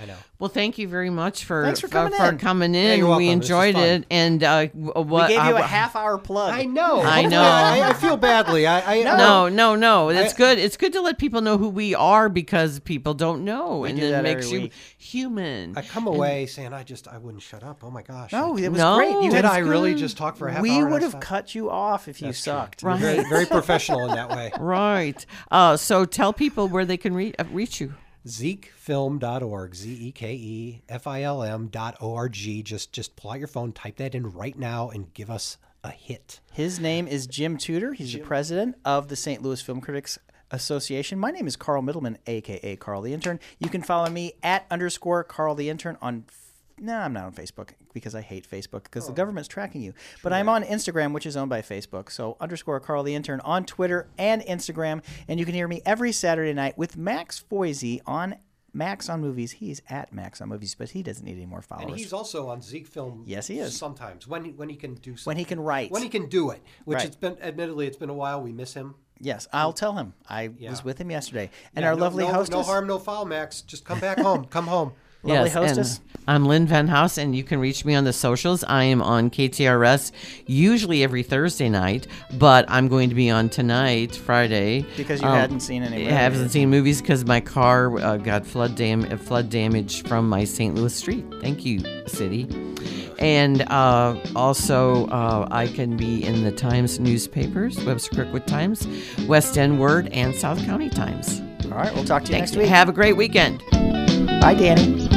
S3: I know.
S1: well, thank you very much for
S2: Thanks for
S1: uh,
S2: coming
S1: for
S2: in.
S1: coming in.
S3: you're
S1: we
S3: welcome. This was
S1: enjoyed
S3: fun.
S1: it, and uh, w-
S2: We
S1: what
S2: gave you
S1: uh,
S2: a half hour plug.
S3: I know.
S1: I know.
S3: I, I feel badly. I, I
S1: No, no, no. It's good. It's good to let people know who we are because people don't know, and
S2: do
S1: it
S2: that
S1: makes
S2: every
S1: you
S2: week.
S1: human.
S3: I come away saying I just I wouldn't shut up. Oh my gosh.
S2: No, it was
S1: No.
S2: great. You had-
S3: did I really just talk for a half
S2: we
S3: hour? and I
S2: would have
S3: stopped?
S2: cut you off if you sucked.
S3: You're Very, very professional in that way.
S1: right. Uh, so tell people where they can re- uh, reach you.
S3: Zekefilm.org, Z E K E F I L M dot O R G. Just just pull out your phone, type that in right now, and give us a hit.
S2: His name is Jim Tudor. He's the president of the St. Louis Film Critics Association. My name is Carl Middleman, aka Carl the Intern. You can follow me at underscore Carl the Intern on. No, I'm not on Facebook because I hate Facebook because
S3: Oh.
S2: the government's tracking you. But I'm on Instagram, which is owned by Facebook. So underscore Carl the Intern on Twitter and Instagram. And you can hear me every Saturday night with Max Foisey on Max on Movies. He's at Max on Movies, but he doesn't need any more followers.
S3: And he's also on Zeke Film.
S2: Yes, he is.
S3: Sometimes when he, when he can do
S2: when he can write.
S3: when he can do it, which
S2: Right.
S3: it's been admittedly it's been a while. We miss him.
S2: yes, I'll tell him. I was with him yesterday. And our
S3: Hmm. no,
S2: lovely
S3: no,
S2: hostess.
S3: No harm, no foul, Max. Just come back home. Come home.
S2: Lovely
S1: and
S2: hostess.
S1: I'm Lynn Van House, and you can reach me on the socials. I am on KTRS usually every Thursday night, but I'm going to be on tonight, Friday, Um,
S2: Because you hadn't seen any
S1: I haven't
S2: movies.
S1: seen movies because my car uh, got flood dam uh, flood damage from my St. Louis street. Thank you, city. And uh, also, uh, I can be in the Times newspapers, Webster Kirkwood Times, West End Word, and South County Times.
S2: All right, we'll talk to you
S1: Thanks.
S2: next week.
S1: Have a great weekend.
S2: Bye, Danny.